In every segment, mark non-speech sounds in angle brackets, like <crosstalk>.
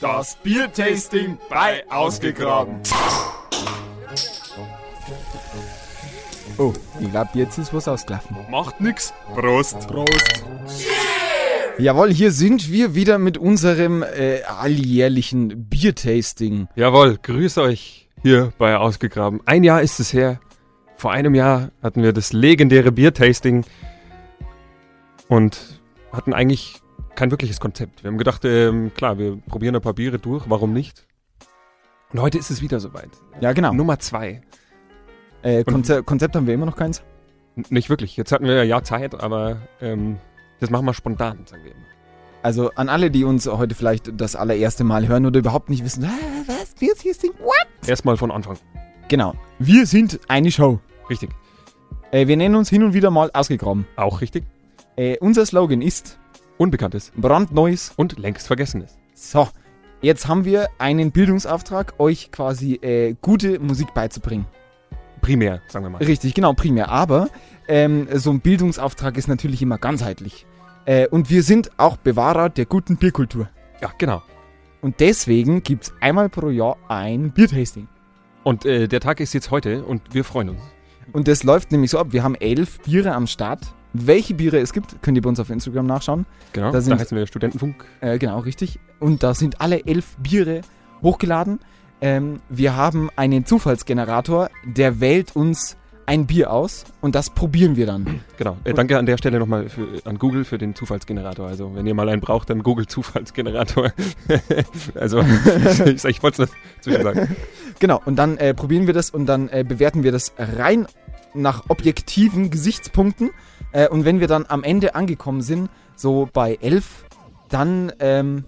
Das Biertasting bei Ausgegraben. Oh, ich glaube, jetzt ist was ausgelaufen. Macht nix. Prost. Prost. Jawohl, hier sind wir wieder mit unserem äh, alljährlichen Biertasting. Jawohl, grüß euch hier bei Ausgegraben. Ein Jahr ist es her. Vor einem Jahr hatten wir das legendäre Biertasting und hatten eigentlich kein wirkliches Konzept. Wir haben gedacht, ähm, klar, wir probieren ein paar Biere durch, warum nicht? Und heute ist es wieder soweit. Ja, genau. Nummer zwei. Äh, Konze Konzept haben wir immer noch keins. N nicht wirklich. Jetzt hatten wir ja ein Jahr Zeit, aber ähm, das machen wir spontan, sagen wir immer. Also an alle, die uns heute vielleicht das allererste Mal hören oder überhaupt nicht wissen, "Ah, was, Biertasting, what? Erstmal von Anfang. Genau. Wir sind eine Show. Richtig. Äh, wir nennen uns hin und wieder mal Ausgegraben. Auch richtig. Äh, unser Slogan ist Unbekanntes brandneues. und längst Vergessenes. So, jetzt haben wir einen Bildungsauftrag, euch quasi äh, gute Musik beizubringen. Primär, sagen wir mal. Richtig, genau, primär. Aber ähm, so ein Bildungsauftrag ist natürlich immer ganzheitlich. Äh, und wir sind auch Bewahrer der guten Bierkultur. Ja, genau. Und deswegen gibt es einmal pro Jahr ein Biertasting. Und äh, der Tag ist jetzt heute und wir freuen uns. Und das läuft nämlich so ab. Wir haben elf Biere am Start. Welche Biere es gibt, könnt ihr bei uns auf Instagram nachschauen. Genau, Da da, sind- heißen wir Studentenfunk. Äh, genau, richtig. Und da sind alle elf Biere hochgeladen. Ähm, wir haben einen Zufallsgenerator, der wählt uns ein Bier aus und das probieren wir dann. Genau. Äh, danke an der Stelle nochmal für- an Google für den Zufallsgenerator. Also, wenn ihr mal einen braucht, dann Google Zufallsgenerator. <laughs> also, <laughs> ich, sag- ich wollte es dazwischen sagen. Genau, und dann äh, probieren wir das und dann äh, bewerten wir das rein nach objektiven Gesichtspunkten. Äh, und wenn wir dann am Ende angekommen sind, so bei elf, dann ähm,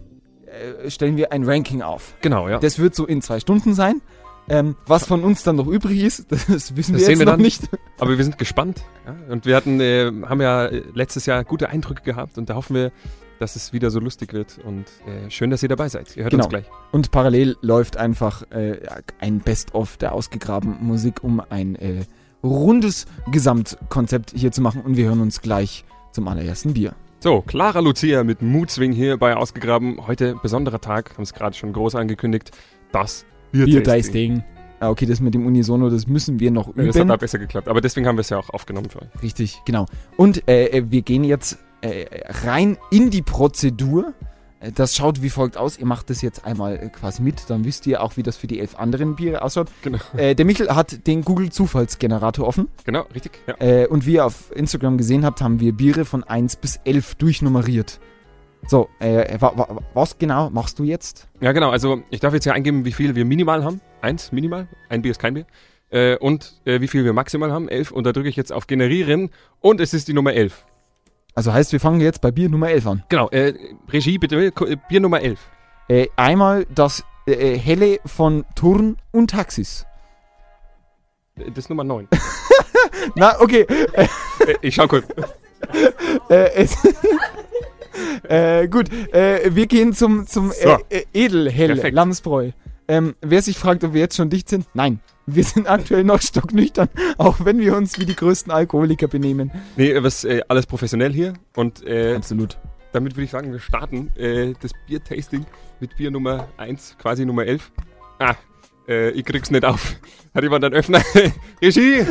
äh, stellen wir ein Ranking auf. Genau, ja. Das wird so in zwei Stunden sein. Ähm, was von uns dann noch übrig ist, <laughs> das wissen Das wir sehen jetzt wir noch dann. nicht. Aber wir sind gespannt. Ja? Und wir hatten, äh, haben ja äh, letztes Jahr gute Eindrücke gehabt und da hoffen wir, dass es wieder so lustig wird. Und äh, schön, dass ihr dabei seid. Ihr hört Genau. uns gleich. Und parallel läuft einfach äh, ein Best-of der ausgegrabenen Musik, um ein äh, rundes Gesamtkonzept hier zu machen. Und wir hören uns gleich zum allerersten Bier. So, Clara Lucia mit Mutswing hier bei Ausgegraben. Heute besonderer Tag, haben es gerade schon groß angekündigt. Das Biertasting. Ah, okay, das mit dem Unisono, das müssen wir noch Ja, Das hat da üben. besser geklappt, aber deswegen haben wir es ja auch aufgenommen für euch. Richtig, genau. Und äh, äh, wir gehen jetzt äh, rein in die Prozedur. Äh, Das schaut wie folgt aus. Ihr macht das jetzt einmal äh, quasi mit, dann wisst ihr auch, wie das für die elf anderen Biere ausschaut. Genau. Äh, der Michel hat den Google-Zufallsgenerator offen. Genau, richtig. Ja. Äh, und wie ihr auf Instagram gesehen habt, haben wir Biere von 1 bis 11 durchnummeriert. So, äh, wa wa was genau machst du jetzt? ja, genau. Also ich darf jetzt hier eingeben, wie viel wir minimal haben. Eins minimal. Ein Bier ist kein Bier. Äh, und äh, wie viel wir maximal haben. Elf. Und da drücke ich jetzt auf Generieren. Und es ist die Nummer elf. Also heißt, wir fangen jetzt bei Bier Nummer 11 an. Genau. Äh, Regie bitte. Ko- äh, Bier Nummer elf. Äh, einmal das äh, äh, Helle von Turn und Taxis. Äh, Das ist Nummer neun. Na, okay. äh, ich schau kurz. Äh, es <laughs> äh, gut, äh, wir gehen zum, zum So. äh, äh, Edelhell Perfekt. Lamsbräu. Ähm, wer sich fragt, ob wir jetzt schon dicht sind, nein. Wir sind aktuell noch <laughs> stocknüchtern, auch wenn wir uns wie die größten Alkoholiker benehmen. Nee, äh, was, äh, alles professionell hier. Und äh, Absolut. damit würde ich sagen, wir starten äh, das Biertasting mit Bier Nummer eins, quasi Nummer elf. Ah, äh, ich krieg's nicht auf. Hat jemand einen Öffner? <laughs> <laughs> Regie!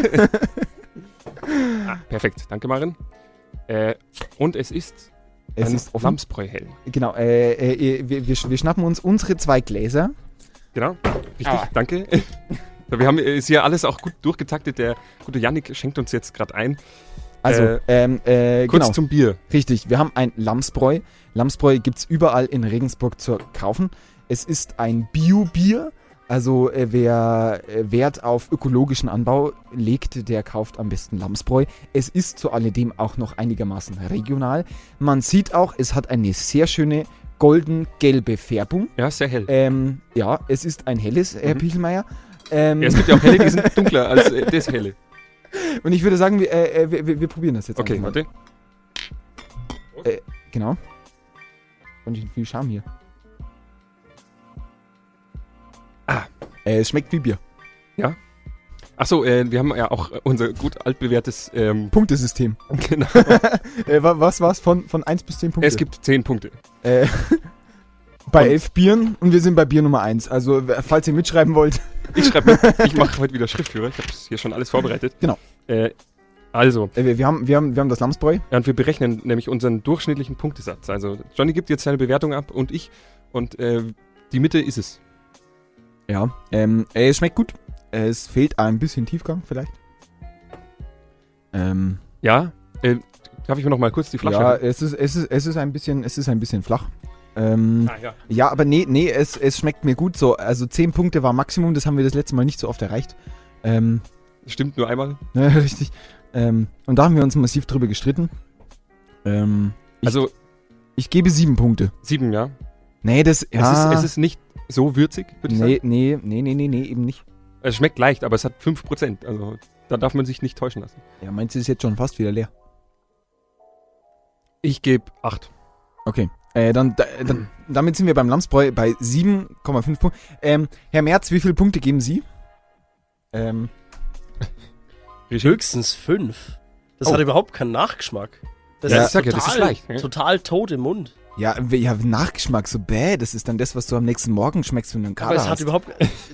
ah, perfekt, danke Marin. Äh, und es ist Es ein ist offen. Lamsbräu hell. Genau, äh, äh, wir, wir, sch- wir schnappen uns unsere zwei Gläser. Genau, richtig, Ah. danke. <laughs> So, Wir haben äh, ist hier alles auch gut durchgetaktet. Der gute Yannick schenkt uns jetzt gerade ein. Also, Äh, ähm, äh, Kurz genau, zum Bier. richtig. Wir haben ein Lamsbräu. Lamsbräu gibt es überall in Regensburg zu kaufen. Es ist ein Bio-Bier. Also, äh, wer äh, Wert auf ökologischen Anbau legt, der kauft am besten Lamsbräu. Es ist zu alledem auch noch einigermaßen regional. Man sieht auch, es hat eine sehr schöne golden-gelbe Färbung. Ja, sehr hell. Ähm, ja, es ist ein helles, Herr Mhm. Pichelmeier. Ähm, Ja, es gibt ja auch helle, die <laughs> sind dunkler als äh, das helle. Und ich würde sagen, wir, äh, äh, wir, wir, wir probieren das jetzt Okay, einfach mal. warte. Genau. Und ich viel Charme hier. Ah. Äh, es schmeckt wie Bier. Achso, äh, wir haben ja auch äh, unser gut altbewährtes. Ähm, Punktesystem. genau. Äh, <laughs> wa- was war's von, von 1 bis 10 Punkte? Es gibt 10 Punkte. Äh, Bei elf Bieren und wir sind bei Bier Nummer eins. Also, w- falls ihr mitschreiben wollt, <laughs> Ich schreibe mit. Ich mache heute wieder Schriftführer. Ich habe hier schon alles vorbereitet. Genau. Äh, also, äh, wir, wir, haben, wir, haben, wir haben das Lamsbräu. ja, und wir berechnen nämlich unseren durchschnittlichen Punktesatz. Also, Johnny gibt jetzt seine Bewertung ab und ich. Und äh, die Mitte ist es. Ja. Ähm, äh, es schmeckt gut. Es fehlt ein bisschen Tiefgang vielleicht. Ähm, Ja? Äh, darf ich mir noch mal kurz die Flasche? Ja, haben? es ist, es, ist, es ist ein bisschen, es ist ein bisschen flach. Ähm, Ah, ja. ja, aber nee, nee, es, es schmeckt mir gut so. Also 10 Punkte war Maximum, das haben wir das letzte Mal nicht so oft erreicht. Ähm, <laughs> Stimmt nur einmal. ne, richtig. Ähm, und da haben wir uns massiv drüber gestritten. Ähm, Ich- Also, ich gebe 7 Punkte. sieben, ja. Nee, das ja, Es, ist, es ist nicht so würzig, würde ich nee, nee, nee, nee, nee, nee, eben nicht. sagen. Es schmeckt leicht, aber es hat 5%. Also, da darf man sich nicht täuschen lassen. Ja, meins ist jetzt schon fast wieder leer. Ich gebe 8. Okay. Äh, dann, da- dann, damit sind wir beim Lamsbräu bei 7,5 Punkten. Ähm, Herr Merz, wie viele Punkte geben Sie? Ähm, Höchstens fünf. Das Oh. hat überhaupt keinen Nachgeschmack. Das Ja, ist ich sag ja, total, das ist leicht, ja. total tot im Mund. Ja, w- ja, Nachgeschmack, so bäh, das ist dann das, was du am nächsten Morgen schmeckst, wenn du einen Aber Kater es hat hast. überhaupt.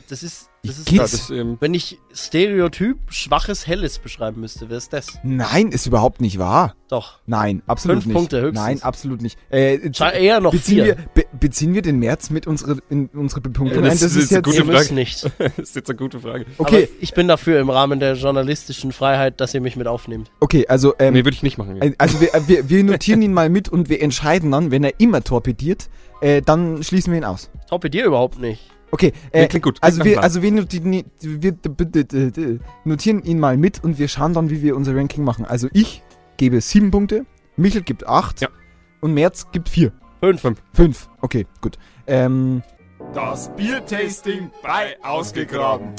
Das ist. Das ist geht's? Ja, das, ähm, <laughs> Wenn ich Stereotyp schwaches Helles beschreiben müsste, wäre es das. Nein, ist überhaupt nicht wahr. Doch. Nein, absolut Fünf nicht. Punkte höchstens. Nein, absolut nicht. Äh, Scha- Eher noch beziehen, vier. wir, be, beziehen wir den März mit unsere, in unsere Bepunktung Ja, ein? das ist eine gute Ihr Frage. müsst nicht. das ist jetzt eine gute Frage. Okay, Aber ich bin dafür im Rahmen der journalistischen Freiheit, dass ihr mich mit aufnehmt. okay, also, ähm, Nee, würde ich nicht machen. Ja. äh, also wir, äh, wir, wir notieren ihn mal mit und wir entscheiden dann, wenn er immer torpediert, äh, dann schließen wir ihn aus. Torpedier überhaupt nicht. Okay, Nee, äh, klingt gut. also Klingt wir, nach also wir, notieren, wir d- d- d- d- notieren ihn mal mit und wir schauen dann, wie wir unser Ranking machen. Also ich gebe sieben Punkte, Michel gibt acht Ja. und Merz gibt vier. Fünf. Fünf. Okay, gut. Ähm, Das Biertasting bei Ausgegraben.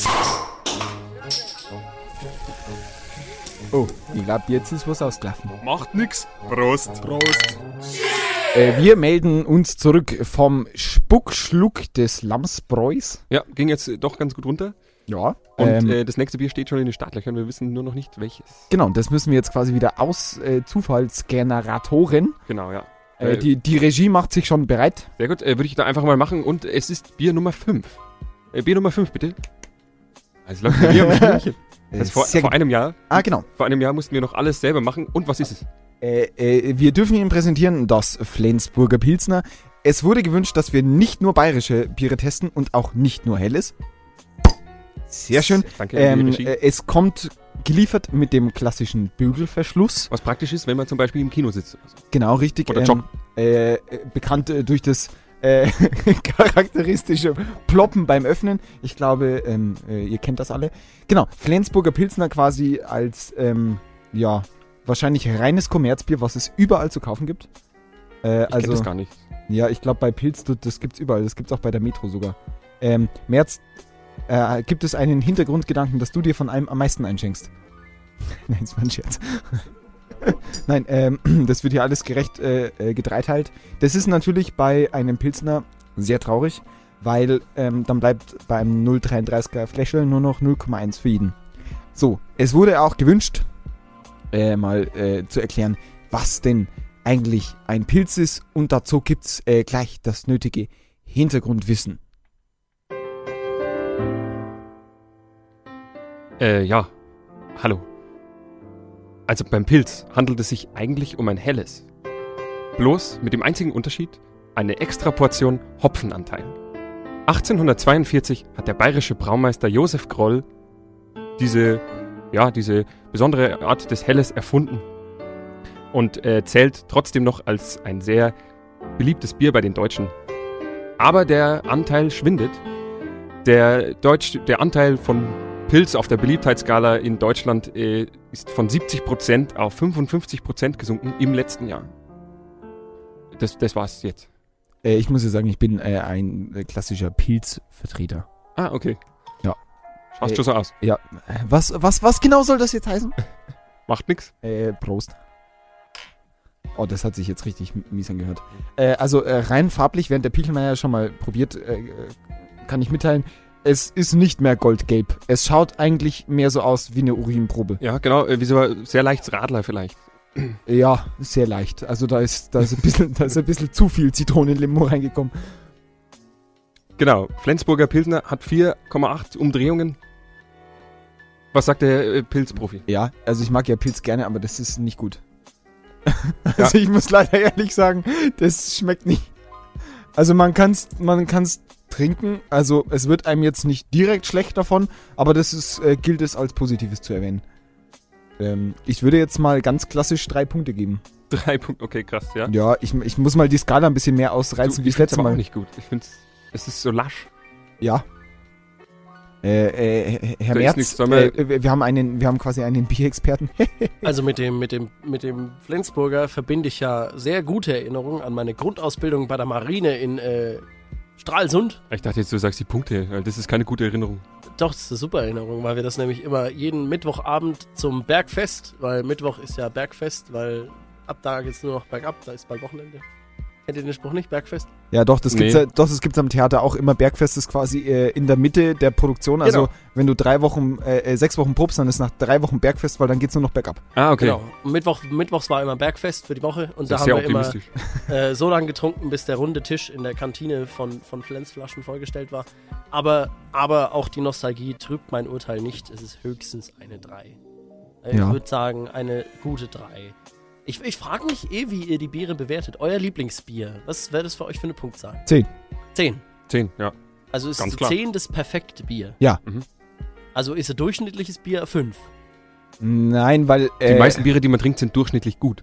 oh, ich glaube, jetzt ist was ausgelaufen. Macht nix. Prost. Prost. Äh, wir melden uns zurück vom Spuckschluck des Lamsbräus. Ja, ging jetzt äh, doch ganz gut runter. Ja. Und ähm, äh, das nächste Bier steht schon in den Startlöchern. Wir wissen nur noch nicht welches. genau, das müssen wir jetzt quasi wieder aus äh, Zufallsgeneratoren. Genau, ja. Äh, Äh, die, die Regie macht sich schon bereit. Sehr gut. Äh, würde ich da einfach mal machen. Und es ist Bier Nummer 5. Äh, Bier Nummer 5, bitte. Also läuft bei mir im <laughs> Stündchen. Äh, Also vor, sehr vor gut. einem Jahr. ah, genau. Vor einem Jahr mussten wir noch alles selber machen. Und was ist es? Äh, äh, wir dürfen Ihnen präsentieren das Flensburger Pilsner. Es wurde gewünscht, dass wir nicht nur bayerische Biere testen und auch nicht nur helles. Sehr schön. Danke, an die Ähm, Regie. äh, es kommt geliefert mit dem klassischen Bügelverschluss. Was praktisch ist, wenn man zum Beispiel im Kino sitzt. Also, oder so. Genau, richtig. Oder ähm, joggen. äh, äh, bekannt äh, durch das äh, <laughs> charakteristische Ploppen beim Öffnen. Ich glaube, ähm, äh, ihr kennt das alle. Genau, Flensburger Pilsner quasi als, ähm, ja, wahrscheinlich reines Kommerzbier, was es überall zu kaufen gibt. Äh, Ich also, kenne das gar nicht. ja, ich glaube, bei Pilz, das- das gibt's überall. Das gibt's auch bei der Metro sogar. Ähm, März, äh, gibt es einen Hintergrundgedanken, dass du dir von einem am meisten einschenkst? <laughs> Nein, das war ein Scherz. <laughs> Nein, ähm, <clears throat> das wird hier alles gerecht äh, äh, gedreiteilt. Das ist natürlich bei einem Pilzner sehr traurig, weil ähm, dann bleibt beim 0,33er Fläschel nur noch 0,1 für jeden. So, es wurde auch gewünscht, äh, mal äh, zu erklären, was denn eigentlich ein Pilz ist und dazu gibt's äh, gleich das nötige Hintergrundwissen. Äh, ja. Hallo. Also beim Pilz handelt es sich eigentlich um ein helles. Bloß mit dem einzigen Unterschied, eine extra Portion Hopfenanteil. 1842 hat der bayerische Braumeister Josef Groll diese, ja, diese besondere Art des Helles erfunden und äh, zählt trotzdem noch als ein sehr beliebtes Bier bei den Deutschen. Aber der Anteil schwindet. Der, Deutsch, der Anteil von Pilz auf der Beliebtheitsskala in Deutschland äh, ist von 70% auf 55% gesunken im letzten Jahr. Das, das war's jetzt. Äh, ich muss ja sagen, ich bin äh, ein äh, klassischer Pilzvertreter. Ah, okay. Ja. Schaust Äh, schon so aus. Ja, äh, was, was, was genau soll das jetzt heißen? Macht nix. Äh, Prost. Oh, das hat sich jetzt richtig m- mies angehört. Äh, also äh, rein farblich, während der Pichelmeier schon mal probiert, äh, äh, kann ich mitteilen, es ist nicht mehr goldgelb. Es schaut eigentlich mehr so aus wie eine Urinprobe. Ja, genau. Äh, wie so ein sehr leichtes Radler vielleicht. <laughs> Ja, sehr leicht. Also da ist, da ist, ein, bisschen, da ist ein bisschen zu viel Zitronenlimo reingekommen. Genau, Flensburger Pilsner hat 4,8 Umdrehungen. Was sagt der äh, Pilzprofi? <laughs> Ja, also ich mag ja Pilz gerne, aber das ist nicht gut. <laughs> also ich muss leider ehrlich sagen, das schmeckt nicht. Also man kann's, man kann's trinken, also es wird einem jetzt nicht direkt schlecht davon, aber das ist, äh, gilt es als Positives zu erwähnen. Ähm, ich würde jetzt mal ganz klassisch drei Punkte geben. Drei Punkte, okay, krass, ja. Ja, ich, ich muss mal die Skala ein bisschen mehr ausreizen, wie ich das letzte aber auch Mal. nicht gut. Ich finde es ist so lasch. Ja. Äh, äh, Herr Da ist Merz, nichts, sollen wir- äh, wir, wir haben einen, wir haben quasi einen Bierexperten. Also mit dem, mit, dem, mit dem Flensburger verbinde ich ja sehr gute Erinnerungen an meine Grundausbildung bei der Marine in äh, Stralsund. Ich dachte jetzt, du sagst die Punkte, weil das ist keine gute Erinnerung. Doch, das ist eine super Erinnerung, weil wir das nämlich immer jeden Mittwochabend zum Bergfest, weil Mittwoch ist ja Bergfest, weil ab da geht's nur noch bergab, da ist bald Wochenende. Kennt ihr den Spruch nicht, Bergfest? Ja, doch, das gibt's Nee. ja, doch, das gibt's am Theater auch immer. Bergfest ist quasi äh, in der Mitte der Produktion. Also Genau. wenn du drei Wochen, äh, äh, sechs Wochen probst, dann ist nach drei Wochen Bergfest, weil dann geht's nur noch bergab. Ah, okay. Genau. Und Mittwoch, Mittwochs war immer Bergfest für die Woche und Das ist da sehr haben wir immer optimistisch. äh, so lange getrunken, bis der runde Tisch in der Kantine von, von Flensflaschen vollgestellt war. Aber, aber auch die Nostalgie trübt mein Urteil nicht. Es ist höchstens eine 3. Äh, Ja. Ich würde sagen, eine gute 3. Ich, ich frage mich eh, wie ihr die Biere bewertet. Euer Lieblingsbier, was wäre das für euch für eine Punktzahl? Zehn. 10. Zehn, ja. Also ist Ganz die klar. 10 das perfekte Bier? Ja. Mhm. Also ist ein durchschnittliches Bier 5. Nein, weil Die äh, meisten Biere, die man trinkt, sind durchschnittlich gut.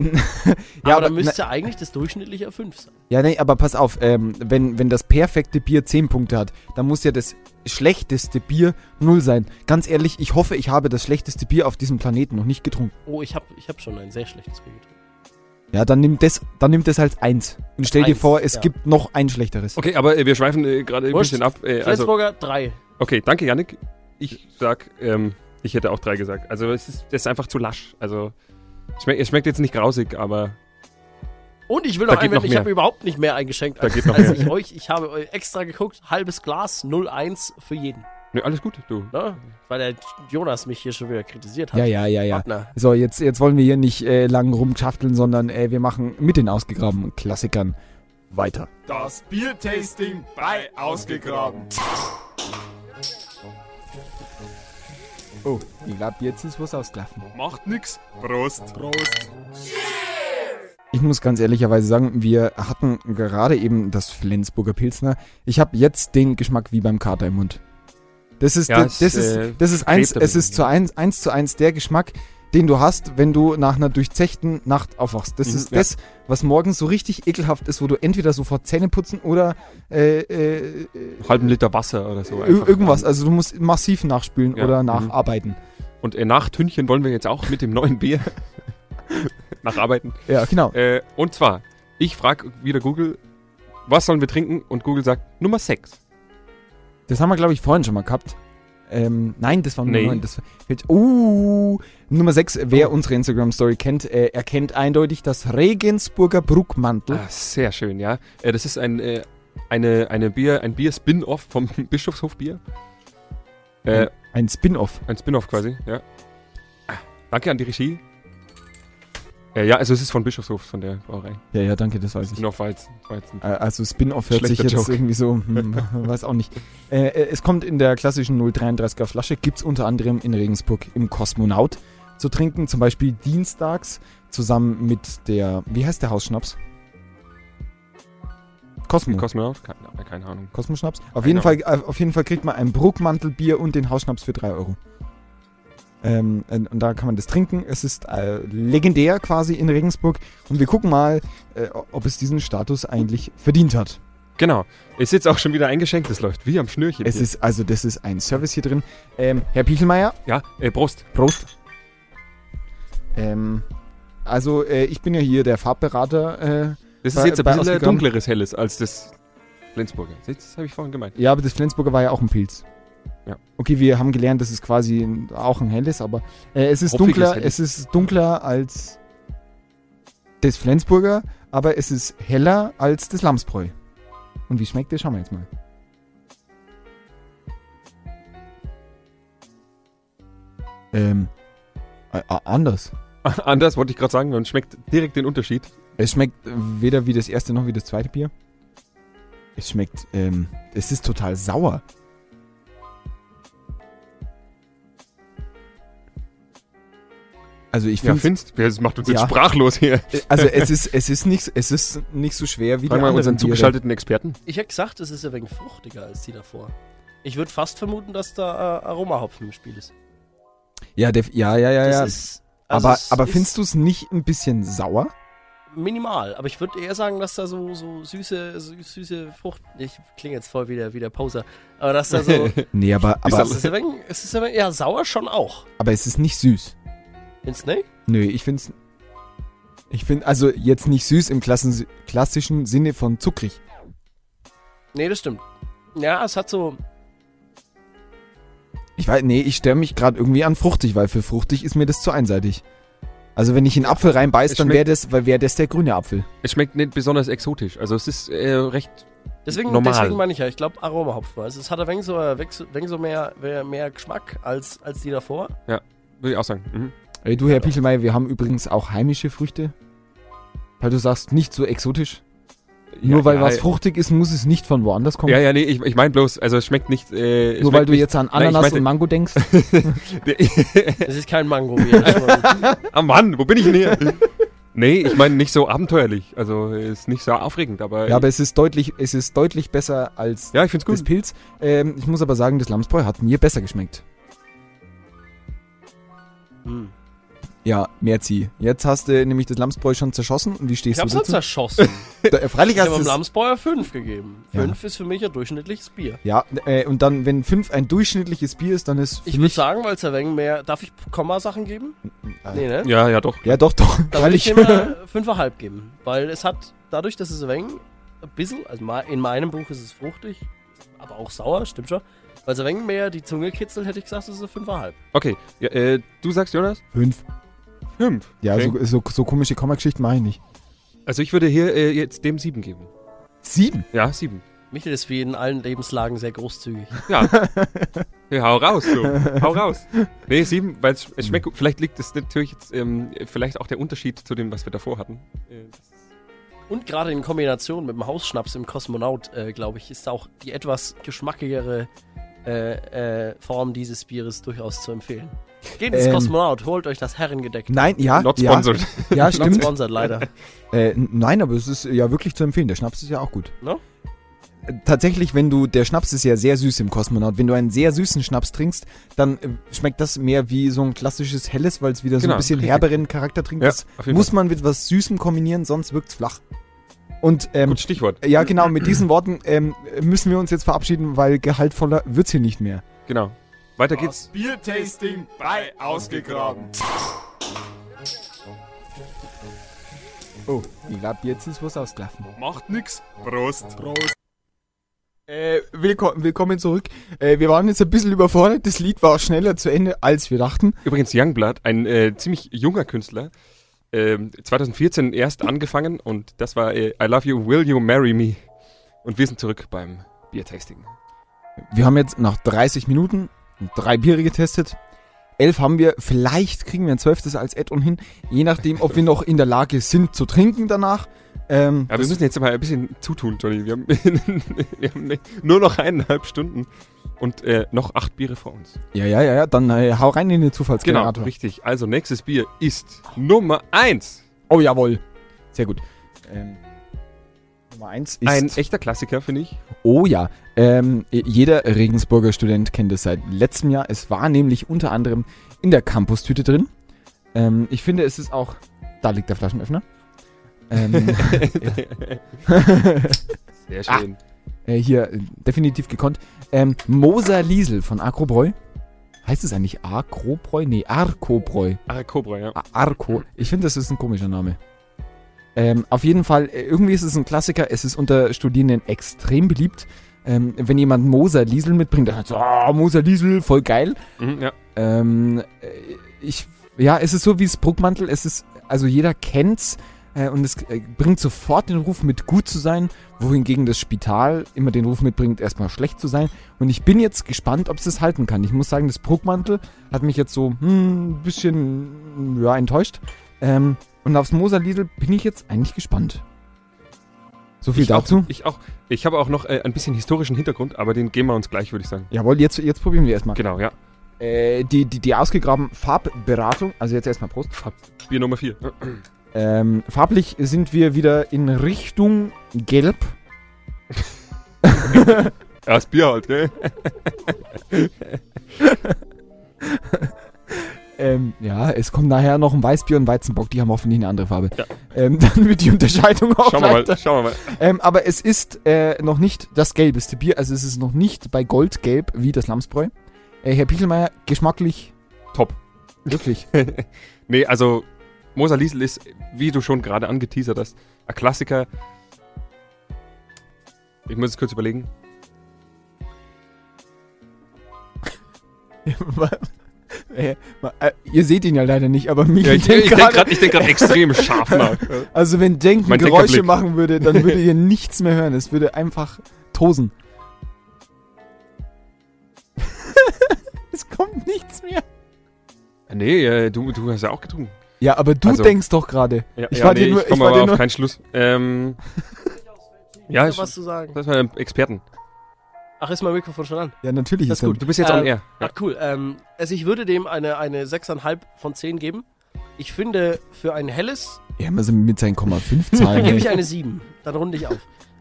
Ja, aber, aber- ne, dann müsste eigentlich das durchschnittliche 5 sein. ja, nee, aber pass auf, ähm, wenn wenn das perfekte Bier zehn Punkte hat, dann muss ja das schlechteste Bier null sein. Ganz ehrlich, ich hoffe, ich habe das schlechteste Bier auf diesem Planeten noch nicht getrunken. Oh, ich habe ich hab schon ein sehr schlechtes Bier getrunken. Ja, dann nimmt das, dann nimmt das als eins. Und stell dir Eins, vor, es ja. gibt noch ein schlechteres. Okay, aber äh, wir schweifen äh, gerade ein Wurscht. bisschen ab. Äh, also, Flensburger 3. okay, danke, Yannick. Ich sag, ähm, ich hätte auch drei gesagt. Also, es ist, das ist einfach zu lasch. Also, schmeck, es schmeckt jetzt nicht grausig, aber Und ich will Da noch geht noch einwenden, ich mehr. habe überhaupt nicht mehr eingeschenkt Da als, geht noch <laughs> als mehr. ich euch. Ich habe eu- extra geguckt, halbes Glas, 0,1 für jeden. nö, alles gut, du. Ne? Weil der Jonas mich hier schon wieder kritisiert hat. Ja, ja, ja, ja. Partner. So, jetzt, jetzt wollen wir hier nicht äh, lang rumschafteln, sondern äh, wir machen mit den ausgegrabenen Klassikern weiter. Das Biertasting bei Ausgegraben. Oh, ich glaube, jetzt ist was ausgelaufen. Macht nix. Prost. Prost. Ich muss ganz ehrlicherweise sagen, wir hatten gerade eben das Flensburger Pilsner. Ich habe jetzt den Geschmack wie beim Kater im Mund. Das ist, Ja, das, das es, ist, äh, das ist eins, klebt ein es ist bisschen. zu eins, eins zu eins der Geschmack, den du hast, wenn du nach einer durchzechten Nacht aufwachst. Das Mhm, ist ja. das, was morgens so richtig ekelhaft ist, wo du entweder sofort Zähne putzen oder äh, äh, Halben Liter Wasser oder so. Ir- einfach. irgendwas. Also du musst massiv nachspülen Ja, oder mhm. nacharbeiten. Und äh, nach Tünchen wollen wir jetzt auch mit dem neuen Bier <laughs> nacharbeiten. Ja, genau. Äh, und zwar, ich frage wieder Google, was sollen wir trinken? Und Google sagt Nummer 6. Das haben wir, glaube ich, vorhin schon mal gehabt. Ähm, nein, das war Nummer Nee. Oh. 9. Das war, oh, Nummer 6. Wer unsere Instagram-Story kennt, äh, erkennt eindeutig das Regensburger Bruckmantel. Ah, sehr schön, ja. Äh, das ist ein, äh, eine, eine Bier, ein Bier-Spin-Off vom <laughs> Bischofshof-Bier. Äh, Ein Spin-off. ein Spin-Off quasi, ja. Ah, Danke an die Regie. Äh, ja, also es ist von Bischofshof, von der Brauerei. Ja, ja, danke, das weiß ich. Spin-Off Weizen. Weizen. Äh, Also Spin-off hört sich Schlechter jetzt Joke. irgendwie so, <laughs> hm, weiß auch nicht. Äh, äh, es kommt in der klassischen 033er Flasche, gibt's unter anderem in Regensburg im Kosmonaut zu trinken, zum Beispiel dienstags zusammen mit der, wie heißt der Hausschnaps? Cosmo. Kosmonaut? Keine, keine Ahnung. Kosmoschnaps. Auf jeden, Fall, äh, Genau. auf jeden Fall kriegt man ein Bruckmantelbier und den Hausschnaps für 3 Euro. Ähm, und und da kann man das trinken. Es ist äh, legendär quasi in Regensburg. Und wir gucken mal, äh, ob es diesen Status eigentlich verdient hat. Genau. Ist jetzt auch schon wieder eingeschenkt. Das läuft wie am Schnürchen. Es hier. ist, also das ist ein Service hier drin. Ähm, Herr Pichelmeier, ja, äh, Prost. Prost. Ähm, also äh, ich bin ja hier der Farbberater. Äh, Das Bei- ist jetzt ein bei bisschen ausgegraben- dunkleres Helles als das Flensburger. Seht, Das habe ich vorhin gemeint. <laughs> ja, aber das Flensburger war ja auch ein Pilz. Ja. Okay, wir haben gelernt, das ist quasi ein, auch ein helles, aber äh, es ist Hopfiges dunkler, Helles. es ist dunkler als das Flensburger, aber es ist heller als das Lamsbräu. Und wie schmeckt das? Schauen wir jetzt mal. Ähm, äh, äh, anders. Anders wollte ich gerade sagen, man schmeckt direkt den Unterschied. Es schmeckt weder wie das erste noch wie das zweite Bier. Es schmeckt, ähm, es ist total sauer. Also ich Ja, finde, findest du? Das macht uns jetzt Ja. sprachlos hier. also es ist, es ist nicht, es ist nicht so schwer wie Fragen wir die mal anderen unseren Biere. zugeschalteten Experten. Ich hätte gesagt, es ist ein wenig fruchtiger als die davor. Ich würde fast vermuten, dass da äh, Aromahopfen im Spiel ist. Ja, def, ja, ja, ja, Das ja. ist, aber aber findest du es nicht ein bisschen sauer? Minimal, aber ich würde eher sagen, dass da so, so süße, so süße Frucht. Ich klinge jetzt voll wie der, wie der Poser. Aber dass <laughs> da so. Nee, aber, Ist aber, es ist ein wenig, es ist ein wenig, ja, sauer schon auch. aber es ist nicht süß. Findest du nicht? Nö, ich find's. Ich find also jetzt nicht süß im Klassen, klassischen Sinne von zuckrig. Nee, das stimmt. Ja, es hat so. Ich weiß, nee, ich stelle mich gerade irgendwie an fruchtig, weil für fruchtig ist mir das zu einseitig. Also wenn ich in Apfel reinbeiß, Es dann wäre das, weil wäre das der grüne Apfel. <laughs> Es schmeckt nicht besonders exotisch. Also es ist äh, recht. Deswegen, Normal. deswegen meine ich ja, ich glaube Aromahopfen. Also es hat ein wenig so, ein wenig so mehr, mehr, mehr Geschmack als, als <laughs> die davor. Würde ich auch sagen. Mhm. Ey, du, Herr Pichelmeier, wir haben übrigens auch heimische Früchte. Weil du sagst, nicht so exotisch. Nur ja, weil ja, was ja. fruchtig ist, muss es nicht von woanders kommen. Ja, ja, nee, ich, ich meine bloß, also es schmeckt nicht. Äh, es Nur schmeckt weil du nicht- jetzt an Nein, ich Ananas meinte- und Mango denkst. Es ist kein Mango. wie ihr schon <laughs> mal- <laughs> Ah Mann, wo bin ich denn hier? <laughs> nee, ich meine nicht so abenteuerlich. Also ist nicht so aufregend, aber. Ja, aber es ist deutlich, es ist deutlich besser als Ja, ich find's das gut. Pilz. Ähm, ich muss aber sagen, das Lamsbräu hat mir besser geschmeckt. Hm. Ja, Merzi. Jetzt hast du nämlich das Lamsbräu schon zerschossen. Und wie Ich stehst hab's du halt dazu? <laughs> zerschossen. Da, äh, freilich Ich habe hast dem du es. Lamsbäuer 5 gegeben. Ja. 5 ist für mich ein durchschnittliches Bier. Ja, äh, und dann, wenn 5 ein durchschnittliches Bier ist, dann ist. für Ich würde mich- sagen, weil es ein wenig mehr. Darf ich Komma-Sachen geben? Äh, Nee, ne? Ja, ja, doch. Ja, doch, doch. Da würde ich freilich. <laughs> dem äh, 5,5 geben. Weil es hat, dadurch, dass es ein wenig, ein bisschen, also ma- in meinem Buch ist es fruchtig, aber auch sauer, stimmt schon. Weil es ein wenig mehr die Zunge kitzelt, hätte ich gesagt, es ist ein 5,5. Okay. Ja, äh, du sagst, Jonas? 5. Fünf. Ja, okay. so, so, so komische Kommageschichten mache ich nicht. Also ich würde hier äh, jetzt dem sieben geben. 7. Ja, sieben. Michel ist wie in allen Lebenslagen sehr großzügig. Ja. ja hau raus, du. Hau raus. Nee, sieben, weil es sch- es schmeckt. gut. Vielleicht liegt es natürlich jetzt, ähm, vielleicht auch der Unterschied zu dem, was wir davor hatten. Äh, Und gerade in Kombination mit dem Hausschnaps im Kosmonaut, äh, glaube ich, ist auch die etwas geschmackigere äh, äh, Form dieses Bieres durchaus zu empfehlen. Geht ins Ähm. Kosmonaut, holt euch das Herrengedeck. Nein, ja. Not Ah, ja, sponsored. <laughs> <laughs> ja, Not stimmt. sponsored leider. Äh, n- nein, aber es ist ja wirklich zu empfehlen. Der Schnaps ist ja auch gut. Ne? Äh, Tatsächlich, wenn du, der Schnaps ist ja sehr süß im Kosmonaut. Wenn du einen sehr süßen Schnaps trinkst, dann äh, schmeckt das mehr wie so ein klassisches Helles, weil es wieder so Genau, ein bisschen richtig. herberen Charakter trinkt. Ja, das auf jeden muss man mit was Süßem kombinieren, sonst wirkt's flach. Und ähm, Gut, Stichwort. ja, genau, mit diesen Worten ähm, müssen wir uns jetzt verabschieden, weil gehaltvoller wird's hier nicht mehr. Genau. Weiter geht's. Das Biertasting bei Ausgegraben. Oh, ich glaube, jetzt ist was ausgelaufen. Ah, Macht nix. Prost. Prost. Äh, willkommen, willkommen zurück. Äh, wir waren jetzt ein bisschen überfordert. Das Lied war schneller zu Ende, als wir dachten. Übrigens Youngblood, ein äh, ziemlich junger Künstler, ähm, 2014 erst angefangen und das war äh, I Love You, Will You Marry Me? Und wir sind zurück beim Biertasting. Wir haben jetzt nach 30 Minuten drei Biere getestet. Elf haben wir. Vielleicht kriegen wir ein zwölftes als Add-on hin. Je nachdem, ob wir noch in der Lage sind zu trinken danach. Ähm, Aber wir müssen jetzt mal ein bisschen zutun, Johnny. Wir haben, <laughs> wir haben nur noch eineinhalb Stunden und äh, noch acht Biere vor uns. ja, ja, ja, ja. Dann äh, hau rein in den Zufallsgenerator. Genau. richtig. Also nächstes Bier ist Nummer eins. Oh, jawohl. Sehr gut. Ähm, Nummer eins ist... Ein echter Klassiker, finde ich. Oh ja, ähm, jeder Regensburger Student kennt es seit letztem Jahr. Es war nämlich unter anderem in der Campustüte drin. Ähm, ich finde, es ist auch. Da liegt der Flaschenöffner. <laughs> Ähm, Sehr schön. äh, hier, äh, definitiv gekonnt. Ähm, Moser Liesel von Agrobräu. Heißt es eigentlich Agrobräu? Nee, Arkobräu. Ah, Cobra, ja. A- Arco. Ich finde, das ist ein komischer Name. Ähm, auf jeden Fall, äh, irgendwie ist es ein Klassiker. Es ist unter Studierenden extrem beliebt. Ähm, wenn jemand Moser Liesel mitbringt, dann so, ah, Moser Liesel, voll geil. Mhm, ja. Ähm, äh, ich, ja, es ist so wie das Bruckmantel. Es ist, also jeder kennt's. äh, Und es äh, bringt sofort den Ruf mit gut zu sein, wohingegen das Spital immer den Ruf mitbringt, erstmal schlecht zu sein. Und ich bin jetzt gespannt, ob es das halten kann. Ich muss sagen, das Bruckmantel hat mich jetzt so hm, ein bisschen ja, enttäuscht. Ähm, und aufs Moser Lidl bin ich jetzt eigentlich gespannt. So viel ich dazu. Auch, ich auch. Ich habe auch noch äh, ein bisschen historischen Hintergrund, aber den gehen wir uns gleich, würde ich sagen. Jawohl, jetzt, jetzt probieren wir erstmal. Genau, ja. Äh, die, die, die ausgegrabenen Farbberatung, also jetzt erstmal Prost. Bier Nummer 4. Ähm, farblich sind wir wieder in Richtung Gelb. Ja, das Bier halt, gell? Ähm, ja, es kommt nachher noch ein Weißbier und ein Weizenbock, die haben hoffentlich eine andere Farbe. Ja. Ähm, <laughs> dann wird die Unterscheidung auch Schauen wir leichter. mal, schauen wir mal. Ähm, aber es ist äh, noch nicht das gelbeste Bier, also es ist noch nicht bei Goldgelb wie das Lamsbräu. Äh, Herr Pichelmeier, geschmacklich Top. wirklich. <laughs> <laughs> Nee, also Moser Liesel ist, wie du schon gerade angeteasert hast, ein Klassiker. Ich muss es kurz überlegen. Äh, ma- äh, ihr seht ihn ja leider nicht, aber mich Ja, <laughs> ich denkt ich denke gerade- gerade denk grad extrem scharf <laughs> nach. Also wenn Denken Mein Geräusche Denkerblick. machen würde, dann <laughs> würdet ihr nichts mehr hören. Es würde einfach tosen. <laughs> es kommt nichts mehr. Nee, äh, du, du hast ja auch getrunken. Ja, aber du Also- denkst doch gerade. Ja, Ich ja, war dir nur- ich ich komme war dir aber nur- auf keinen Schluss. <laughs> Ähm, ja, Ja, ich, was zu sagen. das war ein Experten. Ach, ist mein Mikrofon schon an? Ja, natürlich Das ist ist er- gut. Du bist jetzt Ähm, on air. Ja. Ach cool. Ähm, also ich würde dem eine, eine 6,5 von 10 geben. Ich finde, für ein helles Ja, immer so mit seinen Komma <laughs> 5 Zahlen. gebe ey. <laughs> ich eine 7. Dann runde ich auf.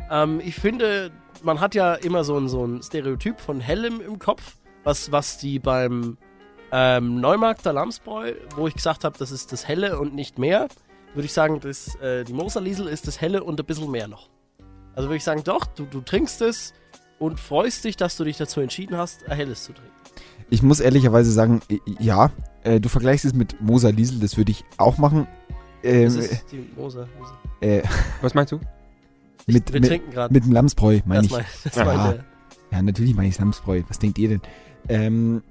ähm, ich finde, man hat ja immer so ein, so ein Stereotyp von hellem im Kopf, was, was die beim ähm, Neumarkter Lamsbräu, wo ich gesagt habe, das ist das helle und nicht mehr, würde ich sagen, das, äh, die Moserliesel ist das helle und ein bisschen mehr noch. Also würde ich sagen, doch, du, du trinkst es und freust dich, dass du dich dazu entschieden hast, ein helles zu trinken. Ich muss ehrlicherweise sagen, äh, ja, äh, du vergleichst es mit Moser Liesel, das würde ich auch machen. Das Ähm, ist die Moserliesel. äh, Was meinst du? mit, Wir mit, trinken gerade. mit dem Lamsbräu, meine Das, ich. mein, <laughs> das Ja. meinte. Ja, natürlich meine ich Lamsbräu. Was denkt ihr denn? Ähm,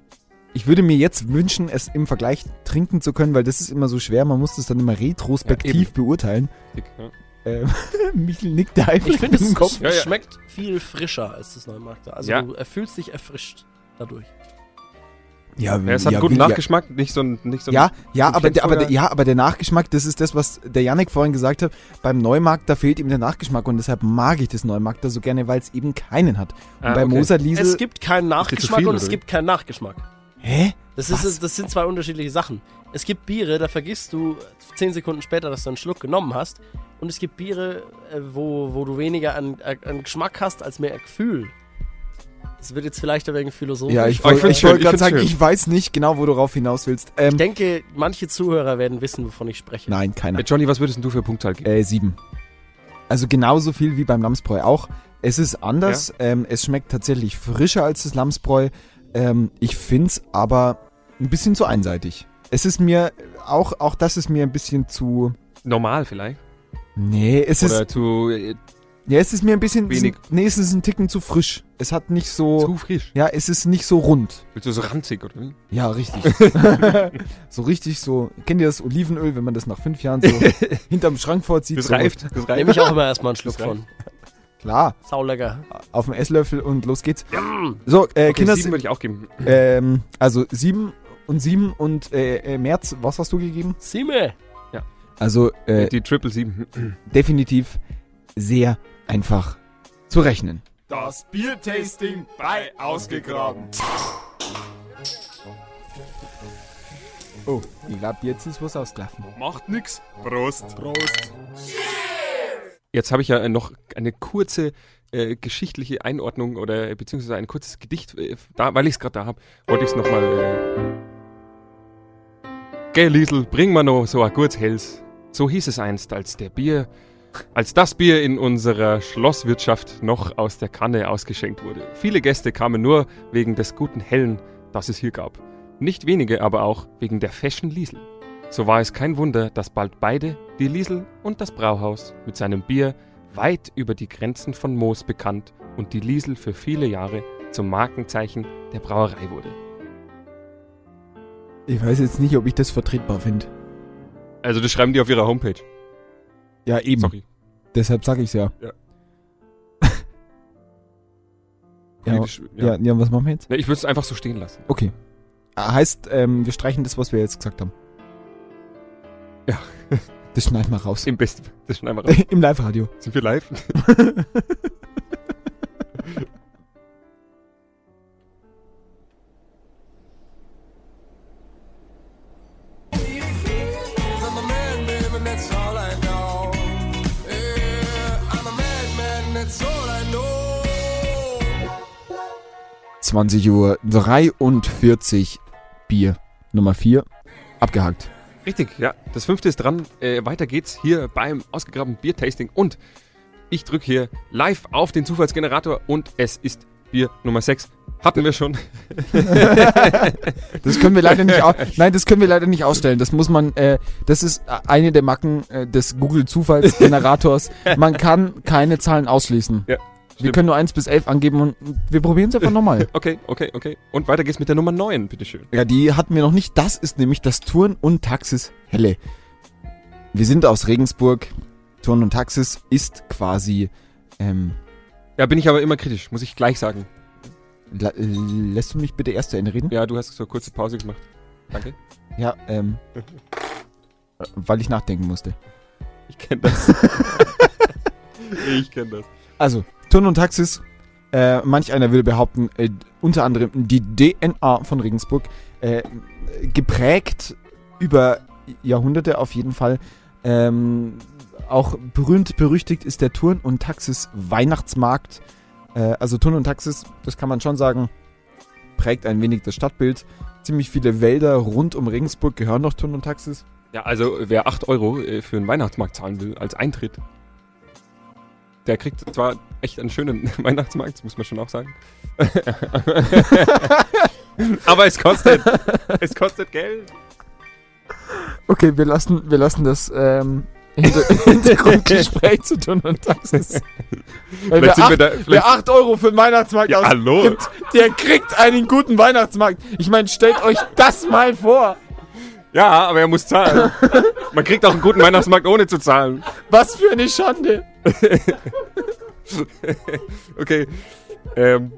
ich würde mir jetzt wünschen, es im Vergleich trinken zu können, weil das ist immer so schwer. Man muss das dann immer Ja, retrospektiv eben. beurteilen. <laughs> Dick, ja. Ähm, Michel nickt da einfach Ich finde, es <laughs> im Kopf. sch Ja, ja. schmeckt viel frischer als das Neumarkter. Also Ja. du fühlst dich erfrischt dadurch. Ja, Ja, es hat einen guten ja, Nachgeschmack, nicht so ein. Nicht so ein Ja, ja, ein aber, der, aber, der, Schlechtvorgang. ja, aber der Nachgeschmack, das ist das, was der Yannick vorhin gesagt hat. Beim Neumarkt, da fehlt ihm der Nachgeschmack und deshalb mag ich das Neumarkt da so gerne, weil es eben keinen hat. Und Ah, bei okay. Moser Es Liesel. gibt keinen Nachgeschmack viel, und oder es wie? gibt keinen Nachgeschmack. Hä? Das, Was? ist, das sind zwei unterschiedliche Sachen. Es gibt Biere, da vergisst du zehn Sekunden später, dass du einen Schluck genommen hast. Und es gibt Biere, äh, wo, wo du weniger an, an Geschmack hast, als mehr ein Gefühl. Das wird jetzt vielleicht ein wenig philosophisch. Ja, ich Oh, ich wollte find's ich schön, wollte ich gerade find's sagen, schön. ich weiß nicht genau, wo du rauf hinaus willst. Ähm, Ich denke, manche Zuhörer werden wissen, wovon ich spreche. nein, keiner. Äh, Johnny, was würdest denn du für eine Punktzahl geben? Äh, sieben. Also genauso viel wie beim Lamsbräu auch. Es ist anders. Ähm, es schmeckt tatsächlich frischer als das Lamsbräu. Ähm, ich finde es aber ein bisschen zu einseitig. Es ist mir, auch, auch das ist mir ein bisschen zu. Äh, Normal vielleicht? Nee, es ist, Oder zu, äh, ja, es ist mir ein bisschen. Wenig. Nee, es ist ein Ticken zu frisch. Es hat nicht so. zu frisch? Ja, es ist nicht so rund. Willst du so ranzig oder wie? <laughs> Ja, richtig. <laughs> so richtig so. Kennt ihr das Olivenöl, wenn man das nach <laughs> fünf Jahren so hinterm Schrank vorzieht? Das so, reift. Das reift. Nehme ich auch immer <laughs> erstmal einen Schluck Das reicht. von. Klar, Saulecker. auf dem Esslöffel und los geht's. So, äh, Okay, Kinders, sieben würde ich auch geben. Ähm, also 7 und 7 und äh, äh, März, was hast du gegeben? Simme. Also äh, Die Triple Sieben. definitiv sehr einfach zu rechnen. Das Biertasting bei Ausgegraben. Oh, ich glaube, jetzt ist was ausgelaufen. Macht nix. Prost. Prost. Jetzt habe ich ja äh, noch eine kurze äh, geschichtliche Einordnung oder äh, beziehungsweise ein kurzes Gedicht, äh, da, weil ich es gerade da habe, wollte ich es nochmal. Äh, Gell, Liesl, bring mal noch so ein gutes Hels. So hieß es einst, als der Bier, als das Bier in unserer Schlosswirtschaft noch aus der Kanne ausgeschenkt wurde. Viele Gäste kamen nur wegen des guten Hellen, das es hier gab. Nicht wenige aber auch wegen der Fashion Liesl. So war es kein Wunder, dass bald beide, die Liesel und das Brauhaus, mit seinem Bier weit über die Grenzen von Moos bekannt und die Liesel für viele Jahre zum Markenzeichen der Brauerei wurde. Ich weiß jetzt nicht, ob ich das vertretbar finde. Also das schreiben die auf ihrer Homepage. Ja, eben. Sorry. Deshalb sage ich's ja. Ja. <laughs> ja, Politisch, ja. ja. was machen wir jetzt? Ne, Ich würde es einfach so stehen lassen. Okay. Ah, Heißt, ähm, wir streichen das, was wir jetzt gesagt haben. Ja. <laughs> Das schneiden wir raus. Im besten. Das schneiden wir raus. <laughs> Im Live-Radio. Sind wir live? I'm a madman and that's all I know. Yeah, I'm a madman and that's all I know. 20 Uhr 43 Bier Nummer 4 abgehakt. <laughs> Richtig, ja. Das fünfte ist dran. Äh, weiter geht's hier beim ausgegrabenen Biertasting. Und ich drücke hier live auf den Zufallsgenerator und es ist Bier Nummer 6. Hatten wir schon. Das können wir leider <laughs> nicht au- Nein, das können wir leider nicht ausstellen. Das muss man äh, das ist eine der Macken äh, des Google <laughs> Zufallsgenerators. Man kann keine Zahlen ausschließen. Ja, wir stimmt. können nur 1 bis 11 angeben und wir probieren es einfach nochmal. Okay, okay, okay. Und weiter geht's mit der Nummer 9, bitteschön. Ja, die hatten wir noch nicht. Das ist nämlich das Turn und Taxis Helle. Wir sind aus Regensburg. Turn und Taxis ist quasi ähm, Ja, bin ich aber immer kritisch, muss ich gleich sagen. la- äh, lässt du mich bitte erst zu Ende reden? Ja, du hast so eine kurze Pause gemacht. Danke. Ja, ähm. äh, Weil ich nachdenken musste. Ich kenne <laughs> das. ich kenne das. Also, Turn und Taxis. Äh, manch einer will behaupten, äh, unter anderem die DNA von Regensburg, äh, geprägt über Jahrhunderte auf jeden Fall. Ähm, auch berühmt, berüchtigt ist der Turn und Taxis Weihnachtsmarkt. Äh, also Turn und Taxis, das kann man schon sagen, prägt ein wenig das Stadtbild. Ziemlich viele Wälder rund um Regensburg gehören noch Turn und Taxis. Ja, also wer 8 Euro äh, für einen Weihnachtsmarkt zahlen will als Eintritt, der kriegt zwar echt einen schönen <laughs> Weihnachtsmarkt, das muss man schon auch <laughs> sagen. Aber es <laughs> kostet. es kostet Geld. Okay, wir lassen, wir lassen das ähm, Hinter <laughs> Hintergrundgespräch zu tun und Taxis. Vielleicht Weil wer, sind acht, wir da- vielleicht- wer acht Euro für den Weihnachtsmarkt Ja, hallo. ausgibt, der kriegt einen guten Weihnachtsmarkt. Ich meine, stellt euch das mal vor. Ja, aber er muss <laughs> zahlen. Man kriegt auch einen guten Weihnachtsmarkt ohne zu zahlen. Was für eine Schande. Okay. Ähm,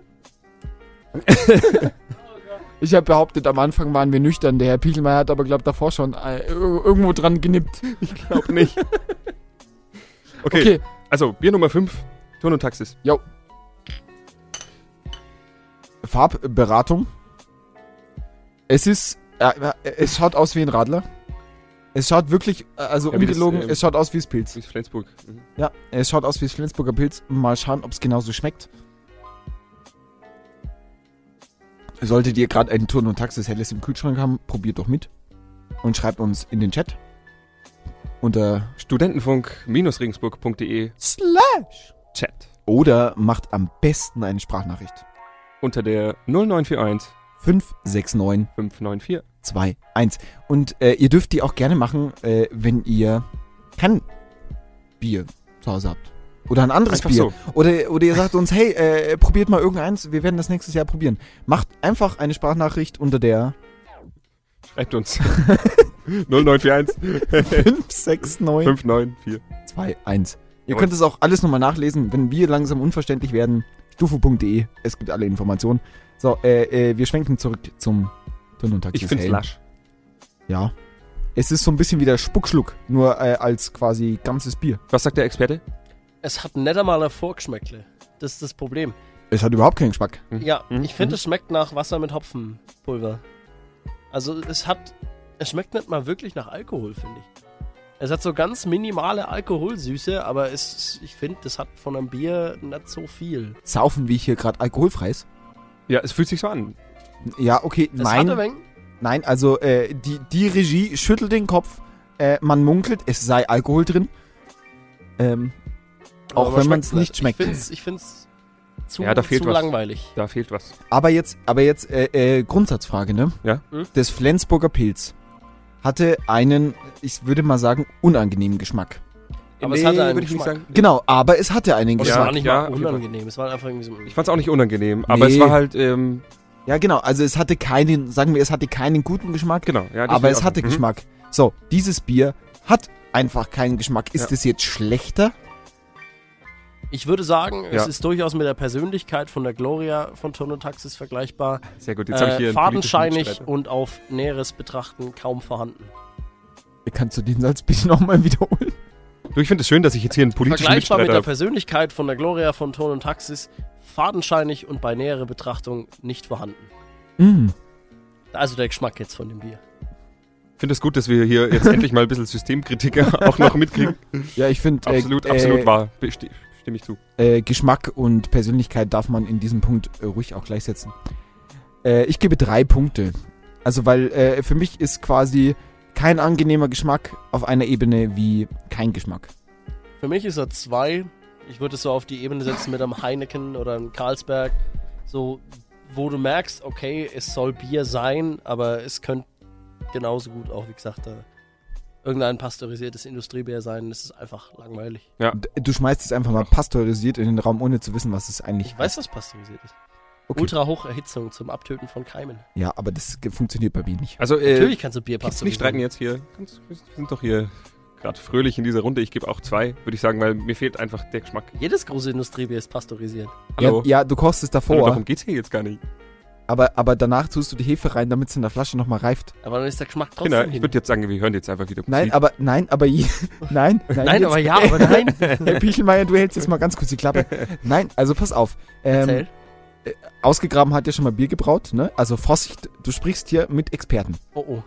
Ich habe behauptet, am Anfang waren wir nüchtern. Der Herr Pichelmeier hat aber, glaube davor schon äh, ir- irgendwo <laughs> dran genippt. glaub nicht. <laughs> Okay, Okay, also Bier Nummer 5, Turn und Taxis. jo. Farbberatung. Es ist, äh, äh, es schaut aus wie ein Radler. Es schaut wirklich, äh, also Ja, wie das, ungelogen, ähm, es schaut aus wie das Pilz. Bis Flensburg. Mhm. Ja, es schaut aus wie das Flensburger Pilz. Mal schauen, ob es genauso schmeckt. Solltet ihr gerade einen Turn und Taxis Helles im Kühlschrank haben, probiert doch mit. Und schreibt uns in den Chat. Unter Studentenfunk-regensburg.de E, Slash. Chat. Oder macht am besten eine Sprachnachricht. Unter der 0941 569 594. 2, 1. Und äh, ihr dürft die auch gerne machen, äh, wenn ihr kein Bier zu Hause habt. Oder ein anderes Einfach Bier. Oder, oder ihr sagt uns, hey, äh, probiert mal irgendeins, wir werden das nächstes Jahr probieren. Macht einfach eine Sprachnachricht <laughs> unter der Schreibt uns. <laughs> 0941 569 594. 21. Ihr Jawohl. könnt es auch alles nochmal nachlesen, wenn wir langsam unverständlich werden. Stufu.de, es gibt alle Informationen. So, äh, äh, wir schwenken zurück zum Tunduntag. Ich find's lasch. Ja. Es ist so ein bisschen wie der Spuckschluck, nur äh, als quasi ganzes Bier. Was sagt der Experte? Es hat nicht einmal ein Vorgeschmäckle. Das ist das Problem. Es hat überhaupt keinen Geschmack. Ja, Mhm. ich finde, es schmeckt nach Wasser mit Hopfenpulver. Also es hat, es schmeckt nicht mal wirklich nach Alkohol, finde ich. Es hat so ganz minimale Alkoholsüße, aber es, ich finde, das hat von einem Bier nicht so viel. Saufen, wie ich hier gerade alkoholfreies? Ja, es fühlt sich so an. Ja, okay, Es hat ein nein. wenig, Nein, also äh, die, die Regie schüttelt den Kopf. Äh, man munkelt, es sei Alkohol drin. Ähm, aber auch wenn man es schmeckt's nicht schmeckt. Ich finde es ich find's zu, Ja, da fehlt zu was. langweilig. Da fehlt was. Aber jetzt, aber jetzt äh, äh, Grundsatzfrage, ne? Ja. Mhm. Das Flensburger Pilz hatte einen, ich würde mal sagen, unangenehmen Geschmack. Aber es hatte einen würd ich nicht Geschmack. sagen. Genau, aber es hatte einen Und Ja, es war Geschmack. nicht ja, mal auf jeden Fall. unangenehm. Es war einfach irgendwie so. Ich fand's auch nicht unangenehm, aber es Nee. war halt, ähm, Ja, genau, also es hatte keinen, sagen wir, es hatte keinen guten Geschmack. genau. Ja, das aber will ich es auch hatte sagen. Mhm. Geschmack. So, dieses Bier hat einfach keinen Geschmack. Ist Ja. es jetzt schlechter? Ich würde sagen, es Ja. ist durchaus mit der Persönlichkeit von der Gloria von Tono Taxis vergleichbar. Sehr gut, jetzt hab ich hier Äh, einen politischen fadenscheinig Mitstreiter. und auf näheres Betrachten kaum vorhanden. Kannst du den Satz bitte nochmal wiederholen? Du, ich finde es schön, dass ich jetzt hier einen politischen Vergleichbar mit Mitstreiter der habe. Persönlichkeit von der Gloria von Ton und Taxis, fadenscheinig und bei näherer Betrachtung nicht vorhanden. Mhm. Mm. Also der Geschmack jetzt von dem Bier. Ich finde es gut, dass wir hier jetzt endlich mal ein bisschen Systemkritiker auch noch mitkriegen. Ja, ich finde, Absolut, äh, absolut äh, wahr. Besti- Stimme ich zu. äh, Geschmack und Persönlichkeit darf man in diesem Punkt äh, ruhig auch gleichsetzen. Äh, ich gebe drei Punkte. Also, weil äh, für mich ist quasi kein angenehmer Geschmack auf einer Ebene wie kein Geschmack. Für mich ist er zwei. Ich würde es so auf die Ebene setzen mit einem Heineken oder einem Carlsberg. So, wo du merkst, okay, es soll Bier sein, aber es könnte genauso gut auch, wie gesagt, äh, irgendein pasteurisiertes Industriebier sein. Das ist einfach langweilig. D- Du schmeißt es einfach mal pasteurisiert in den Raum, ohne zu wissen, was es eigentlich Ich weiß, dass pasteurisiert ist. Okay. Äh, Ultrahocherhitzung zum Abtöten von Keimen. Ja, aber das ge- funktioniert bei mir nicht. Also, äh, Natürlich kannst du Bier Kannst du nicht streiten pasteurisieren. jetzt hier? Ganz- Wir sind doch hier gerade fröhlich in dieser Runde. Ich gebe auch zwei, würde ich sagen, weil mir fehlt einfach der Geschmack. Jedes große Industriebier ist pasteurisiert. Hallo. Ja, ja, du kochst es Hallo, davor, darum geht's hier jetzt gar nicht. aber, aber danach tust du die Hefe rein, damit es in der Flasche nochmal reift. Aber dann ist der Geschmack trotzdem. Genau, ich hin. würde jetzt sagen, wir hören jetzt einfach wieder Nein, Musik. aber, nein, aber, je- <laughs> nein, nein. Nein, jetzt- aber ja, aber nein. Herr Piechelmeier, du hältst jetzt mal ganz kurz die Klappe. Nein, also pass auf. Ähm, Erzähl. ausgegraben hat ja schon mal Bier gebraut, ne? Also Vorsicht, du sprichst hier mit Experten. Oh, oh. Thomas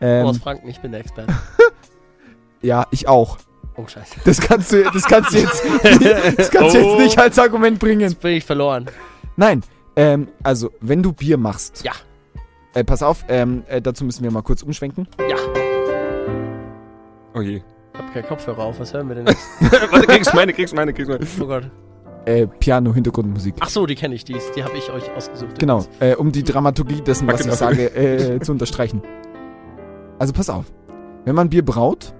Ähm, Franken, ich bin der Experte. ja, ich auch. Oh, scheiße. Das kannst du, das kannst du <laughs> jetzt, das kannst du Oh. jetzt nicht als Argument bringen. Jetzt bin ich verloren. Nein, ähm, also wenn du Bier machst. Ja. Äh, pass auf, ähm, äh, dazu müssen wir mal kurz umschwenken. Oh je. <laughs> Ich hab keinen Kopfhörer auf, was hören wir denn jetzt? Warte, kriegst meine, kriegst meine, kriegst meine. Oh Gott. Äh, Piano, Hintergrundmusik. Ach so, die kenne ich, die, ist, die habe ich euch ausgesucht. Genau, äh, um die Dramaturgie dessen, Ja, was ich genau. sage, äh, zu unterstreichen. Also pass auf, wenn man Bier braut,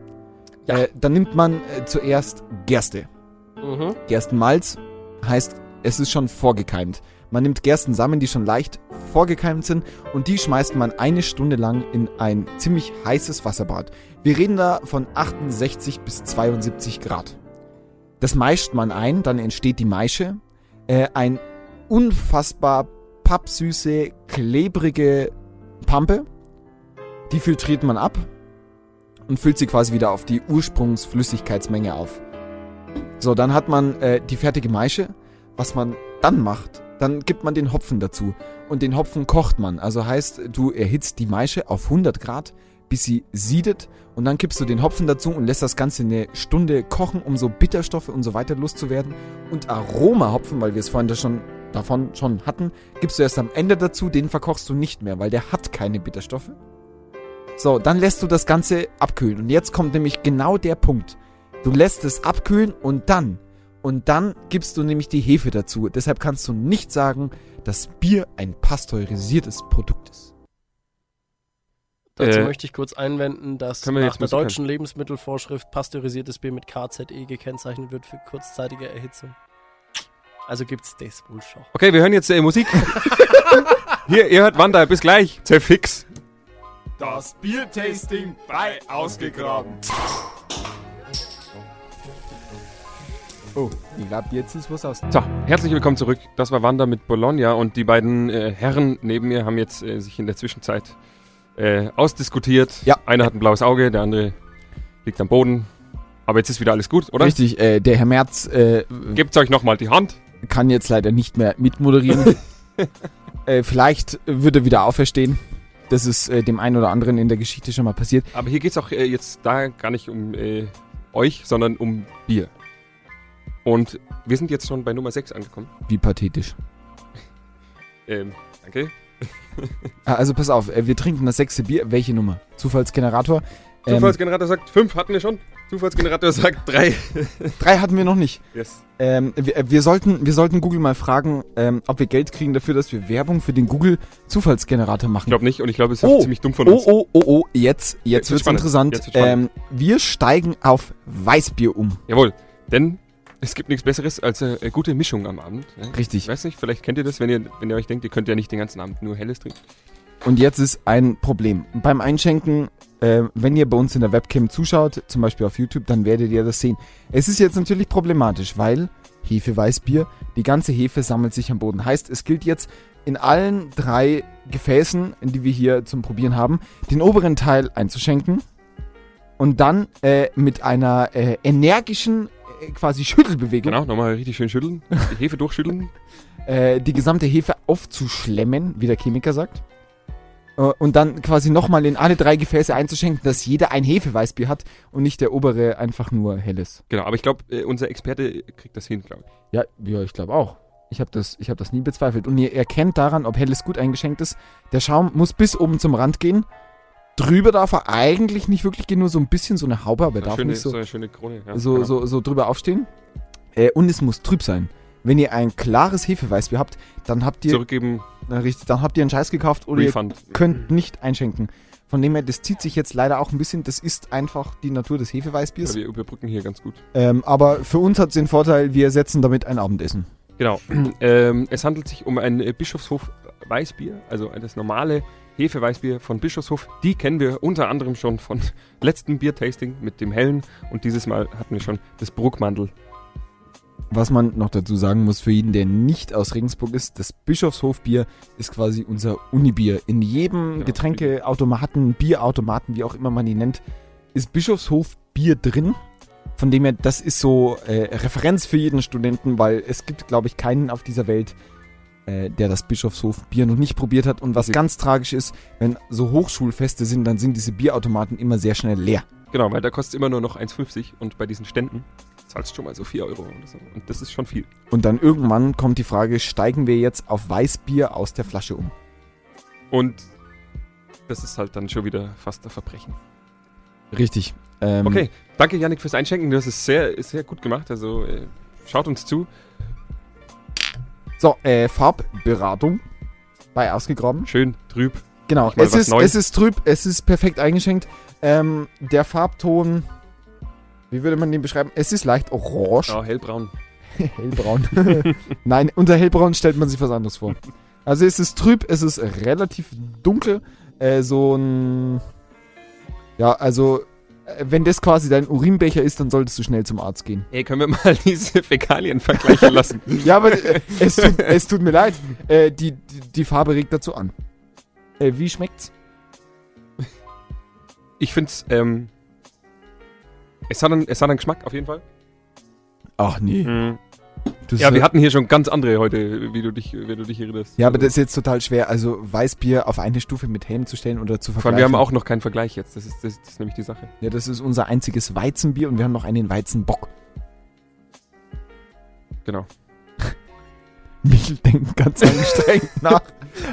Ja. äh, dann nimmt man äh, zuerst Gerste. Mhm. Gerstenmalz heißt, es ist schon vorgekeimt. Man nimmt Gerstensamen, die schon leicht vorgekeimt sind, und die schmeißt man eine Stunde lang in ein ziemlich heißes Wasserbad. Wir reden da von 68 bis 72 Grad. Das meischt man ein, dann entsteht die Maische. Äh, ein unfassbar pappsüße, klebrige Pampe. Die filtriert man ab und füllt sie quasi wieder auf die Ursprungsflüssigkeitsmenge auf. So, dann hat man äh, die fertige Maische. Was man dann macht, dann gibt man den Hopfen dazu. Und den Hopfen kocht man. Also heißt, du erhitzt die Maische auf 100 Grad, bis sie siedet. Und dann kippst du den Hopfen dazu und lässt das Ganze eine Stunde kochen, um so Bitterstoffe und so weiter loszuwerden. Und Aromahopfen, weil wir es vorhin da schon davon schon hatten, gibst du erst am Ende dazu. Den verkochst du nicht mehr, weil der hat keine Bitterstoffe. So, dann lässt du das Ganze abkühlen. Und jetzt kommt nämlich genau der Punkt. Du lässt es abkühlen und dann, und dann gibst du nämlich die Hefe dazu. Deshalb kannst du nicht sagen, dass Bier ein pasteurisiertes Produkt ist. Dazu Äh, möchte ich kurz einwenden, dass können wir nach jetzt der Musik hören? deutschen Lebensmittelvorschrift pasteurisiertes Bier mit KZE gekennzeichnet wird für kurzzeitige Erhitzung. Also gibt's das wohl schon. Okay, wir hören jetzt äh, Musik. hier, ihr hört Wanda, bis gleich. Zerfix. Das Biertasting bei Ausgegraben. Oh, ich glaube, jetzt ist was aus. So, herzlich willkommen zurück. Das war Wanda mit Bologna und die beiden äh, Herren neben mir haben jetzt äh, sich in der Zwischenzeit äh, ausdiskutiert. Ja. Einer hat ein blaues Auge, der andere liegt am Boden. Aber jetzt ist wieder alles gut, oder? Richtig, äh, der Herr Merz äh, Gebt's euch nochmal die Hand. kann jetzt leider nicht mehr <laughs> mitmoderieren. äh, vielleicht wird er wieder auferstehen. Das ist äh, dem einen oder anderen in der Geschichte schon mal passiert. Aber hier geht's auch äh, jetzt da gar nicht um äh, euch, sondern um Bier. Und wir sind jetzt schon bei Nummer 6 angekommen. Wie pathetisch. Ähm, danke. Ah, Also pass auf, äh, wir trinken das sechste Bier. Welche Nummer? Zufallsgenerator. Ähm, Zufallsgenerator sagt 5, hatten wir schon. Zufallsgenerator <laughs> sagt 3. Ähm, drei hatten wir noch nicht. Yes. Ähm, wir, wir, sollten, wir sollten Google mal fragen, ähm, ob wir Geld kriegen dafür, dass wir Werbung für den Google-Zufallsgenerator Ich machen. glaube nicht und ich glaube, es ist Oh. ziemlich dumm von Oh, uns. oh, oh, oh, jetzt, jetzt, Jetzt wird's wird's spannend. interessant. Jetzt wird's ähm, wir steigen auf Weißbier um. Jawohl, denn es gibt nichts Besseres als äh, eine gute Mischung am Abend. ne? Ich Richtig. weiß nicht, vielleicht kennt ihr das, wenn ihr, wenn ihr euch denkt, ihr könnt ja nicht den ganzen Abend nur Helles trinken. Und jetzt ist ein Problem. Beim Einschenken, äh, wenn ihr bei uns in der Webcam zuschaut, zum Beispiel auf YouTube, dann werdet ihr das sehen. Es ist jetzt natürlich problematisch, weil Hefe-Weißbier, die ganze Hefe sammelt sich am Boden. Heißt, es gilt jetzt in allen drei Gefäßen, die wir hier zum Probieren haben, den oberen Teil einzuschenken, und dann äh, mit einer äh, energischen äh, quasi Schüttelbewegung Genau, nochmal richtig schön schütteln. Die Hefe <laughs> durchschütteln. äh, die gesamte Hefe aufzuschlemmen, wie der Chemiker sagt. Äh, Und dann quasi nochmal in alle drei Gefäße einzuschenken, dass jeder ein Hefeweißbier hat und nicht der obere einfach nur helles. Genau, aber ich glaube, äh, unser Experte kriegt das hin, glaube ich. Ja, ja ich glaube auch. Ich habe das, ich hab das nie bezweifelt. Und ihr erkennt daran, ob helles gut eingeschenkt ist. Der Schaum muss bis oben zum Rand gehen. Drüber darf er eigentlich nicht wirklich gehen, nur so ein bisschen so eine Haube, aber er Eine darf schöne, nicht so, so, eine schöne Krone. Ja, so, genau. so, so drüber aufstehen. Äh, und es muss trüb sein. Wenn ihr ein klares Hefeweißbier habt, dann habt ihr, Zurückgeben, na, richtig, dann habt ihr einen Scheiß gekauft oder ihr Refund. Mhm. könnt nicht einschenken. Von dem her, das zieht sich jetzt leider auch ein bisschen. Das ist einfach die Natur des Ja, Hefeweißbiers. wir überbrücken hier ganz gut. Ähm, aber für uns hat es den Vorteil, wir ersetzen damit ein Abendessen. Genau. ähm, es handelt sich um ein äh, Bischofshof Weißbier, also ein- das normale Hefeweißbier von Bischofshof. Die kennen wir unter anderem schon von <laughs> letzten Biertasting mit dem hellen und dieses Mal hatten wir schon das Bruckmandel. Was man noch dazu sagen muss für jeden, der nicht aus Regensburg ist, das Bischofshofbier ist quasi unser Unibier. In jedem Genau. Getränkeautomaten, Bierautomaten, wie auch immer man ihn nennt, ist Bischofshofbier drin. Von dem her, das ist so äh, Referenz für jeden Studenten, weil es gibt, glaube ich, keinen auf dieser Welt, äh, der das Bischofshofbier noch nicht probiert hat. Und was Sie- ganz tragisch ist, wenn so Hochschulfeste sind, dann sind diese Bierautomaten immer sehr schnell leer. Genau, weil da kostet immer nur noch 1,50 und bei diesen Ständen zahlst du schon mal so 4 Euro oder so. Und das ist schon viel. Und dann irgendwann kommt die Frage, steigen wir jetzt auf Weißbier aus der Flasche um? Und das ist halt dann schon wieder fast ein Verbrechen. Richtig. Ähm, Okay, danke Janik fürs Einschenken. Du hast es sehr, sehr gut gemacht. Also äh, schaut uns zu. So, äh, Farbberatung bei ausgegraben. Schön trüb. Genau, mal es was ist, Neues. es ist trüb, es ist perfekt eingeschenkt. Ähm, der Farbton, wie würde man den beschreiben? Es ist leicht orange, Ja, hellbraun. <laughs> hellbraun. <laughs> Nein, unter hellbraun stellt man sich was anderes vor. Also es ist trüb, es ist relativ dunkel. Äh, so ein... Ja, also äh, wenn das quasi dein Urinbecher ist, dann solltest du schnell zum Arzt gehen. Ey, können wir mal <laughs> diese Fäkalien vergleichen <laughs> lassen? Ja, aber äh, es tut, es tut mir leid. Äh, die, die, die Farbe regt dazu an. Äh, wie schmeckt's? Ich find's, ähm. Es hat, einen, es hat einen Geschmack, auf jeden Fall. Ach nee. Mhm. Das Hm. Ja, ist, halt- wir hatten hier schon ganz andere heute, wie du dich, wenn du dich erinnerst. ja, aber das Also, ist jetzt total schwer, also Weißbier auf eine Stufe mit Helm zu stellen oder zu Vor vergleichen. allem, wir haben auch noch keinen Vergleich jetzt. Das ist, das, das ist nämlich die Sache. ja, das ist unser einziges Weizenbier und wir haben noch einen Weizenbock. Genau. <laughs> Michel denkt <laughs> ganz angestrengt nach.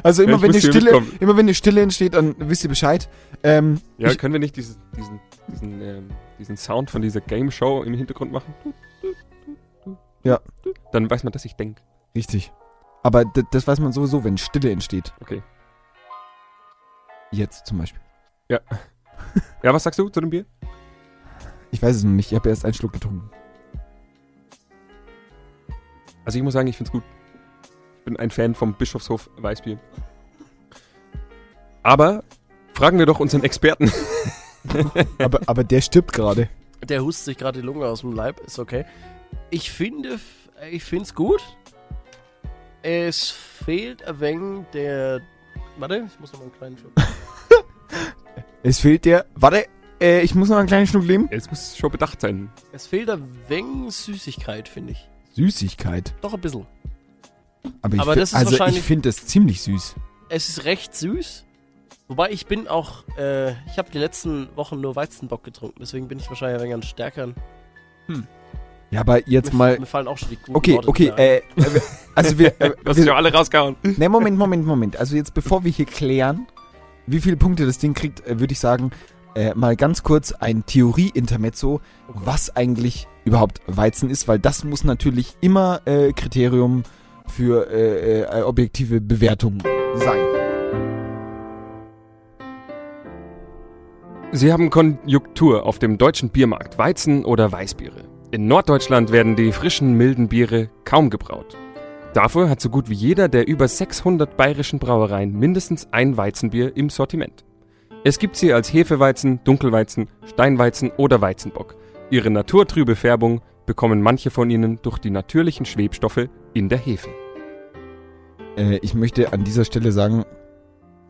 Also Ja, immer, ich wenn eine muss hier Stille, mitkommen. immer wenn eine Stille entsteht, dann wisst ihr Bescheid. Ähm, Ja, ich, können wir nicht diesen, diesen, diesen, ähm, diesen Sound von dieser Game Show im Hintergrund machen? Ja. Dann weiß man, dass ich denke. richtig. Aber d- das weiß man sowieso, wenn Stille entsteht. Okay. Jetzt zum Beispiel. Ja, was sagst du zu dem Bier? Ich weiß es noch nicht, ich habe erst einen Schluck getrunken. Also, ich muss sagen, ich find's gut. Ich bin ein Fan vom Bischofshof Weißbier. Aber fragen wir doch unseren Experten. <laughs> Aber, aber der stirbt gerade. Der hustet sich gerade die Lunge aus dem Leib, ist okay. Ich finde, f- ich finde es gut. Es fehlt ein wenig der. Warte, ich muss noch mal einen kleinen Schluck. <laughs> Es fehlt der. Warte, äh, ich muss noch einen kleinen Schluck leben. Es muss schon bedacht sein. Es fehlt ein wenig Süßigkeit, finde ich. Süßigkeit. Doch ein bisschen. Aber, ich Aber fi- das ist also wahrscheinlich- ich finde das ziemlich süß. Es ist recht süß. Wobei ich bin auch, äh, ich habe die letzten Wochen nur Weizenbock getrunken, deswegen bin ich wahrscheinlich ein wenig an stärkeren. Ja, aber jetzt mir, mal. mir fallen auch schon die guten Okay, Worte okay, wieder ein. äh, äh, also wir, <laughs> äh, Du hast wir ja alle rausgehauen. ne, Moment, Moment, Moment. Also jetzt, bevor wir hier klären, wie viele Punkte das Ding kriegt, äh, würde ich sagen, äh, mal ganz kurz ein Theorie-Intermezzo, was eigentlich überhaupt Weizen ist, weil das muss natürlich immer äh, Kriterium für äh, äh, objektive Bewertung sein. Sie haben Konjunktur auf dem deutschen Biermarkt Weizen oder Weißbiere. In Norddeutschland werden die frischen, milden Biere kaum gebraut. Dafür hat so gut wie jeder der über 600 bayerischen Brauereien mindestens ein Weizenbier im Sortiment. Es gibt sie als Hefeweizen, Dunkelweizen, Steinweizen oder Weizenbock. Ihre naturtrübe Färbung bekommen manche von ihnen durch die natürlichen Schwebstoffe in der Hefe. Äh, ich möchte an dieser Stelle sagen,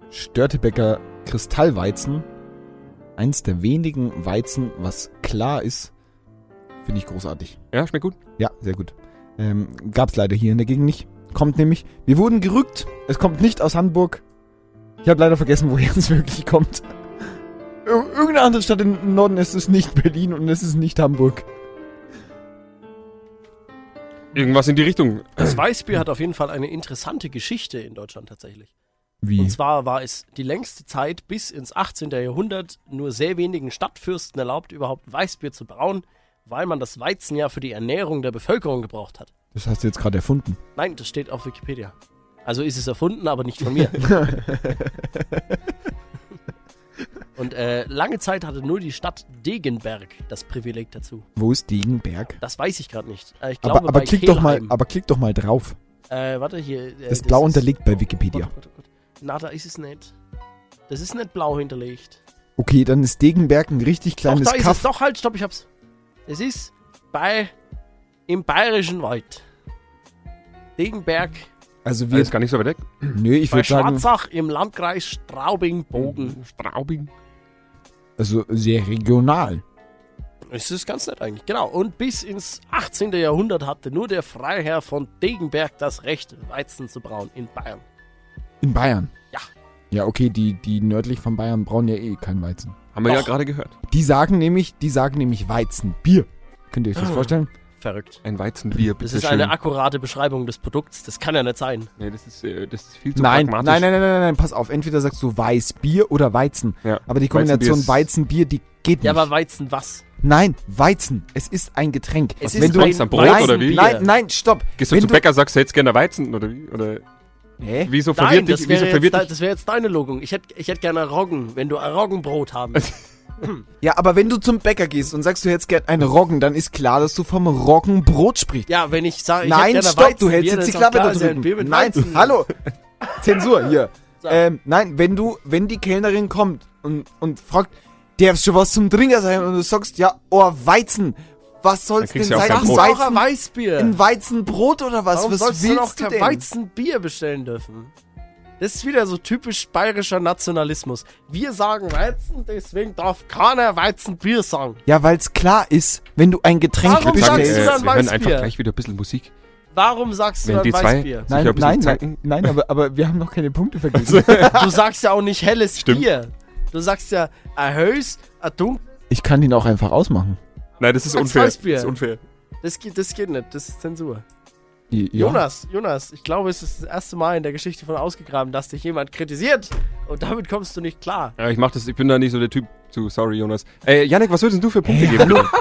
Störtebäcker Kristallweizen Eins der wenigen Weizen, was klar ist, finde ich großartig. Ja, schmeckt gut. Ja, sehr gut. Ähm, Gab es leider hier in der Gegend nicht. Kommt nämlich. Wir wurden gerückt. Es kommt nicht aus Hamburg. Ich habe leider vergessen, woher <laughs> es wirklich kommt. Ir irgendeine andere Stadt im Norden. Es ist nicht Berlin und es ist nicht Hamburg. Irgendwas in die Richtung. Das Weißbier hat auf jeden Fall eine interessante Geschichte in Deutschland tatsächlich. Wie? Und zwar war es die längste Zeit bis ins 18. Jahrhundert nur sehr wenigen Stadtfürsten erlaubt, überhaupt Weißbier zu brauen, weil man das Weizen ja für die Ernährung der Bevölkerung gebraucht hat. Das hast du jetzt gerade erfunden. Nein, das steht auf Wikipedia. Also ist es erfunden, aber nicht <laughs> von mir. Und äh, lange Zeit hatte nur die Stadt Degenberg das Privileg dazu. Wo ist Degenberg? Das weiß ich gerade nicht. Äh, Ich glaube, Aber, aber, bei klick doch mal, Kelheim. aber klick doch mal drauf. Äh, warte hier. Äh, Das ist blau ist- unterlegt bei Wikipedia. Gott, Gott, Gott. Na, da ist es nicht. Das ist nicht blau hinterlegt. Okay, dann ist Degenberg ein richtig kleines doch, da ist es. Kaff. Doch, halt, stopp, ich hab's. Es ist bei im Bayerischen Wald. Degenberg Also Wir wir. ist gar nicht so weit weg. Nö, ich bei würde sagen, Schwarzach im Landkreis Straubing-Bogen. Straubing. also sehr regional. Es ist ganz nett eigentlich, genau. Und bis ins 18. Jahrhundert hatte nur der Freiherr von Degenberg das Recht, Weizen zu brauen in Bayern. In Bayern. Ja. Ja, okay, die, die nördlich von Bayern brauen ja eh kein Weizen. Haben wir ja Doch. gerade gehört. Die sagen nämlich, die sagen nämlich Weizenbier. Könnt ihr euch das Ah, vorstellen? Verrückt. Ein Weizenbier, bitte Das ist schön. eine akkurate Beschreibung des Produkts. Das kann ja nicht sein. nee, das ist, äh, das ist viel zu Nein, nein, pragmatisch. nein, nein, nein, nein, nein, pass auf. Entweder sagst du Weißbier oder Weizen. Ja. Aber die Kombination Weizenbier, die geht nicht. Ja, aber Weizen was? nein, Weizen. Es ist ein Getränk. Es Wenn ist du- ein Weizen- Brot nein, oder wie? Nein, nein, stopp. Gehst du Wenn zum du- Bäcker, sagst du jetzt gerne Weizen oder wie? Oder Hä? wieso Nein, verwirrt das dich? Wieso wäre, verwirrt jetzt, de- dich? das wäre jetzt deine Logung. Ich hätte ich hätt gerne Roggen, wenn du ein Roggenbrot haben willst. Ja, aber wenn du zum Bäcker gehst und sagst, du hättest gern einen Roggen, dann ist klar, dass du vom Roggenbrot sprichst. Ja, wenn ich sage, ich hätte Nein, gerne stopp, du Weizenbier, hältst dann jetzt die ist auch Klappe da klar, ist ja ein Bier drüben. mit Nein, Weizen. <laughs> hallo. Zensur hier. So. Ähm, nein, wenn du, wenn die Kellnerin kommt und, und fragt, darfst du was zum Trinker sein? Und du sagst, ja, oh, Weizen. Was soll's denn kriegst du ja sein? auch kein Machst du Brot. auch Weizen, ein Weißbier? ein Weizenbrot oder was? Warum was sollst du noch willst du kein denn? Weizenbier bestellen dürfen? Das ist wieder so typisch bayerischer Nationalismus. Wir sagen Weizen, deswegen darf keiner Weizenbier sagen. Ja, weil's klar ist, wenn du ein Getränk Warum Ich würd sagst du bestellst. dann wir hören Weißbier? einfach gleich wieder ein bisschen Musik. Warum sagst du Wenn dann die zwei- <laughs> Weißbier? Nein, ein bisschen nein, zanken? nein, aber, aber wir haben noch keine <laughs> Punkte vergeben. Also. Du sagst ja auch nicht helles Stimmt. Bier. Du sagst ja ein helles, ein dunkel. Ich kann ihn auch einfach ausmachen. Nein, das ist Als unfair. Das Weißbier. ist unfair. Das geht, das geht nicht, das ist Zensur. Ja. Jonas, Jonas, ich glaube, es ist das erste Mal in der Geschichte von ausgegraben, dass dich jemand kritisiert. Und damit kommst du nicht klar. Ja, ich mach das, ich bin da nicht so der Typ zu, sorry, Jonas. Äh, Janik, was würdest du für Punkte geben?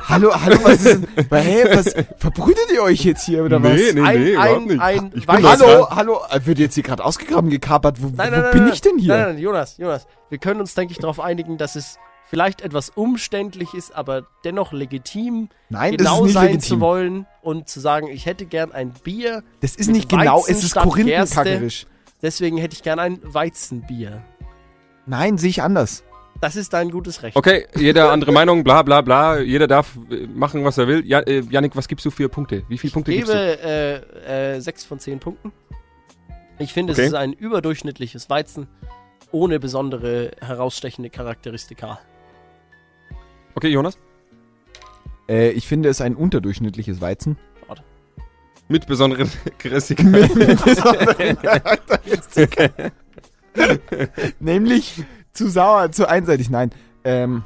Hallo, hallo, was ist denn? <laughs> Hä, was, verbrütet ihr euch jetzt hier oder was? nee, nee, Ein- nee, ein- überhaupt nicht. ein ich bin Weiß- das, Hallo, ja. hallo, äh, wird jetzt hier gerade ausgegraben, gekapert? Wo, Nein, wo nein, nein, bin nein, ich denn hier? Nein, nein, Jonas, Jonas, wir können uns, denke ich, darauf einigen, dass es vielleicht etwas umständlich ist, aber dennoch legitim, Nein, das genau ist nicht sein legitim. zu wollen und zu sagen, ich hätte gern ein Bier, Das ist Mit nicht genau, Weizen es ist statt korinthenkackerisch. deswegen hätte ich gern ein Weizenbier. Nein, sehe ich anders. Das ist dein gutes Recht. Okay, jeder andere Meinung, bla bla bla, jeder darf äh, machen, was er will. Ja, äh, Janik, was gibst du für Punkte? Wie viele Punkte Ich gibst du? gebe äh, äh, 6 von 10 Punkten. Ich finde, Okay. es ist ein überdurchschnittliches Weizen ohne besondere herausstechende Charakteristika. Okay, Jonas? Äh, ich finde es ein unterdurchschnittliches Weizen. <laughs> Mit <laughs> besonderen Kressigen. Nämlich zu sauer, zu einseitig. Nein. Ähm,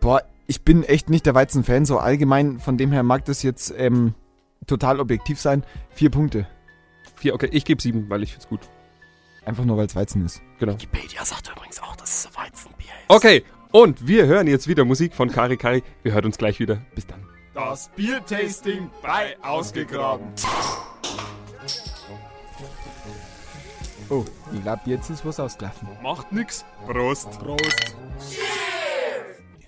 boah, ich bin echt nicht der Weizen-Fan, so allgemein. Von dem her mag das jetzt ähm, total objektiv sein. Vier Punkte. Vier, okay, ich gebe sieben, weil ich find's gut. Einfach nur, weil es Weizen ist. Genau. Wikipedia sagt übrigens auch, dass es Weizenbier ist. Okay, und wir hören jetzt wieder Musik von Kari Kari. Wir hören uns gleich wieder. Bis dann. Das Biertasting bei Ausgegraben. Oh, ich glaube, jetzt ist was ausgelaufen. Macht nix. Prost. Prost.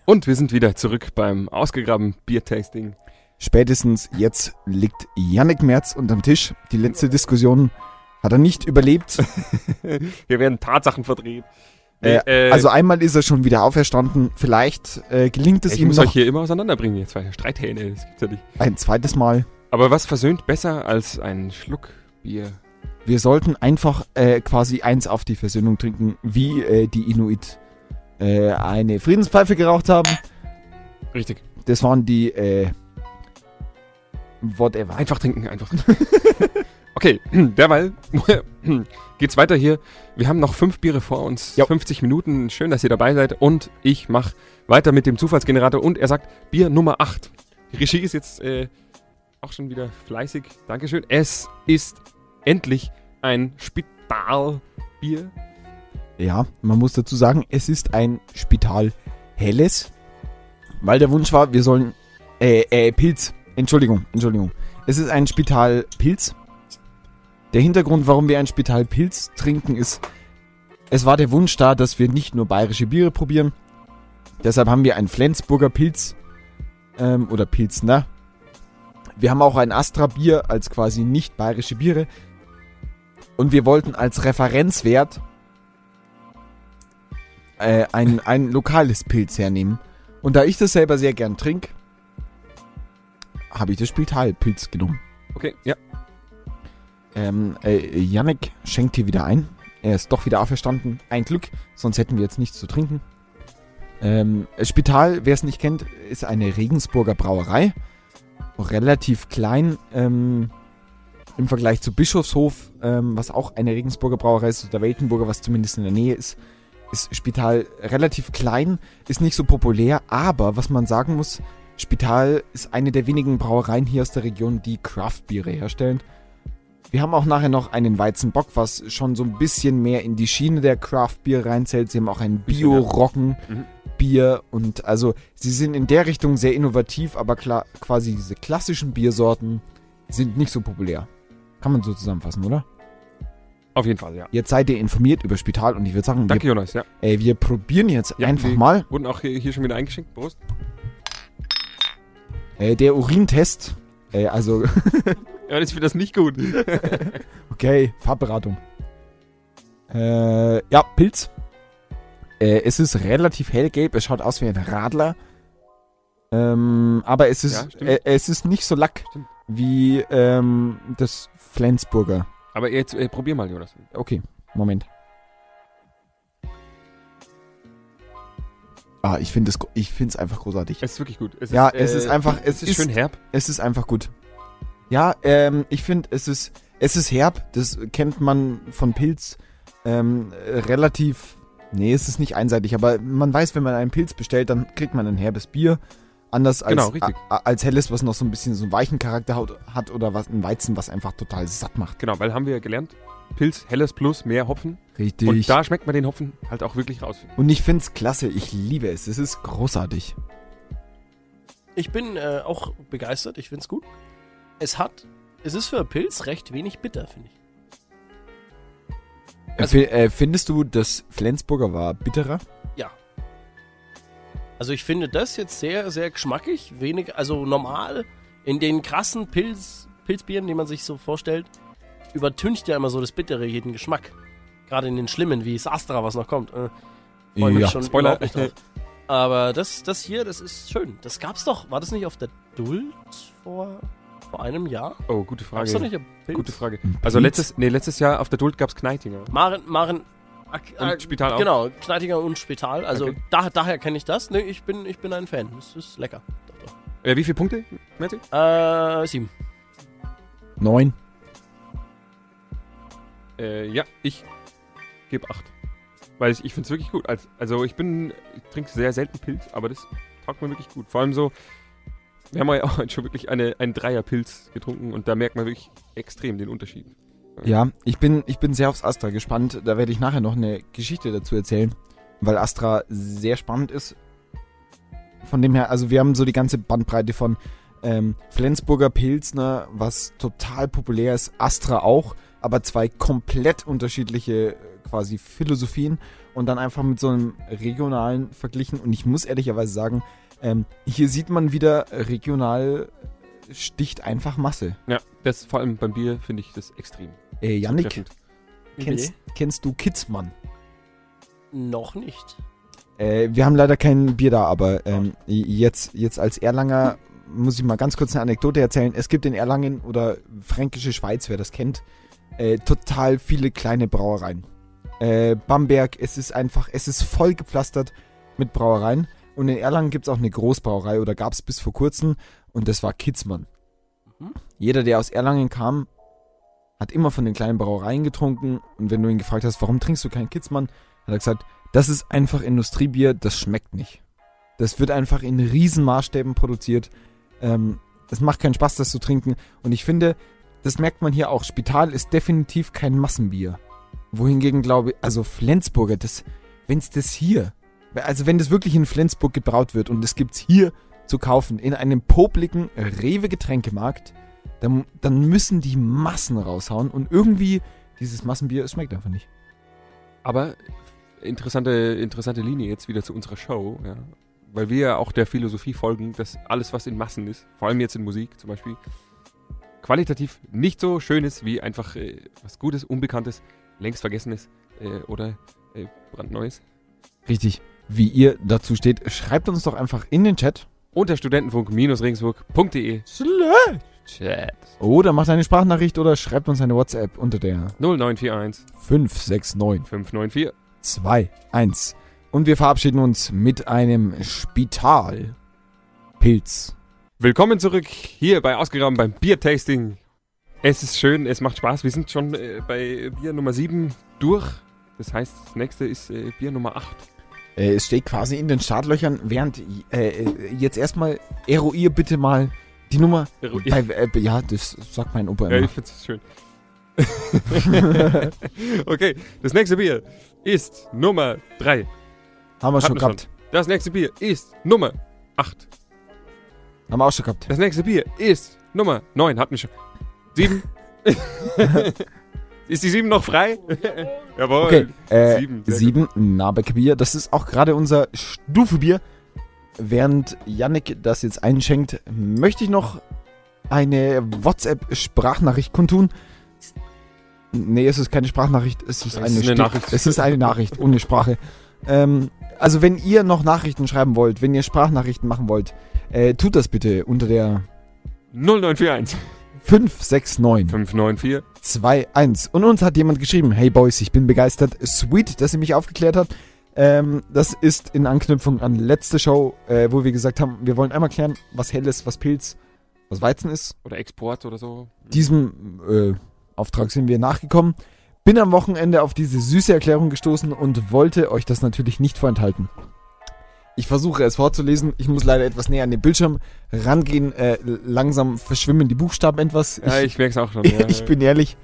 Und wir sind wieder zurück beim ausgegrabenen Biertasting. Spätestens jetzt liegt Yannick Merz unterm Tisch. Die letzte Diskussion hat er nicht überlebt. Hier werden Tatsachen verdreht. Äh, äh, also einmal ist er schon wieder auferstanden. Vielleicht äh, gelingt es ich ihm muss euch noch hier immer auseinanderbringen, jetzt zwei Streithähne, das gibt's ja nicht. ein zweites Mal. Aber was versöhnt besser als ein Schluck Bier? Wir sollten einfach äh, quasi eins auf die Versöhnung trinken, wie äh, die Inuit äh, eine Friedenspfeife geraucht haben. Richtig. Das waren die, äh, whatever. Einfach trinken, einfach trinken. <laughs> okay, <clears throat> derweil geht's weiter hier. Wir haben noch fünf Biere vor uns. Jo. 50 Minuten. Schön, dass ihr dabei seid. Und ich mache weiter mit dem Zufallsgenerator. Und er sagt Bier Nummer 8. Die Regie ist jetzt äh, auch schon wieder fleißig. Dankeschön. Es ist endlich ein Spitalbier. Ja, man muss dazu sagen, es ist ein Spital helles, weil der Wunsch war, wir sollen äh, äh, Pilz. Entschuldigung, Entschuldigung. Es ist ein Spital Pilz. Der Hintergrund, warum wir ein Spital Pilz trinken, ist, es war der Wunsch da, dass wir nicht nur bayerische Biere probieren. Deshalb haben wir einen Flensburger Pilz ähm, oder Pilzner. Wir haben auch ein Astra Bier als quasi nicht bayerische Biere. Und wir wollten als Referenzwert äh, ein, ein lokales Pilz hernehmen. Und da ich das selber sehr gern trinke, habe ich das Spitalpilz genommen. Okay, ja. Ähm, äh, Yannick schenkt hier wieder ein. Er ist doch wieder auferstanden. Ein Glück, sonst hätten wir jetzt nichts zu trinken. Ähm, Spital, wer es nicht kennt, ist eine Regensburger Brauerei. Relativ klein ähm, im Vergleich zu Bischofshof, ähm, was auch eine Regensburger Brauerei ist, oder Weltenburger, was zumindest in der Nähe ist. Ist Spital relativ klein, ist nicht so populär, aber was man sagen muss, Spital ist eine der wenigen Brauereien hier aus der Region, die Craft-Biere herstellen. Wir haben auch nachher noch einen Weizenbock, was schon so ein bisschen mehr in die Schiene der Craft Beer reinzählt. Sie haben auch ein Bisschen, ja. Mhm. Bio-Roggen-Bier und also sie sind in der Richtung sehr innovativ, aber klar, quasi diese klassischen Biersorten sind nicht so populär. Kann man so zusammenfassen, oder? Auf jeden Fall, ja. Jetzt seid ihr informiert über Spital und ich würde sagen, Danke, wir, Jonas. Ja. äh, wir probieren jetzt Ja, einfach wir- mal. Wurden auch hier, hier schon wieder eingeschenkt. Prost. Äh, der Urintest, äh, also, <laughs> Ja, das wird das nicht gut. okay, Farbberatung. Äh, ja, Pilz. Äh, es ist relativ hellgelb, es schaut aus wie ein Radler. Ähm, aber es Ja, ist, stimmt. äh, es ist nicht so lack Stimmt. wie ähm, das Flensburger. <laughs> Aber jetzt äh, probier mal, Jonas. Okay, Moment. Ah, ich finde es gro- ich find's einfach großartig. Es ist wirklich gut. Es Ja, ist, es ist einfach- es ist- schön herb. Es ist einfach gut. Ja, ähm, ich finde, es ist, es ist herb. Das kennt man von Pilz. Ähm, äh, relativ. Nee, es ist nicht einseitig, aber man weiß, wenn man einen Pilz bestellt, dann kriegt man ein herbes Bier. Anders als, Genau, richtig. a- a- als helles, was noch so ein bisschen so einen weichen Charakter haut- hat oder was ein Weizen, was einfach total satt macht. Genau, weil haben wir ja gelernt, Pilz, helles Plus, mehr Hopfen. Richtig. Und Und, da schmeckt man den Hopfen halt auch wirklich raus. ich finde es klasse. Ich liebe es. Es ist großartig. Ich bin äh, auch begeistert, ich find's gut. Es hat, es ist für Pilz recht wenig bitter, finde ich. Also- Fi- äh, findest du, das Flensburger war bitterer? Also ich finde das jetzt sehr, sehr geschmackig, wenig, also normal in den krassen Pilz, Pilzbieren, die man sich so vorstellt, übertüncht ja immer so das Bittere jeden Geschmack. Gerade in den schlimmen, wie Sastra, was noch kommt. Äh, freu mich schon Spoiler. überhaupt nicht ne? drauf. Aber das, das hier, das ist schön. Das gab's doch, war das nicht auf der Duld vor, vor einem Jahr? Oh, gute Gab's doch Frage. nicht auf Pilz? Gute Frage. Also Pilz? letztes, nee, letztes Jahr auf der Duld gab es Kneitinger. Maren, Maren, Ak- Und Ak- Spital auch? Genau, Kneitinger und Spital. Also Okay. da, daher kenne ich das. Nee, ich bin, ich bin ein Fan. Das ist lecker. Doch, Äh, wie viele Punkte, Merti? doch. Äh, sieben. Neun. Äh, ja, ich gebe acht. Weil ich, ich finde es wirklich gut. Als, also ich bin, ich trinke sehr selten Pilz, aber das taugt mir wirklich gut. Vor allem so, wir haben ja <laughs> auch schon wirklich eine, einen Dreier-Pilz getrunken und da merkt man wirklich extrem den Unterschied. Ja, ich bin, ich bin sehr aufs Astra gespannt. Da werde ich nachher noch eine Geschichte dazu erzählen, weil Astra sehr spannend ist. Von dem her, also wir haben so die ganze Bandbreite von ähm, Flensburger Pilzner, was total populär ist, Astra auch, aber zwei komplett unterschiedliche äh, quasi Philosophien und dann einfach mit so einem regionalen verglichen. Und ich muss ehrlicherweise sagen, ähm, hier sieht man wieder, regional äh, sticht einfach Masse. Ja, das vor allem beim Bier finde ich das extrem. Äh, Yannick, zutreffend. Wie kennst, bitte? kennst du Kitzmann? Noch nicht. Äh, wir haben leider kein Bier da, aber ähm, jetzt, jetzt als Erlanger muss ich mal ganz kurz eine Anekdote erzählen. Es gibt in Erlangen oder Fränkische Schweiz, wer das kennt, äh, total viele kleine Brauereien. Äh, Bamberg, es ist einfach, es ist voll gepflastert mit Brauereien. Und in Erlangen gibt es auch eine Großbrauerei oder gab es bis vor kurzem und das war Kitzmann. Mhm. Jeder, der aus Erlangen kam, hat immer von den kleinen Brauereien getrunken und wenn du ihn gefragt hast, warum trinkst du keinen Kitzmann, hat er gesagt, das ist einfach Industriebier, das schmeckt nicht. Das wird einfach in riesen Maßstäben produziert. Ähm, es macht keinen Spaß, das zu trinken. Und ich finde, das merkt man hier auch. Spital ist definitiv kein Massenbier. Wohingegen glaube ich, also Flensburger, das, wenn es das hier, also wenn das wirklich in Flensburg gebraut wird und es gibt's hier zu kaufen, in einem popligen Rewe-Getränkemarkt, dann, dann müssen die Massen raushauen und irgendwie dieses Massenbier, es schmeckt einfach nicht. Aber interessante, interessante Linie jetzt wieder zu unserer Show, ja. Weil wir ja auch der Philosophie folgen, dass alles, was in Massen ist, vor allem jetzt in Musik zum Beispiel, qualitativ nicht so schön ist wie einfach äh, was Gutes, Unbekanntes, längst Vergessenes äh, oder äh, brandneues. Richtig. Wie ihr dazu steht, schreibt uns doch einfach in den Chat Unter studentenfunk-regensburg.de Chat oder macht eine Sprachnachricht oder schreibt uns eine WhatsApp unter der 0941 569 594 2-1. Und wir verabschieden uns mit einem Spitalpilz. Willkommen zurück hier bei Ausgegraben beim Biertasting. Es ist schön, es macht Spaß. Wir sind schon äh, bei Bier Nummer 7 durch. Das heißt, das nächste ist äh, Bier Nummer 8. Äh, es steht quasi in den Startlöchern, während äh, äh, jetzt erstmal eruier bitte mal die Nummer. Eruier. Bei, äh, ja, das sagt mein Opa Ja, immer. ich find's schön. <laughs> okay, das nächste Bier ist Nummer 3. Haben wir schon wir schon. gehabt. Das nächste Bier ist Nummer 8. Haben wir auch schon gehabt. Das nächste Bier ist Nummer 9. Hatten wir schon. <laughs> 7. ist die 7 noch <laughs> frei? Jawohl. Okay, äh, sieben, Sieben, sehr Nabeckbier. Das ist auch gerade unser Stufebier. Während Yannick das jetzt einschenkt, möchte ich noch eine WhatsApp-Sprachnachricht kundtun. Nee, es ist keine Sprachnachricht, es ist, Es eine, ist eine Stick- Nachricht. Es ist eine Nachricht ohne Sprache. Ähm, also wenn ihr noch Nachrichten schreiben wollt, wenn ihr Sprachnachrichten machen wollt, äh, tut das bitte unter der 0941 569. 594. 2-1. Und uns hat jemand geschrieben, hey Boys, ich bin begeistert. Sweet, dass ihr mich aufgeklärt habt. Ähm, das ist in Anknüpfung an letzte Show, äh, wo wir gesagt haben, wir wollen einmal klären, was Helles, was Pilz, was Weizen ist. Oder Export oder so. Diesem äh, Auftrag sind wir nachgekommen. Bin am Wochenende auf diese süße Erklärung gestoßen und wollte euch das natürlich nicht vorenthalten. Ich versuche es vorzulesen. Ich muss leider etwas näher an den Bildschirm rangehen. Äh, langsam verschwimmen die Buchstaben etwas. Ja, <laughs> ich merk's <laughs> auch schon. Ja. Ich bin ehrlich.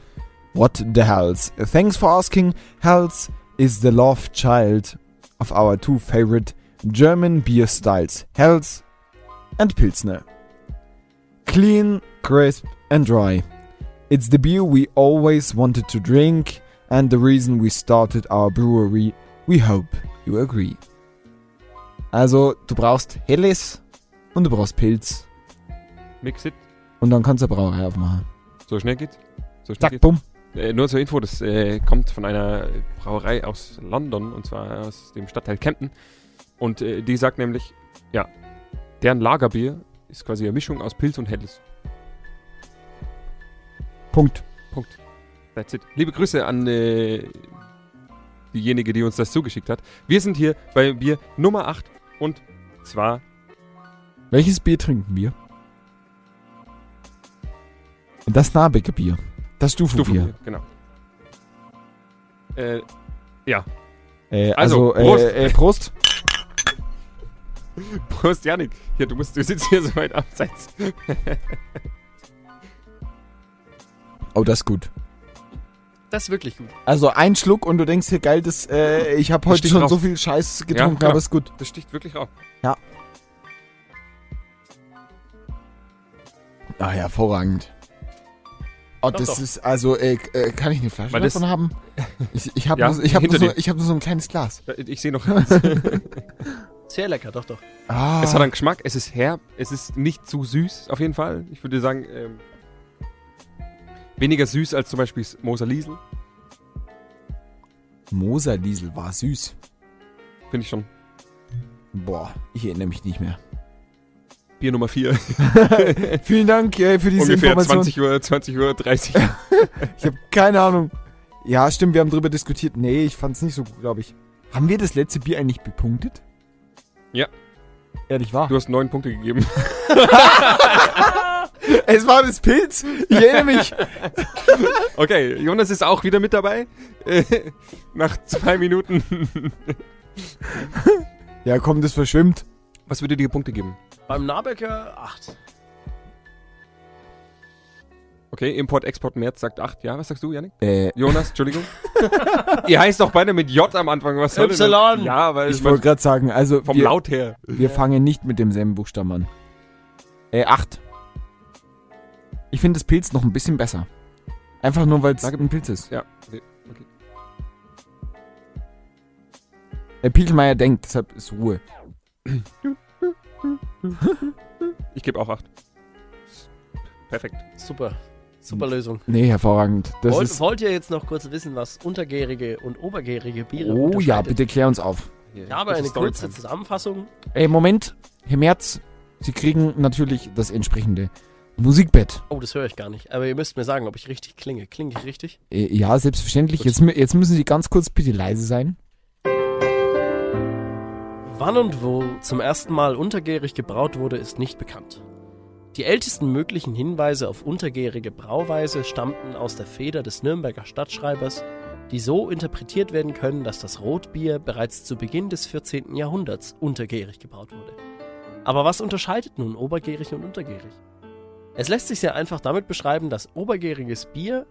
What the hells? Thanks for asking. Hells is the love child of our two favorite German beer styles, Hells and Pilsner. Clean, crisp and dry. It's the beer we always wanted to drink and the reason we started our brewery. We hope you agree. Also, du brauchst Helles und du brauchst Pilz Mix it. und dann kannst du eine Brauerei aufmachen. So schnell geht's. So schnell Zack, geht's. bumm. Äh, nur zur Info, das äh, kommt von einer Brauerei aus London und zwar aus dem Stadtteil Kempten. Und äh, die sagt nämlich, ja, deren Lagerbier ist quasi eine Mischung aus Pilz und Helles. Punkt. Punkt. That's it. Liebe Grüße an äh, diejenige, die uns das zugeschickt hat. Wir sind hier bei Bier Nummer 8 und zwar Welches Bier trinken wir? Das Nabecker Bier. Das Stufenbier. Stufenbier. Genau. Äh, Äh, also, Also, Prost. Äh, äh, Prost. Prost, Janik. Hier, du, musst, du sitzt hier so weit abseits. Oh, das ist gut. Das ist wirklich gut. Also ein Schluck und du denkst hier, geil, das, äh, ich habe heute Steht schon drauf. so viel Scheiß getrunken, genau. aber ist gut. <laughs> Das sticht wirklich auf. Ah, hervorragend. Oh, Doch, das doch. ist, also, äh, äh, kann ich eine Flasche Weil das- davon haben? Ich, ich habe Ja, nur, so- ich hab nur, hinter so, dir. ich hab nur so ein kleines Glas. Ich sehe noch <laughs> eins. Sehr lecker, doch, doch. Ah, Es hat einen Geschmack, es ist herb, es ist nicht zu süß, auf jeden Fall. Ich würde sagen, ähm, weniger süß als zum Beispiel das Moser Liesel, Moser Diesel war süß. finde ich schon. Boah, ich erinnere mich nicht mehr. Bier Nummer 4, Vielen Dank äh, für diese ungefähr Information. 20 Uhr, 20 Uhr 30. Ich habe keine Ahnung. Ja, stimmt, wir haben drüber diskutiert. Nee, ich fand's nicht so gut, glaube ich. Haben wir das letzte Bier eigentlich bepunktet? Ja. Ehrlich wahr. Du hast neun Punkte <laughs> gegeben. Es war das Pilz. Ich erinnere mich. Okay, Jonas ist auch wieder mit dabei. <laughs> Äh, Nach zwei Minuten. Ja, komm, das verschwimmt. Was würde dir Punkte geben? Beim äh, Nabäcker 8. Okay, Import, Export, März sagt 8. Ja, was sagst du, Janik? Äh, Jonas, Entschuldigung. <laughs> Ihr heißt doch beide mit J am Anfang. Was soll denn das? Y. Ja, weil ich wollte gerade sagen, also vom wir, Laut her. wir fangen nicht mit demselben Buchstaben an. Äh, acht. Ich finde das Pilz noch ein bisschen besser. Einfach nur, weil es Sag- ein Pilz ist. Ja. Äh, Pichelmeier denkt, deshalb ist Ruhe. Ich gebe auch 8. Perfekt. Super. Super Lösung. Nee, hervorragend. Das Wollt, ist. wollt ihr jetzt noch kurz wissen, was untergärige und obergärige Biere Oh ja, unterscheidet? bitte klär uns auf. Ich habe Das eine ist Storytime. kurze Zusammenfassung. Ey, Äh, Moment, Herr Merz, Sie kriegen natürlich das entsprechende Musikbett. Oh, das höre ich gar nicht. Aber ihr müsst mir sagen, ob ich richtig klinge. Klinge ich richtig? Äh, ja, selbstverständlich. Jetzt, mü- jetzt müssen Sie ganz kurz bitte leise sein. Wann und wo zum ersten Mal untergärig gebraut wurde, ist nicht bekannt. Die ältesten möglichen Hinweise auf untergärige Brauweise stammten aus der Feder des Nürnberger Stadtschreibers, die so interpretiert werden können, dass das Rotbier bereits zu Beginn des 14. Jahrhunderts untergärig gebraut wurde. Aber was unterscheidet nun obergärig und untergärig? Es lässt sich sehr einfach damit beschreiben, dass obergäriges Bier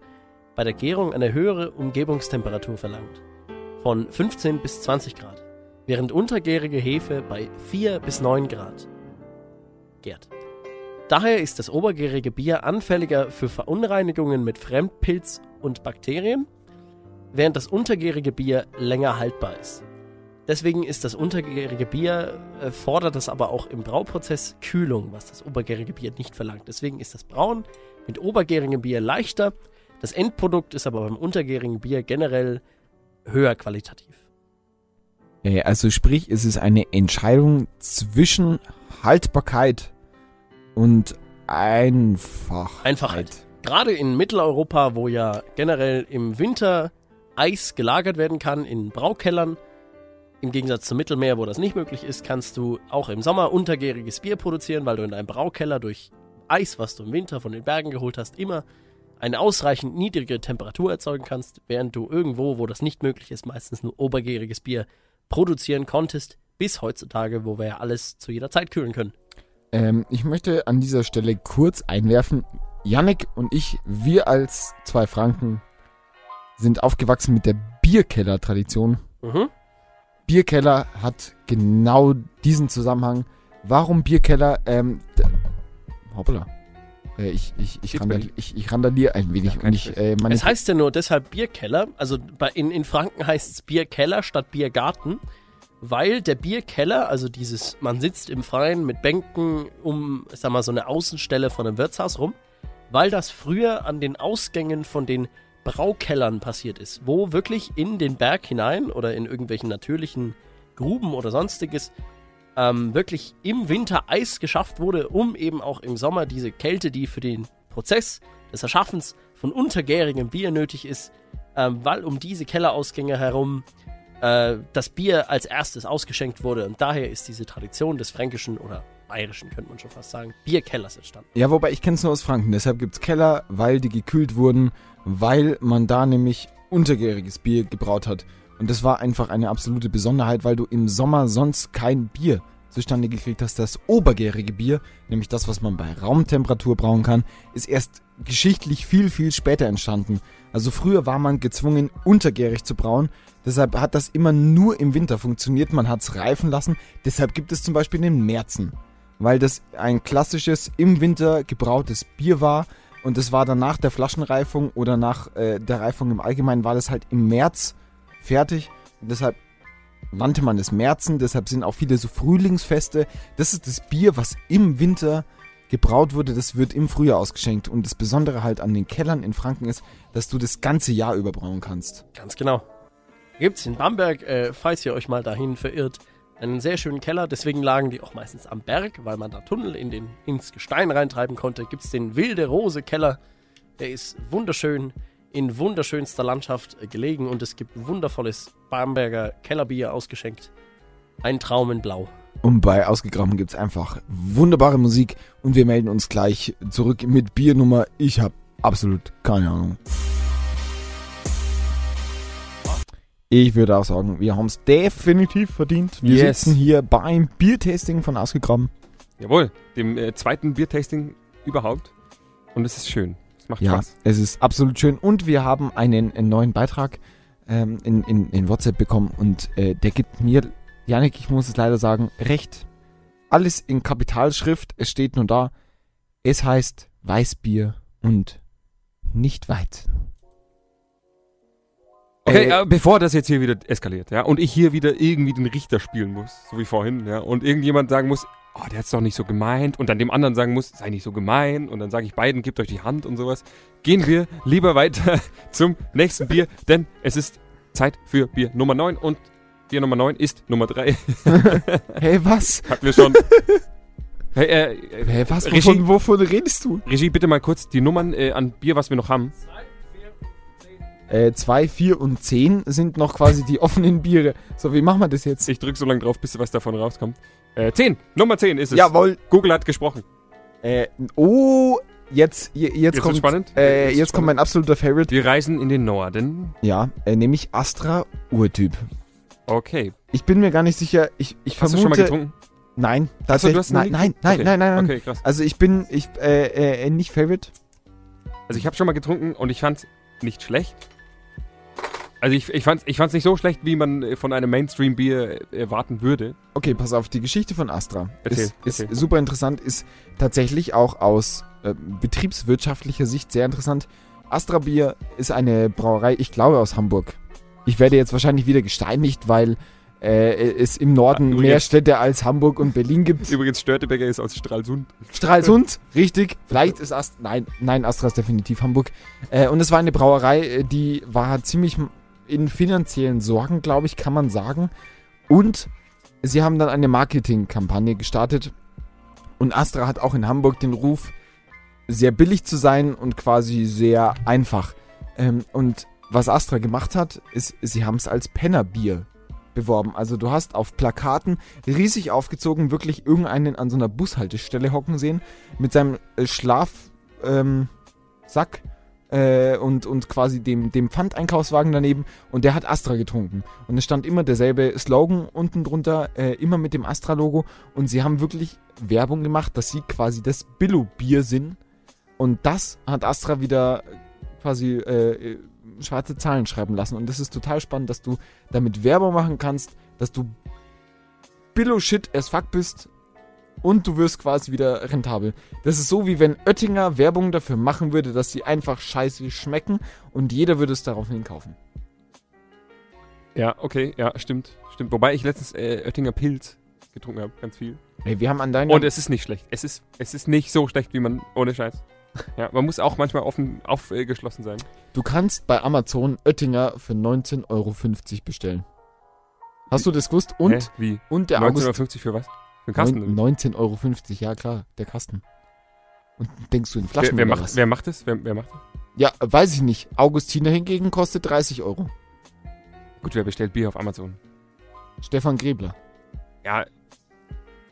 bei der Gärung eine höhere Umgebungstemperatur verlangt, von 15 bis 20 Grad während untergärige Hefe bei 4 bis 9 Grad gärt. Daher ist das obergärige Bier anfälliger für Verunreinigungen mit Fremdpilz und Bakterien, während das untergärige Bier länger haltbar ist. Deswegen ist das untergärige Bier, äh, fordert das aber auch im Brauprozess Kühlung, was das obergärige Bier nicht verlangt. Deswegen ist das Brauen mit obergärigem Bier leichter, das Endprodukt ist aber beim untergärigen Bier generell höher qualitativ. Äh, also sprich, es ist eine Entscheidung zwischen Haltbarkeit und Einfachheit. Einfachheit. Gerade in Mitteleuropa, wo ja generell im Winter Eis gelagert werden kann in Braukellern, im Gegensatz zum Mittelmeer, wo das nicht möglich ist, kannst du auch im Sommer untergäriges Bier produzieren, weil du in deinem Braukeller durch Eis, was du im Winter von den Bergen geholt hast, immer eine ausreichend niedrige Temperatur erzeugen kannst, während du irgendwo, wo das nicht möglich ist, meistens nur obergäriges Bier produzieren konntest, bis heutzutage, wo wir ja alles zu jeder Zeit kühlen können. Ähm, ich möchte an dieser Stelle kurz einwerfen, Yannick und ich, wir als zwei Franken, sind aufgewachsen mit der Bierkeller-Tradition. Mhm. Bierkeller hat genau diesen Zusammenhang. Warum Bierkeller? Ähm, d- hoppala. Äh, ich, ich, ich, Geht's randal, Berlin? ich, ich randaliere ein wenig Ja, kein und ich, Stress. äh, meine Es heißt ja nur deshalb Bierkeller, also bei, in, in Franken heißt es Bierkeller statt Biergarten, weil der Bierkeller, also dieses, man sitzt im Freien mit Bänken um, ich sag mal, so eine Außenstelle von einem Wirtshaus rum, weil das früher an den Ausgängen von den Braukellern passiert ist, wo wirklich in den Berg hinein oder in irgendwelchen natürlichen Gruben oder sonstiges ähm, wirklich im Winter Eis geschafft wurde, um eben auch im Sommer diese Kälte, die für den Prozess des Erschaffens von untergärigem Bier nötig ist, ähm, weil um diese Kellerausgänge herum äh, das Bier als erstes ausgeschenkt wurde. Und daher ist diese Tradition des fränkischen oder bayerischen, könnte man schon fast sagen, Bierkellers entstanden. Ja, wobei ich kenn's nur aus Franken. Deshalb gibt's Keller, weil die gekühlt wurden, weil man da nämlich untergäriges Bier gebraut hat. Und das war einfach eine absolute Besonderheit, weil du im Sommer sonst kein Bier zustande gekriegt hast. Das obergärige Bier, nämlich das, was man bei Raumtemperatur brauen kann, ist erst geschichtlich viel, viel später entstanden. Also früher war man gezwungen, untergärig zu brauen. Deshalb hat das immer nur im Winter funktioniert. Man hat's reifen lassen. Deshalb gibt es zum Beispiel den Märzen weil das ein klassisches im Winter gebrautes Bier war und das war dann nach der Flaschenreifung oder nach äh, der Reifung im Allgemeinen war das halt im März fertig und deshalb nannte man es Märzen, deshalb sind auch viele so Frühlingsfeste. Das ist das Bier, was im Winter gebraut wurde, das wird im Frühjahr ausgeschenkt und das Besondere halt an den Kellern in Franken ist, dass du das ganze Jahr über brauen kannst. Ganz genau. Gibt es in Bamberg, äh, falls ihr euch mal dahin verirrt, einen sehr schönen Keller. Deswegen lagen die auch meistens am Berg, weil man da Tunnel in den, ins Gestein reintreiben konnte. Gibt es den Wilde Rose Keller. Der ist wunderschön, in wunderschönster Landschaft äh, gelegen und es gibt wundervolles Bamberger Kellerbier ausgeschenkt. Ein Traum in Blau. Und bei Ausgegraben gibt es einfach wunderbare Musik und wir melden uns gleich zurück mit Biernummer. Ich habe absolut keine Ahnung. Ich würde auch sagen, wir haben es definitiv verdient. Wir Yes. sitzen hier beim Biertasting von Ausgegraben. Jawohl, dem äh, zweiten Biertasting überhaupt. Und es ist schön. Es macht Ja, Spaß. es ist absolut schön. Und wir haben einen, einen neuen Beitrag ähm, in, in, in WhatsApp bekommen und äh, der gibt mir, Janik, ich muss es leider sagen, recht. Alles in Kapitalschrift, es steht nur da. Es heißt Weißbier und nicht weit. Okay, äh, äh, bevor das jetzt hier wieder eskaliert, ja, und ich hier wieder irgendwie den Richter spielen muss, so wie vorhin, ja, und irgendjemand sagen muss, oh, der hat's doch nicht so gemeint, und dann dem anderen sagen muss, sei nicht so gemein, und dann sage ich beiden, gebt euch die Hand und sowas, gehen wir lieber weiter <laughs> zum nächsten Bier, denn es ist Zeit für Bier Nummer 9 und Bier Nummer 9 ist Nummer 3. Hey, was? <laughs> Hatten wir schon. Hey, äh, äh, Hey, was? Regie? Wovon, wovon redest du? Regie, bitte mal kurz die Nummern äh, an Bier, was wir noch haben. 2, 4 Äh, und 10 sind noch quasi die <laughs> offenen Biere. So, wie machen wir das jetzt? Ich drück so lange drauf, bis was davon rauskommt. Äh, 10, Nummer 10 ist es. Jawohl. Google hat gesprochen. Äh, oh, jetzt, je- jetzt, Jetzt kommt, wird's spannend. Äh, Jetzt jetzt wird's kommt mein absoluter Favorite. Wir reisen in den Norden. Ja, äh, nämlich Astra Urtyp. Okay. Ich bin mir gar nicht sicher. Ich, ich Hast vermute. du schon mal getrunken? Nein, Achso, tatsächlich. du hast noch nein, nie nein, getrunken? nein, okay. nein, nein, nein. Okay, krass. Also ich bin ich äh, äh, nicht Favorite. Also ich habe schon mal getrunken und ich fand's nicht schlecht. Also ich, ich, fand's, ich fand's nicht so schlecht, wie man äh, von einem Mainstream-Bier äh, erwarten <laughs> würde. Okay, pass auf, die Geschichte von Astra Erzähl, ist, ist erzähl. super interessant, ist tatsächlich auch aus äh, betriebswirtschaftlicher Sicht sehr interessant. Astra Bier ist eine Brauerei, ich glaube aus Hamburg. Ich werde jetzt wahrscheinlich wieder gesteinigt, weil äh, es im Norden übrigens- mehr Städte als Hamburg und <laughs> Berlin gibt. Übrigens, Störtebecker ist aus Stralsund. Stralsund, <laughs> richtig. Vielleicht ist Astra. Nein, nein, Astra ist definitiv Hamburg. Äh, und es war eine Brauerei, äh, die war ziemlich m- in finanziellen Sorgen, glaube ich, kann man sagen. Und sie haben dann eine Marketingkampagne gestartet. Und Astra hat auch in Hamburg den Ruf, sehr billig zu sein und quasi sehr einfach. Ähm, und was Astra gemacht hat, ist, sie haben es als Pennerbier beworben. Also du hast auf Plakaten riesig aufgezogen wirklich irgendeinen an so einer Bushaltestelle hocken sehen mit seinem äh, Schlafsack ähm, Sack, äh, und, und quasi dem, dem Pfandeinkaufswagen daneben und der hat Astra getrunken. Und es stand immer derselbe Slogan unten drunter, äh, immer mit dem Astra-Logo und sie haben wirklich Werbung gemacht, dass sie quasi das Billo-Bier sind und das hat Astra wieder quasi äh, äh, schwarze Zahlen schreiben lassen und das ist total spannend, dass du damit Werbung machen kannst, dass du Billo-Shit as fuck bist und du wirst quasi wieder rentabel. Das ist so, wie wenn Oettinger Werbung dafür machen würde, dass sie einfach scheiße schmecken und jeder würde es daraufhin kaufen. Ja, okay, ja, stimmt. Stimmt. Wobei ich letztens äh, Oettinger Pilz getrunken habe, ganz viel. Ey, wir haben an deiner... Und es ist nicht schlecht. Es ist, es ist nicht so schlecht, wie man ohne <laughs> Scheiß. Ja, man muss auch manchmal offen aufgeschlossen sein. du kannst bei Amazon Oettinger für 19,50 Euro bestellen. Hast du das gewusst? Und, Hä? Wie? und der August... 1950 für was? Für einen Kasten? oder wie? 19,50 Euro, ja klar, der Kasten. Und denkst du in Flaschen Wer, wer, oder macht, was? wer macht das? Wer, wer macht das? Ja, weiß ich nicht. Augustiner hingegen kostet 30 Euro. Gut, wer bestellt Bier auf Amazon? Stefan Grebler. Ja.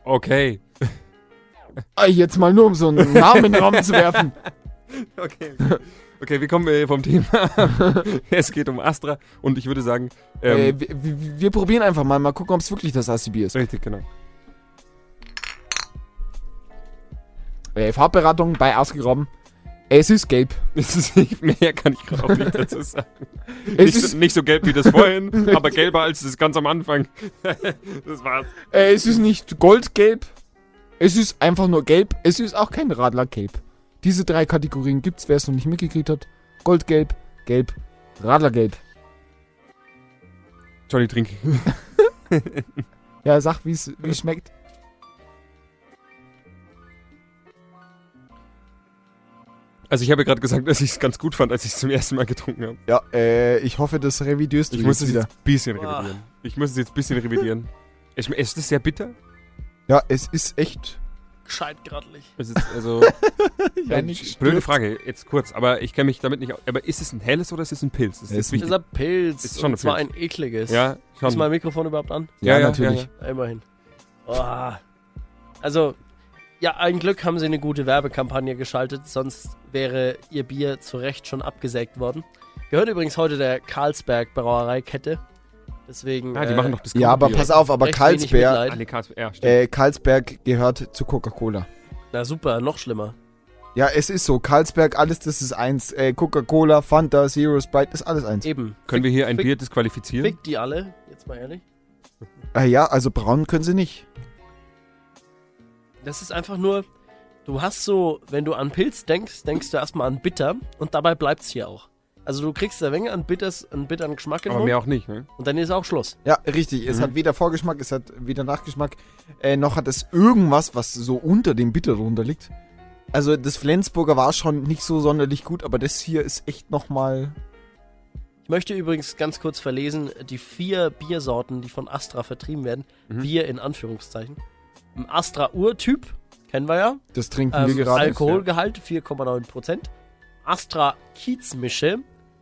Okay. Ah, Jetzt mal nur, um so einen Namen in den Raum zu werfen. Okay. <laughs> Okay, wir kommen äh, vom Thema. es geht um Astra und ich würde sagen. äh, Ähm, wir, wir, wir probieren einfach mal, mal gucken, ob es wirklich das ACB ist. richtig, genau. <laughs> Äh, Farbberatung bei ausgegraben. Es ist gelb. Es ist nicht mehr, kann ich gerade auch nicht dazu sagen. Es Nicht, so- ist, nicht so gelb wie das vorhin, aber gelber als das ganz am Anfang. <laughs> das war's. äh, es ist nicht goldgelb. Es ist einfach nur gelb. Es ist auch kein Radlergelb. Diese drei Kategorien gibt's, wer es noch nicht mitgekriegt hat. Goldgelb, gelb, Radlergelb. Johnny, trink. Ja, sag, wie es wie es schmeckt. Also, ich habe gerade gesagt, dass ich es ganz gut fand, als ich es zum ersten Mal getrunken habe. Ja, äh, ich hoffe, das revidierst Ich muss es jetzt ein bisschen Boah. revidieren. Ich muss es jetzt ein bisschen revidieren. Ich, es ist sehr bitter. Ja, es ist echt. Gescheit grattelig. Es ist also. Ja, Äh, nicht blöde stirbt. Frage, jetzt kurz, aber ich kenne mich damit nicht aus. Aber ist es ein helles oder ist es ein Pilz? Das Es ist jetzt ein- Das ist ein Pilz. Ist schon ein und zwar Pilz. ein ekliges. Ja, Ist mein schon. Mikrofon überhaupt an? Ja, natürlich. Ja, immerhin. Oh. Also, ja, ein Glück haben sie eine gute Werbekampagne geschaltet, sonst wäre ihr Bier zu Recht schon abgesägt worden. Gehört übrigens heute der Carlsberg Brauereikette. Deswegen. äh, Ah, die machen doch das Ja, aber pass auf, aber recht wenig Carlsberg, Mitleid. Alle Karlsberg. Ja, stimmt. äh, Carlsberg gehört zu Coca-Cola. Na super, noch schlimmer. Ja, es ist so. Carlsberg, alles das ist eins. Äh, Coca-Cola, Fanta, Zero, Sprite, ist alles eins. Eben. Können wir hier ein fick- Bier disqualifizieren? Fick die alle, jetzt mal ehrlich. Ah ja, also braun können sie nicht. Das ist einfach nur, du hast so, wenn du an Pilz denkst, denkst du erstmal an Bitter und dabei bleibt's hier auch. Also du kriegst eine Menge an Bitters, an bitteren Geschmack in den Aber Mund mehr auch nicht. Ne? und dann ist auch Schluss. Ja, richtig. Es Mhm. hat weder Vorgeschmack, es hat weder Nachgeschmack, äh, noch hat es irgendwas, was so unter dem Bitter drunter liegt. Also das Flensburger war schon nicht so sonderlich gut, aber das hier ist echt nochmal... Ich möchte übrigens ganz kurz verlesen, die vier Biersorten, die von Astra vertrieben werden. Mhm. Bier in Anführungszeichen. Ein Astra-Urtyp, kennen wir ja. Das trinken Also, wir Ähm, gerade. Alkoholgehalt 4,9%. Astra Kiezmische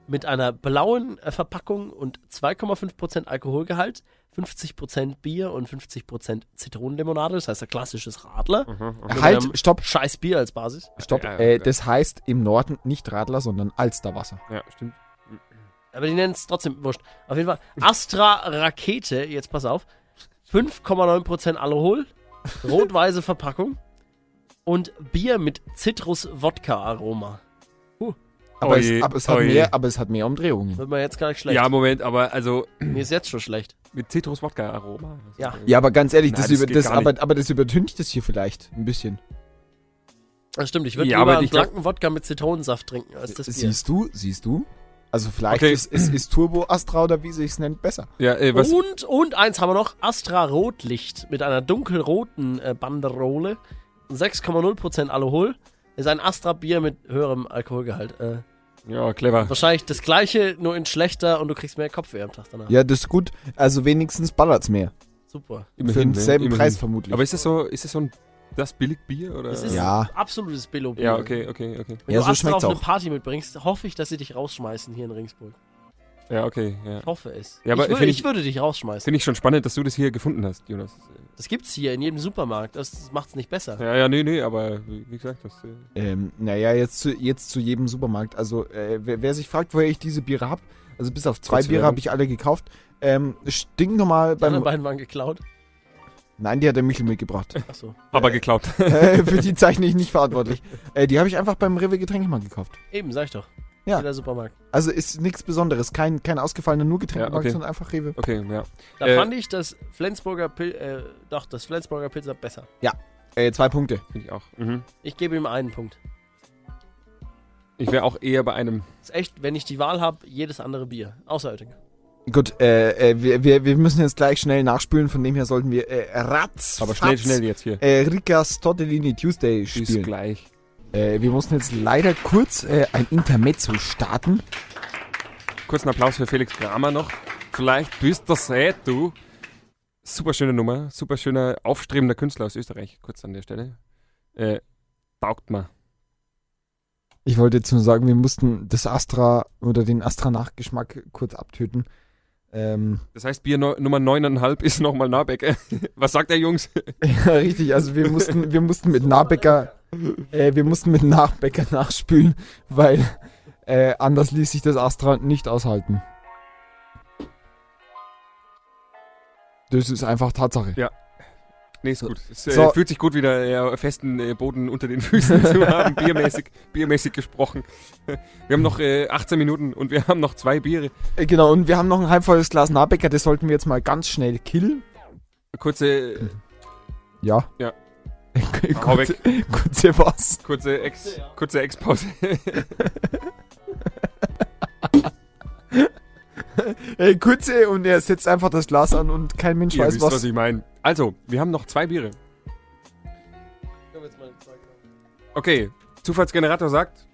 mit einer blauen äh, Verpackung und 2,5% Alkoholgehalt, 50% Bier und 50% Zitronenlimonade, das heißt ein klassisches Radler. Mhm. Halt, einem stopp, Scheiß Bier als Basis. stopp. Ja, ja, äh, ja. Das heißt im Norden nicht Radler, sondern Alsterwasser. Ja, stimmt. Aber die nennen es trotzdem wurscht. Auf jeden Fall Astra Rakete, jetzt pass auf. 5,9% Alkohol, rot-weiße Verpackung und Bier mit Zitrus-Wodka-Aroma. Aber, Oje, es, aber, es hat oje. mehr, aber es hat mehr Umdrehungen. Wird mir jetzt gar nicht schlecht. Ja, Moment, aber also Mir ist jetzt schon schlecht. mit Zitrus-Wodka-Aroma. Ja. Ja, aber ganz ehrlich, Nein, das das über, geht das, gar aber, aber das übertüncht es hier vielleicht ein bisschen. Das stimmt, ich würde Ja, lieber aber einen ich glaub- blanken Wodka mit Zitronensaft trinken als das Bier. Siehst du, siehst du? Also vielleicht Okay. ist, ist, ist Turbo Astra oder wie sich es nennt besser. Ja, äh, was? Und, und eins haben wir noch, Astra Rotlicht mit einer dunkelroten äh, Banderole, 6,0% Alkohol, ist ein Astra Bier mit höherem Alkoholgehalt. Äh, Ja, clever. wahrscheinlich das gleiche, nur in schlechter und du kriegst mehr Kopfweh am Tag danach. Ja, das ist gut. Also wenigstens ballert's mehr. Super. Für Immerhin, ne? denselben Immerhin. Preis vermutlich. Aber ist das so, ist das so ein, das Billigbier? Oder? Das ist Ja. ein absolutes billo ja, okay, okay, okay. Wenn Ja, du so Astra auf schmeckt's eine auch. Party mitbringst, hoffe ich, dass sie dich rausschmeißen hier in Ringsburg. Ja, okay, ja. Ich hoffe es. Ja, aber ich, würde, find ich- ich, würde dich rausschmeißen. Finde ich schon spannend, dass du das hier gefunden hast, Jonas. Das gibt's hier in jedem Supermarkt. Das, das macht's nicht besser. Ja, ja, nee, nee, aber wie wie gesagt, das. äh, Ähm, naja, jetzt zu, jetzt zu jedem Supermarkt. Also äh, wer, wer sich fragt, woher ich diese Biere hab, also bis auf zwei Kurze Biere Werbung. habe ich alle gekauft. Ähm, stinknormal Die anderen beim... beiden <laughs> waren geklaut. Nein, die hat der Michel <laughs> mitgebracht. Achso. Aber geklaut. äh, für die zeichne ich nicht verantwortlich. Äh, die habe ich einfach beim Rewe Getränkemarkt gekauft. Eben, sag ich doch. Ja. Jeder Supermarkt. Also ist nichts Besonderes. Kein, kein ausgefallener nur Getränkemarkt, Ja, okay. sondern einfach Rewe. Okay, ja. Da Äh, fand ich das Flensburger Pil äh, doch, das Flensburger Pilzer besser. Äh, zwei Punkte. Finde ich auch. Mhm. Ich gebe ihm einen Punkt. Ich wäre auch eher bei einem. Ist echt, wenn ich die Wahl habe, jedes andere Bier. Außer Oettinger. Gut, äh, äh, wir, wir, wir müssen jetzt gleich schnell nachspülen, von dem her sollten wir äh, ratz, Aber schnell, fatz, schnell jetzt hier. Äh, Rikas Tortellini Tuesday Bis spielen. gleich. Äh, wir mussten jetzt leider kurz äh, ein Intermezzo starten. Kurzen Applaus für Felix Kramer noch. Vielleicht bist das eh du. Super schöne Nummer, super schöner, aufstrebender Künstler aus Österreich, kurz an der Stelle. Äh, taugt mal. Ich wollte jetzt nur sagen, wir mussten das Astra oder den Astra-Nachgeschmack kurz abtöten. Ähm, Das heißt, Bier no Nummer 9,5 ist nochmal Nabeck. <laughs> Was sagt der Jungs? ja, richtig, also wir mussten, wir mussten mit Nahbecker, äh, wir mussten mit Nachbecker nachspülen, weil äh, anders ließ sich das Astra nicht aushalten. Das ist einfach Tatsache. Nee, ist gut. Es äh, So. fühlt sich gut wieder ja, festen äh, Boden unter den Füßen <laughs> zu haben, biermäßig, biermäßig gesprochen. Wir haben noch äh, 18 Minuten und wir haben noch zwei Biere. Äh, Genau, und wir haben noch ein halbvolles Glas Nahbecker, das sollten wir jetzt mal ganz schnell killen. Kurze, äh, Ja. <laughs> Ja. Hau kurze, kurze was? kurze Ex, kurze Ex-Pause. <laughs> Äh, kurze und er setzt einfach das Glas an und kein Mensch Ihr weiß wisst, was. was ich meine. Also, wir haben noch zwei Biere. Ich habe jetzt mal zwei genommen. Okay, Zufallsgenerator sagt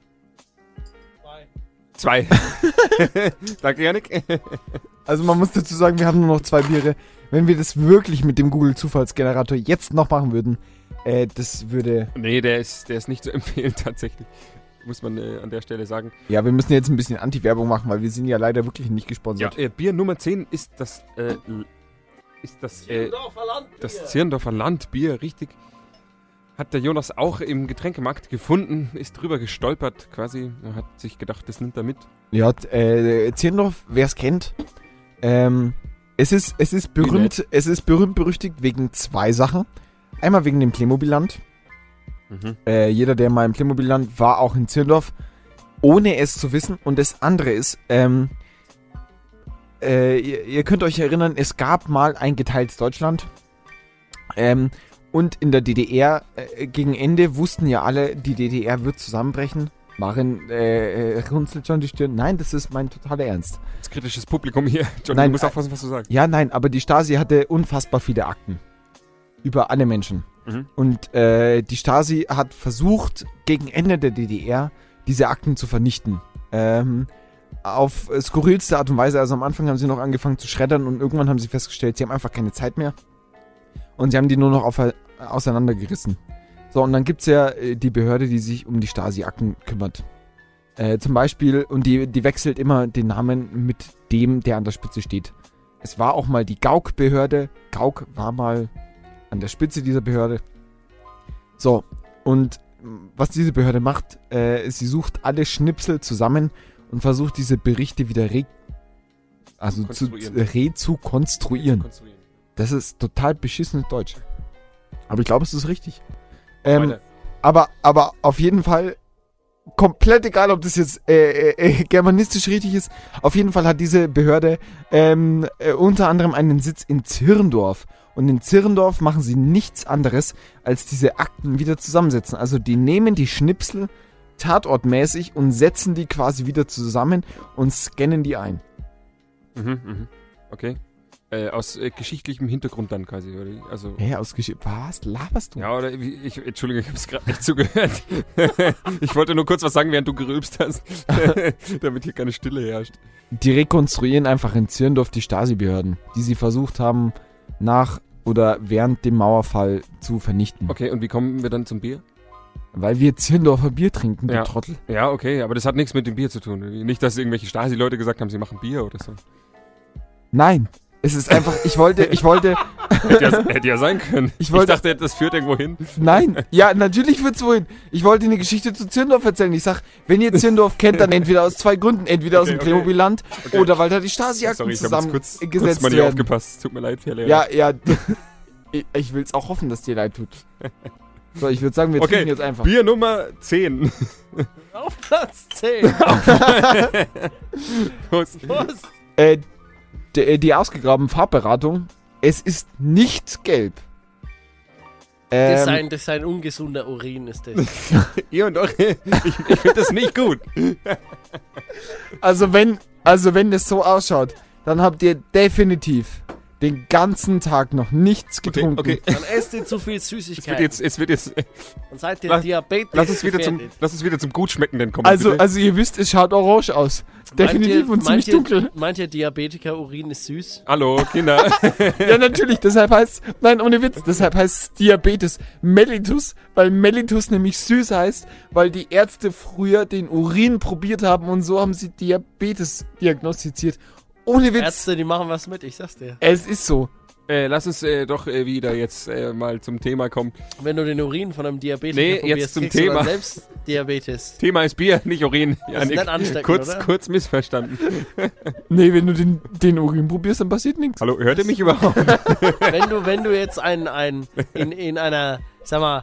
Zwei. zwei. <laughs> Danke, Janik. Also man muss dazu sagen, wir haben nur noch zwei Biere. Wenn wir das wirklich mit dem Google-Zufallsgenerator jetzt noch machen würden, äh, das würde... Nee, der ist, der ist nicht zu empfehlen <laughs> tatsächlich. Muss man äh, an der Stelle sagen. Ja, wir müssen jetzt ein bisschen äh, Anti-Werbung machen, weil wir sind ja leider wirklich nicht Ja. gesponsert. Äh, Bier Nummer 10 ist das äh, L- ist das, äh, das Zirndorfer Landbier, richtig. Hat der Jonas auch im Getränkemarkt gefunden, ist drüber gestolpert quasi, und hat sich gedacht, das nimmt er mit. Ja, t- äh, Zirndorf, wer es kennt, ähm, es ist, es ist berühmt, es ist berühmt berüchtigt wegen zwei Sachen. Einmal wegen dem Playmobil-Land. Äh, jeder, der mal im Playmobil-Land war, auch in Zirndorf, ohne es zu wissen. Und das andere ist, ähm, äh, ihr, ihr könnt euch erinnern, es gab mal ein geteiltes Deutschland. Ähm, und in der DDR äh, gegen Ende wussten ja alle, die DDR wird zusammenbrechen. Marin äh, äh, runzelt schon die Stirn. Nein, das ist mein totaler Ernst. Das kritisches Publikum hier. <laughs> Johnny, Nein, du musst äh, aufpassen, was du sagst. Ja, nein, aber die Stasi hatte unfassbar viele Akten. Über alle Menschen. Mhm. Und äh, die Stasi hat versucht, gegen Ende der DDR diese Akten zu vernichten. Ähm, auf äh, skurrilste Art und Weise. Also am Anfang haben sie noch angefangen zu schreddern und irgendwann haben sie festgestellt, sie haben einfach keine Zeit mehr. Und sie haben die nur noch auf, äh, auseinandergerissen. So, und dann gibt's ja äh, die Behörde, die sich um die Stasi-Akten kümmert. Äh, zum Beispiel, und die, die wechselt immer den Namen mit dem, der an der Spitze steht. Es war auch mal die Gauk-Behörde. Gauk war mal an der Spitze dieser Behörde. So, und mh, was diese Behörde macht, äh, ist, sie sucht alle Schnipsel zusammen und versucht diese Berichte wieder re also zu, Konstruieren. re zu konstruieren. Konstruieren. Das ist total beschissenes Deutsch. Aber ich glaube, es ist richtig. Ähm, Weiter. aber, aber auf jeden Fall, komplett egal, ob das jetzt äh, äh, äh, germanistisch richtig ist, auf jeden Fall hat diese Behörde ähm, äh, unter anderem einen Sitz in Zirndorf. Und in Zirndorf machen sie nichts anderes, als diese Akten wieder zusammensetzen. Also die nehmen die Schnipsel tatortmäßig und setzen die quasi wieder zusammen und scannen die ein. Mhm, mhm. Okay. Äh, aus äh, geschichtlichem Hintergrund dann quasi, oder? wie? Also. Hä, ausgeschickt. Was? Laberst du? Ja, oder wie- ich, Entschuldige, ich habe es gerade nicht zugehört. <laughs> ich wollte nur kurz was sagen, während du gerülpst hast, <laughs> damit hier keine Stille herrscht. Die rekonstruieren einfach in Zirndorf die Stasi-Behörden, die sie versucht haben, nach oder während dem Mauerfall zu vernichten. Okay, und wie kommen wir dann zum Bier? Weil wir Zirndorfer Bier trinken, du Ja. Trottel. Ja, okay, aber das hat nichts mit dem Bier zu tun. Nicht, dass irgendwelche Stasi-Leute gesagt haben, sie machen Bier oder <laughs> so. Nein, es ist einfach, ich wollte, ich <laughs> wollte, Hätte ja, hätte ja sein können. Ich wollte- dachte, das führt irgendwo hin. nein, ja, natürlich wird's wohin. Ich wollte eine Geschichte zu Zirndorf erzählen. Ich sag, wenn ihr Zirndorf kennt, dann entweder aus zwei Gründen. Entweder aus Okay, dem okay. Playmobil-Land Okay. oder weil da die Stasi-Akten Sorry, ich habe jetzt kurz, kurz zusammengesetzt mal nicht werden. aufgepasst. Tut mir leid, Herr Lehrer. Ja, ja, <laughs> ich, ich will's auch hoffen, dass dir leid tut. So, ich würde sagen, wir Okay, trinken jetzt einfach. Bier Nummer 10. Auf Platz <laughs> 10. Prost. Was? Äh, die, die ausgegrabene Farbberatung. Es ist nicht gelb. Das ist Ähm, ein, das ist ein ungesunder Urin, ist das. Ihr und eure. Ich, ich finde das nicht gut. also wenn, also wenn das so ausschaut, dann habt ihr definitiv den ganzen Tag noch nichts getrunken. okay. Dann esst ihr zu viel Es wird Süßigkeit. jetzt, es wird jetzt, Dann seid ihr Lass- Diabetes. lass, uns wieder zum, gefährdet. lass uns wieder zum Gutschmeckenden kommen. Also, bitte. also ihr wisst, es schaut orange aus. Definitiv meint ihr, und ziemlich meint dunkel. Ihr, meint ihr, Diabetiker-Urin ist süß? Hallo, Kinder. Ja, natürlich, deshalb heißt nein, ohne Witz, deshalb heißt Diabetes mellitus, weil mellitus nämlich süß heißt, weil die Ärzte früher den Urin probiert haben und so haben sie Diabetes diagnostiziert. Ohne Witz, Ärzte, die machen was mit, ich sag's dir. es ist so. Äh, lass uns äh, doch äh, wieder jetzt äh, mal zum Thema kommen. Wenn du den Urin von einem Diabetiker Nee, jetzt probierst, zum kriegst du dann Thema. selbst Diabetes. Thema ist Bier, nicht Urin. Janik. nicht ansteckend, kurz, oder? kurz missverstanden. Nee, wenn du den, den Urin probierst, dann passiert nichts. Hallo, hört ihr mich überhaupt? wenn, du, wenn du jetzt ein, ein, in, in einer, sag mal,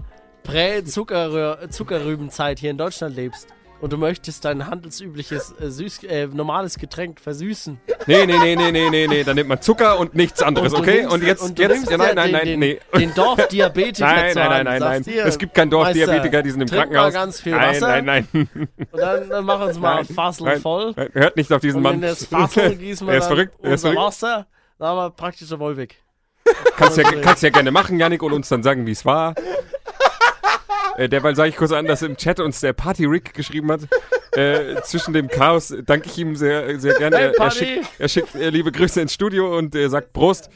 Prä-Zuckerrübenzeit hier in Deutschland lebst und du möchtest dein handelsübliches, äh, süß, äh, normales Getränk versüßen, Nee, nee, nee, nee, nee, nee, nee. Dann nimmt man Zucker und nichts anderes, du okay? nimmst- und jetzt, und du jetzt, nimmst ja, nein, ja nein, den, nein, den, nee. Den <laughs> Dorfdiabetiker Nein, zur nein, nein, Hand, nein, sagst nein. dir, Es gibt keinen Dorfdiabetiker, Meister, die sind im trink Krankenhaus. Mal ganz viel nein, Wasser nein, nein, nein, Und dann, dann machen wir <laughs> uns mal ein Fassel voll. Hört nicht auf diesen und Mann. in das Fassel gießen <laughs> wir er ist dann verrückt, er ist unser verrückt. Wasser. Dann haben wir Also, praktisch eine Wolwig. Kannst ja, kannst ja gerne machen, Janik, und uns dann sagen, wie es war. <laughs> Äh, derweil sage ich kurz an, dass im Chat uns der Party Rick geschrieben hat. Äh, zwischen dem Chaos danke ich ihm sehr, sehr gerne. Hey, er, er Party! schickt, er schickt äh, liebe Grüße ins Studio und äh, sagt Prost.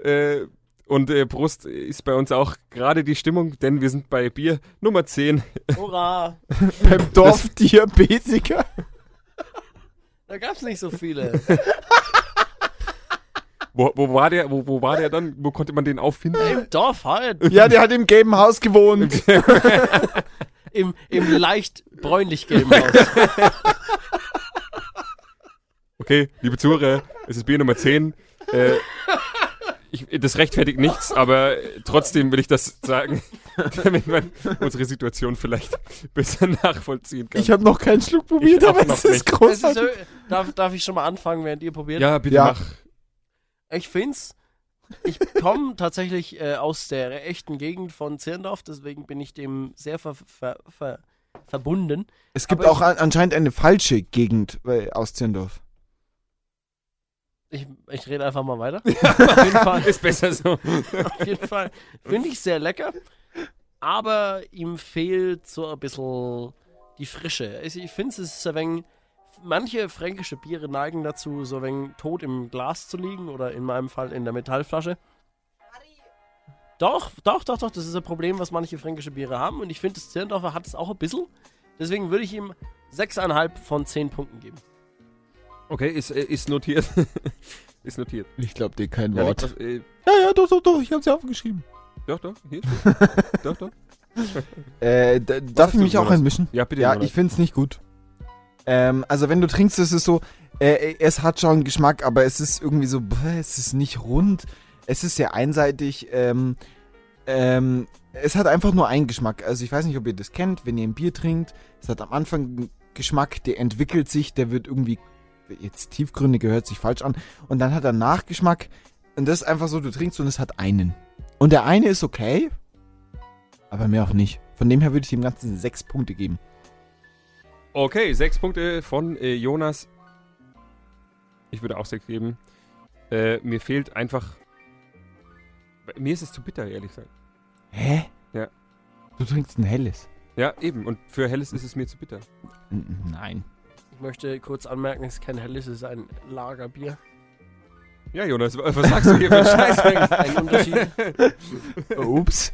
Äh, und äh, Prost ist bei uns auch gerade die Stimmung, denn wir sind bei Bier Nummer 10. Hurra! Beim Dorfdiabetiker. Da gab's nicht so viele. Wo, wo war der, wo, wo war der dann? Wo konnte man den auffinden? Im Dorf halt. <laughs> Ja, der hat im gelben Haus gewohnt. Im, im leicht <laughs> bräunlich-gelben Haus. Okay, liebe Zuhörer, es ist Bier Nummer 10. Äh, ich, das rechtfertigt nichts, aber trotzdem will ich das <laughs> sagen, damit man unsere Situation vielleicht besser nachvollziehen kann. <laughs> Ich habe noch keinen Schluck probiert, Ich auch aber noch es ist nicht. Das ist so, großartig. darf, darf ich schon mal anfangen, während ihr probiert? ja, bitte Ja. mach. Ich find's. Ich komme tatsächlich äh, aus der echten Gegend von Zirndorf, deswegen bin ich dem sehr ver ver ver verbunden. Es gibt Aber auch an, anscheinend eine falsche Gegend äh, aus Zirndorf. Ich, ich rede einfach mal weiter. auf jeden Fall, Ist besser so. auf jeden Fall finde ich sehr lecker, aber ihm fehlt so ein bisschen die Frische. Also Ich finde es ist ein wenig, manche fränkische Biere neigen dazu, so ein wenig tot im Glas zu liegen oder in meinem Fall in der Metallflasche. Doch, doch, doch, doch, das ist ein Problem, was manche fränkische Biere haben und ich finde, das Zirndorfer hat es auch ein bisschen. Deswegen würde ich ihm 6,5 von 10 Punkten geben. <laughs> Okay, ist, äh, ist notiert. ist notiert. Ich glaube dir kein Ja, liegt was, äh, Ja, ja, doch, doch, doch, ich habe sie aufgeschrieben. doch, doch, hier. <laughs> steht's. doch, doch. Äh, da, darf hast ich du, mich auch Jonas? einmischen? Ja, bitte. Ja, Jonas. ich find's nicht gut. Ähm, also wenn du trinkst, ist es so, äh, es hat schon Geschmack, aber es ist irgendwie so, bäh, es ist nicht rund, es ist sehr einseitig, ähm, ähm, es hat einfach nur einen Geschmack. Also ich weiß nicht, ob ihr das kennt, wenn ihr ein Bier trinkt, es hat am Anfang einen Geschmack, der entwickelt sich, der wird irgendwie, jetzt tiefgründige hört sich falsch an, und dann hat er einen Nachgeschmack und das ist einfach so, du trinkst und es hat einen. Und der eine ist okay, aber mehr auch nicht. Von dem her würde ich dem Ganzen sechs Punkte geben. Okay, sechs Punkte von äh, Jonas. Ich würde auch sechs geben. Äh, mir fehlt einfach. Mir ist es zu bitter, ehrlich gesagt. Hä? Ja. Du trinkst ein helles. Ja, eben. Und für Helles ist es mir zu bitter. Nein. Ich möchte kurz anmerken, es ist kein helles, es ist ein Lagerbier. Ja, Jonas, wa- was sagst du hier für <laughs> einen Scheiß? Ein Unterschied. Ups.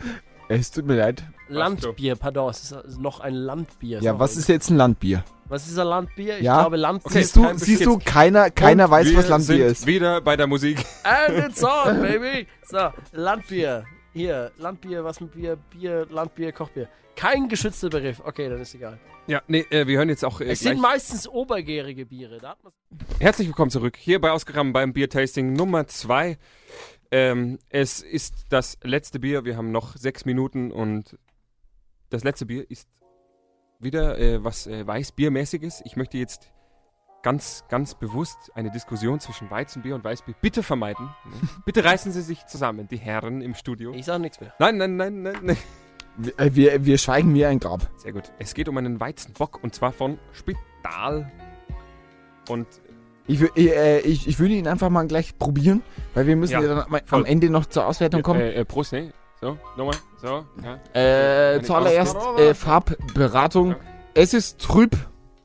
Es tut mir leid. Landbier, pardon, es ist noch ein Landbier. Ja, Sorry. was ist jetzt ein Landbier? Was ist ein Landbier? Ich Ja, glaube, Landbier siehst ist du, kein siehst Bier. du, keiner, keiner Und weiß, wir was Landbier sind ist. Wieder bei der Musik. And it's on, <laughs> baby! So, Landbier. Hier, Landbier, was mit Bier? Bier, Landbier, Kochbier. Kein geschützter Begriff. Okay, dann ist egal. Ja, nee, äh, wir hören jetzt auch. Äh, Es sind gleich- meistens obergärige Biere. Da hat man's- Herzlich willkommen zurück hier bei Ausgerammen beim Biertasting Nummer 2. Ähm, es ist das letzte Bier. Wir haben noch sechs Minuten und das letzte Bier ist wieder äh, was äh, Weißbiermäßiges. Ich möchte jetzt ganz, ganz bewusst eine Diskussion zwischen Weizenbier und Weißbier bitte vermeiden. Ne? bitte reißen Sie sich zusammen, die Herren im Studio. Ich sage nichts mehr. Nein, nein, nein, nein, nein. Wir- äh, Wir, wir schweigen wie ein Grab. Sehr gut. Es geht um einen Weizenbock und zwar von Spital. Und Ich, wür- ich, äh, ich, ich würde ihn einfach mal gleich probieren, weil wir müssen Ja, ja, dann am- am voll. Ende noch zur Auswertung kommen. Äh, äh, Prost, ne? So, nochmal. So, ja. Äh, Kann ich zuallererst ausprobieren? äh, Farbberatung. Ja. Es ist trüb.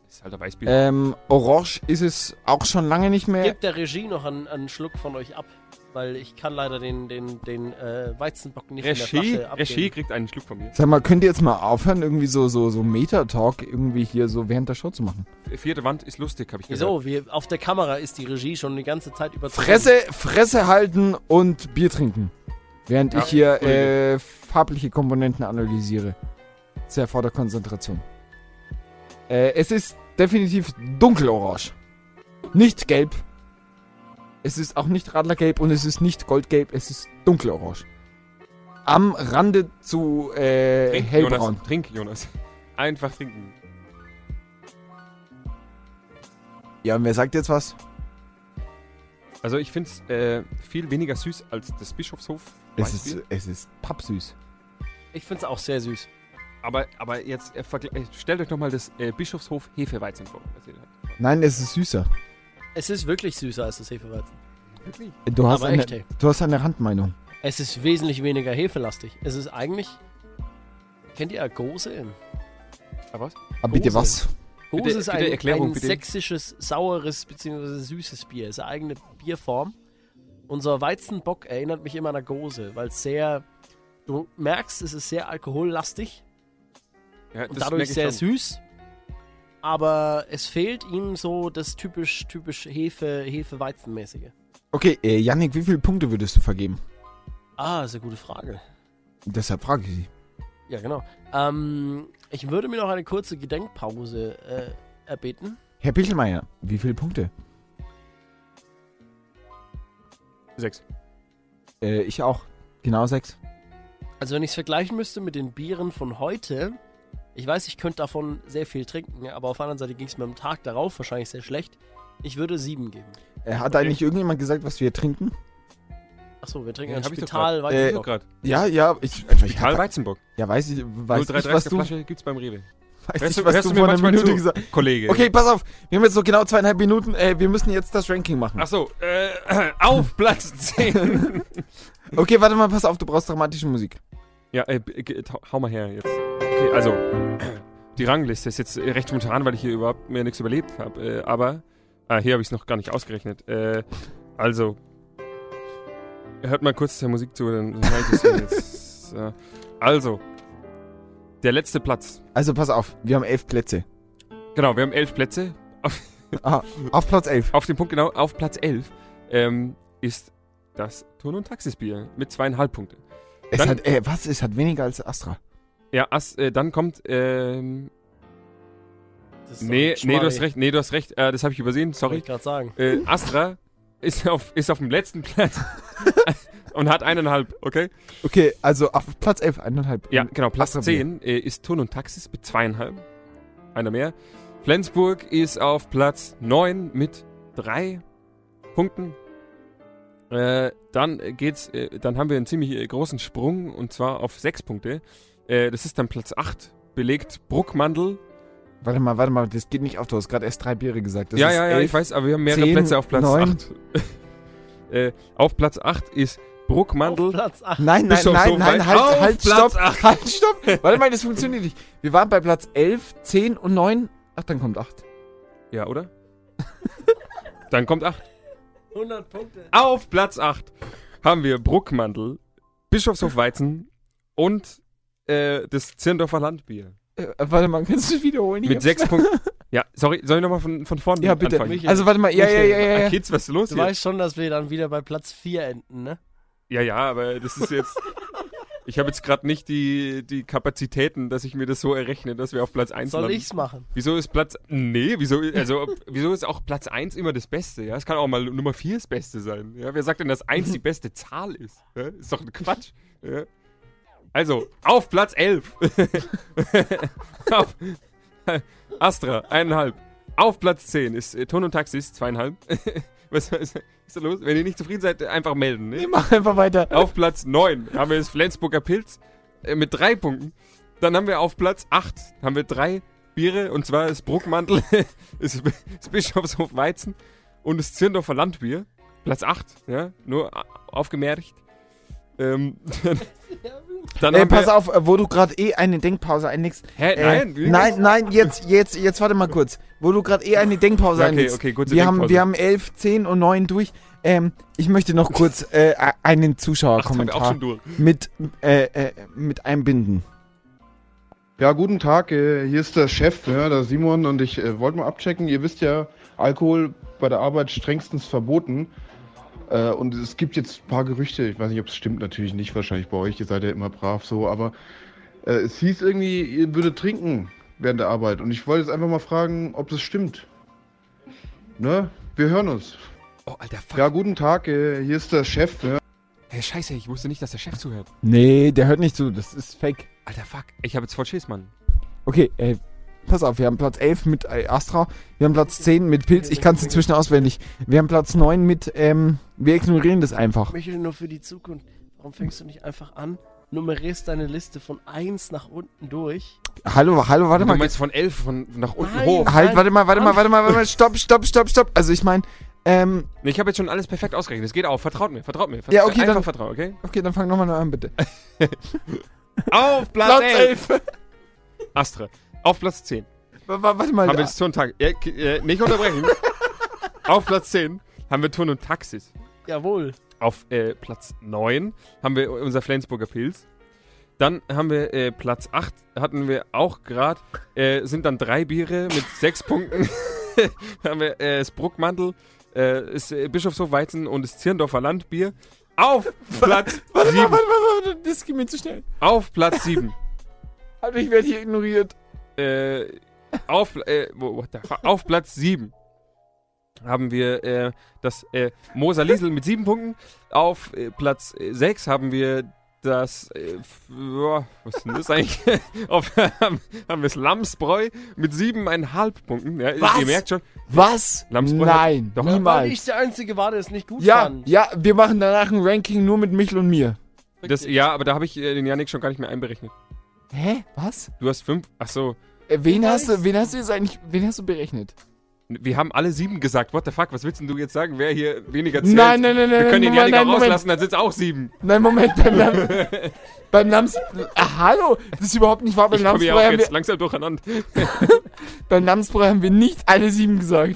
Das ist halt ein Weißbier. Ähm, orange ist es auch schon lange nicht mehr. Gebt der Regie noch einen, einen Schluck von euch ab, weil ich kann leider den, den, den äh, Weizenbock nicht in Regie, der Flasche abgeben. Regie kriegt einen Schluck von mir. Sag mal, könnt ihr jetzt mal aufhören, irgendwie so, so, so Meta-Talk irgendwie hier so während der Show zu machen? Vierte Wand ist lustig, habe ich gesagt. Wieso? Wir, auf der Kamera ist die Regie schon die ganze Zeit überzogen. Fresse, Fresse halten und Bier trinken. Während Ja, ich hier Entschuldige. äh, farbliche Komponenten analysiere. Das erfordert Konzentration. Äh, es ist definitiv dunkelorange. Nicht gelb. Es ist auch nicht radlergelb und es ist nicht goldgelb, es ist dunkelorange. Am Rande zu äh, Trink, hellbraun. Jonas. Trink, Jonas. <laughs> Einfach trinken. Ja, und wer sagt jetzt was? Also ich finde es äh, viel weniger süß als das Bischofshof. Es Weißbier. ist, äh, es ist pappsüß. Ich find's auch sehr süß. aber, aber jetzt äh, vergle- äh, stellt euch nochmal das äh, Bischofshof Hefeweizen vor. was ihr da habt. Nein, es ist süßer. Es ist wirklich süßer als das Hefeweizen. Du hast, Aber eine, echt, ey. du hast eine Randmeinung. Es ist wesentlich weniger hefelastig. Es ist eigentlich. Kennt ihr Gose? Aber was? Aber bitte Gose. was? Gose Bitte- ist bitte ein, Erklärung, ein bitte. sächsisches, saures bzw. süßes Bier. Es ist eine eigene Bierform. Unser Weizenbock erinnert mich immer an eine Gose, weil es sehr. Du merkst, es ist sehr alkohollastig Ja, und das merk dadurch ich sehr schon. süß. Aber es fehlt ihm so das typisch, typisch Hefe, Hefe-Weizenmäßige. Okay, äh, Yannick, wie viele Punkte würdest du vergeben? Ah, ist eine gute Frage. Deshalb frage ich sie. Ja, genau. Ähm, ich würde mir noch eine kurze Gedenkpause äh, erbeten. Herr Pichelmeier, wie viele Punkte? Sechs. Äh, ich auch. Genau sechs. Also wenn ich es vergleichen müsste mit den Bieren von heute, ich weiß, ich könnte davon sehr viel trinken, aber auf der anderen Seite ging es mir am Tag darauf wahrscheinlich sehr schlecht. Ich würde sieben geben. Äh, hat eigentlich irgendjemand gesagt, was wir trinken? Achso, wir trinken Ja, ein hab ich doch Spital, Äh, weiß ich So noch. grad. Ja, ja, ich. Karl Weizenburg. Ja, weiß ich, weiß ich, 0,33er was du, Flasche gibt's beim Rewe. weiß Hörst ich, du- was hörst du du mir vor einer manchmal Minute zu? gesagt hast. Kollege. Okay, pass auf, wir haben jetzt so genau zweieinhalb Minuten. Äh, wir müssen jetzt das Ranking machen. Achso, äh, <laughs> auf Platz <laughs> 10. Okay, warte mal, pass auf, du brauchst dramatische Musik. ja, äh, b- ge- hau- hau mal her jetzt. Okay, also, <clears throat> die Rangliste ist jetzt recht spontan, weil ich hier überhaupt mir nichts überlebt habe. Äh, aber, ah, hier habe ich es noch gar nicht ausgerechnet. Äh, also, hört mal kurz der Musik zu, dann <laughs> dann halt ich jetzt. Äh, also, der letzte Platz. Also pass auf, wir haben elf Plätze. Genau, wir haben elf Plätze. Ah, auf Platz elf. Auf den Punkt genau, auf Platz 11 ähm, ist das Turn- und Taxisbier mit zweieinhalb Punkte. Es Dann- hat, äh, was? Es hat weniger als Astra. Ja, As, äh, dann kommt. Ähm, Das ist doch nee, nee, du Schmarri, hast recht. Nee, du hast recht. Äh, das habe ich übersehen. wollte Sorry. ich gerade sagen. Äh, Astra ist auf, ist auf dem letzten Platz <laughs> und hat eineinhalb. Okay. Okay, also auf Platz elf, eineinhalb. ähm, Ja, genau. Platz Astra-Bier. 10 äh, ist Turn und Taxis mit zweieinhalb. Einer mehr. Flensburg ist auf Platz 9 mit drei Punkten. Äh, dann geht's, äh, dann haben wir einen ziemlich äh, großen Sprung und zwar auf sechs Punkte. Äh, das ist dann Platz 8, belegt Bruckmandel. Warte mal, warte mal, das geht nicht auf. Du hast gerade erst drei Biere gesagt. Das ja, ist ja, ja, elf. ich weiß, aber wir haben mehrere 10, Plätze auf Platz 9. 8. <laughs> äh, auf Platz 8 ist Auf Bruckmandel. Platz 8. Nein, nein, Bischof nein, Sofa- nein, halt, Auf halt, Platz stopp, acht. halt, stopp. Warte mal, das funktioniert nicht. Wir waren bei Platz 11, 10 und 9. Ach, dann kommt 8. Ja, oder? <laughs> dann kommt 8. 100 Punkte. Auf Platz 8 haben wir Bruckmandel, Bischofshof Weizen und äh, das Zirndorfer Landbier. Äh, warte mal, kannst du es wiederholen? Ich Mit hab's- <laughs> sechs Punkten. Ja, sorry, soll ich nochmal von, von vorne Ja, bitte. anfangen? Also, warte mal, ja, ja, ja, ja. Ah, ja. Kids, was ist los Du hier? weißt schon, dass wir dann wieder bei Platz 4 enden, ne? Ja, ja, aber das ist jetzt. Ich habe jetzt gerade nicht die, die Kapazitäten, dass ich mir das so errechne, dass wir auf Platz 1 Soll landen. ich's machen? Wieso ist Platz. Nee, wieso, also, ob- wieso ist auch Platz 1 immer das Beste? Ja, es kann auch mal Nummer 4 das Beste sein. Ja, wer sagt denn, dass 1 die beste Zahl ist? Ja, ist doch ein Quatsch. Ja. Also, auf Platz 11. <laughs> auf, Astra, eineinhalb. Auf Platz 10 ist äh, Ton und Taxis, zweieinhalb. <laughs> was, was ist da los? Wenn ihr nicht zufrieden seid, einfach melden. Ne? Nee, mach einfach weiter. Auf Platz 9 haben wir das Flensburger Pilz äh, mit drei Punkten. Dann haben wir auf Platz 8 haben wir drei Biere und zwar das Bruckmantel, <laughs> das, Bi- das Bischofshof Weizen und das Zirndorfer Landbier. Platz 8, ja, nur a- aufgemerkt. Ähm, <laughs> dann dann Äh, haben pass wir, auf, äh, wo du gerade eh eine Denkpause einlegst. Hä, Äh, nein, wie- nein, nein, jetzt, jetzt, jetzt, warte mal kurz. Wo du gerade eh eine Denkpause Ja, okay, einlegst. okay, kurze wir haben, Denkpause. wir haben 11, 10 und 9 durch. Ähm, ich möchte noch kurz äh, a- Ach, einen haben wir auch Zuschauerkommentar schon durch. mit, äh, äh, mit einbinden. Ja, guten Tag. äh, Hier ist der Chef, ja, der Simon, und ich äh, wollte mal abchecken. Ihr wisst ja, Alkohol bei der Arbeit strengstens verboten. Äh, Und es gibt jetzt ein paar Gerüchte. Ich weiß nicht, ob es stimmt, natürlich nicht wahrscheinlich bei euch. Ihr seid ja immer brav so, aber äh, es hieß irgendwie, ihr würdet trinken während der Arbeit. Und ich wollte jetzt einfach mal fragen, ob das stimmt. Ne? Wir hören uns. Oh, Alter, fuck. Ja, guten Tag. äh, Hier ist der Chef. Ja. Hey, scheiße, ich wusste nicht, dass der Chef zuhört. Nee, der hört nicht zu, das ist fake. Alter, fuck. Ich habe jetzt voll Schiss, Mann. Okay, äh, pass auf, wir haben Platz 11 mit äh, Astra, wir haben Platz 10 mit Pilz, ich kann es inzwischen auswendig. Wir haben Platz 9 mit, ähm, wir ignorieren das einfach. Michel, nur für die Zukunft. Warum fängst du nicht einfach an, nummerierst deine Liste von 1 nach unten durch? Hallo, hallo, warte Du mal. meinst von 11 von nach unten Nein. hoch. Halt, Nein. warte mal, warte mal, warte mal, <laughs> warte mal, stopp, stopp, stopp, stopp. Also ich meine, ähm, Nee, Ich habe jetzt schon alles perfekt ausgerechnet. Es geht auf. Vertraut mir, vertraut mir. Vertraut Ja, okay, Einfach dann- vertrauen, <laughs> okay? okay, dann fang nochmal neu an, bitte. Auf Platz, 11. <laughs> Astra. Auf Platz 10. W- w- Warte mal, Haben wir jetzt Turn und Taxis. Äh, k- äh, nicht <laughs> unterbrechen. auf Platz 10 haben wir Turn und Taxis. Jawohl. Auf äh, Platz 9 haben wir unser Flensburger Pilz. Dann haben wir äh, Platz 8, hatten wir auch gerade, <laughs> äh, sind dann drei Biere mit sechs Punkten. haben wir äh, das Bruckmantel, äh, das äh, Bischofshof Weizen und das Zirndorfer Landbier auf Platz Warte, warte, 7. warte, warte, warte, das geht mir zu schnell. Auf Platz <laughs> 7. Also ich werde hier ignoriert. äh, auf, äh, wo- what the fuck? auf Platz 7 haben wir äh, das äh, Moser Liesel mit 7 Punkten. Auf äh, Platz 6 haben wir das, äh, f- ja, was ist denn das eigentlich? <laughs> auf, haben wir das Lamsbräu mit 7,5 Punkten. Ja, Was? Ihr merkt schon, Was? Lamsbräu hat- Nein, Doch. Weil ich niemals. der Einzige war, der es nicht gut Ja, fand. ja, wir machen danach ein Ranking nur mit Michel und mir. das, ja, aber da habe ich äh, den Janik schon gar nicht mehr einberechnet. Hä? Was? Du hast 5, ach so, Äh, wen, Nice. hast du, wen hast du jetzt eigentlich, wen hast du berechnet? wir haben alle 7 gesagt. What the fuck, was willst denn du jetzt sagen, wer hier weniger zählt? Nein, nein, nein, nein, Wir können den nein, Janik nein, auch Moment. rauslassen, dann sind es auch 7. Nein, Moment, beim, Lam <laughs> beim Lams... Ah, hallo, das ist überhaupt nicht wahr. Beim Ich komme ja auch Lamsbräu, haben jetzt wir, langsam durcheinander. beim Lamsbräu haben wir nicht alle sieben gesagt.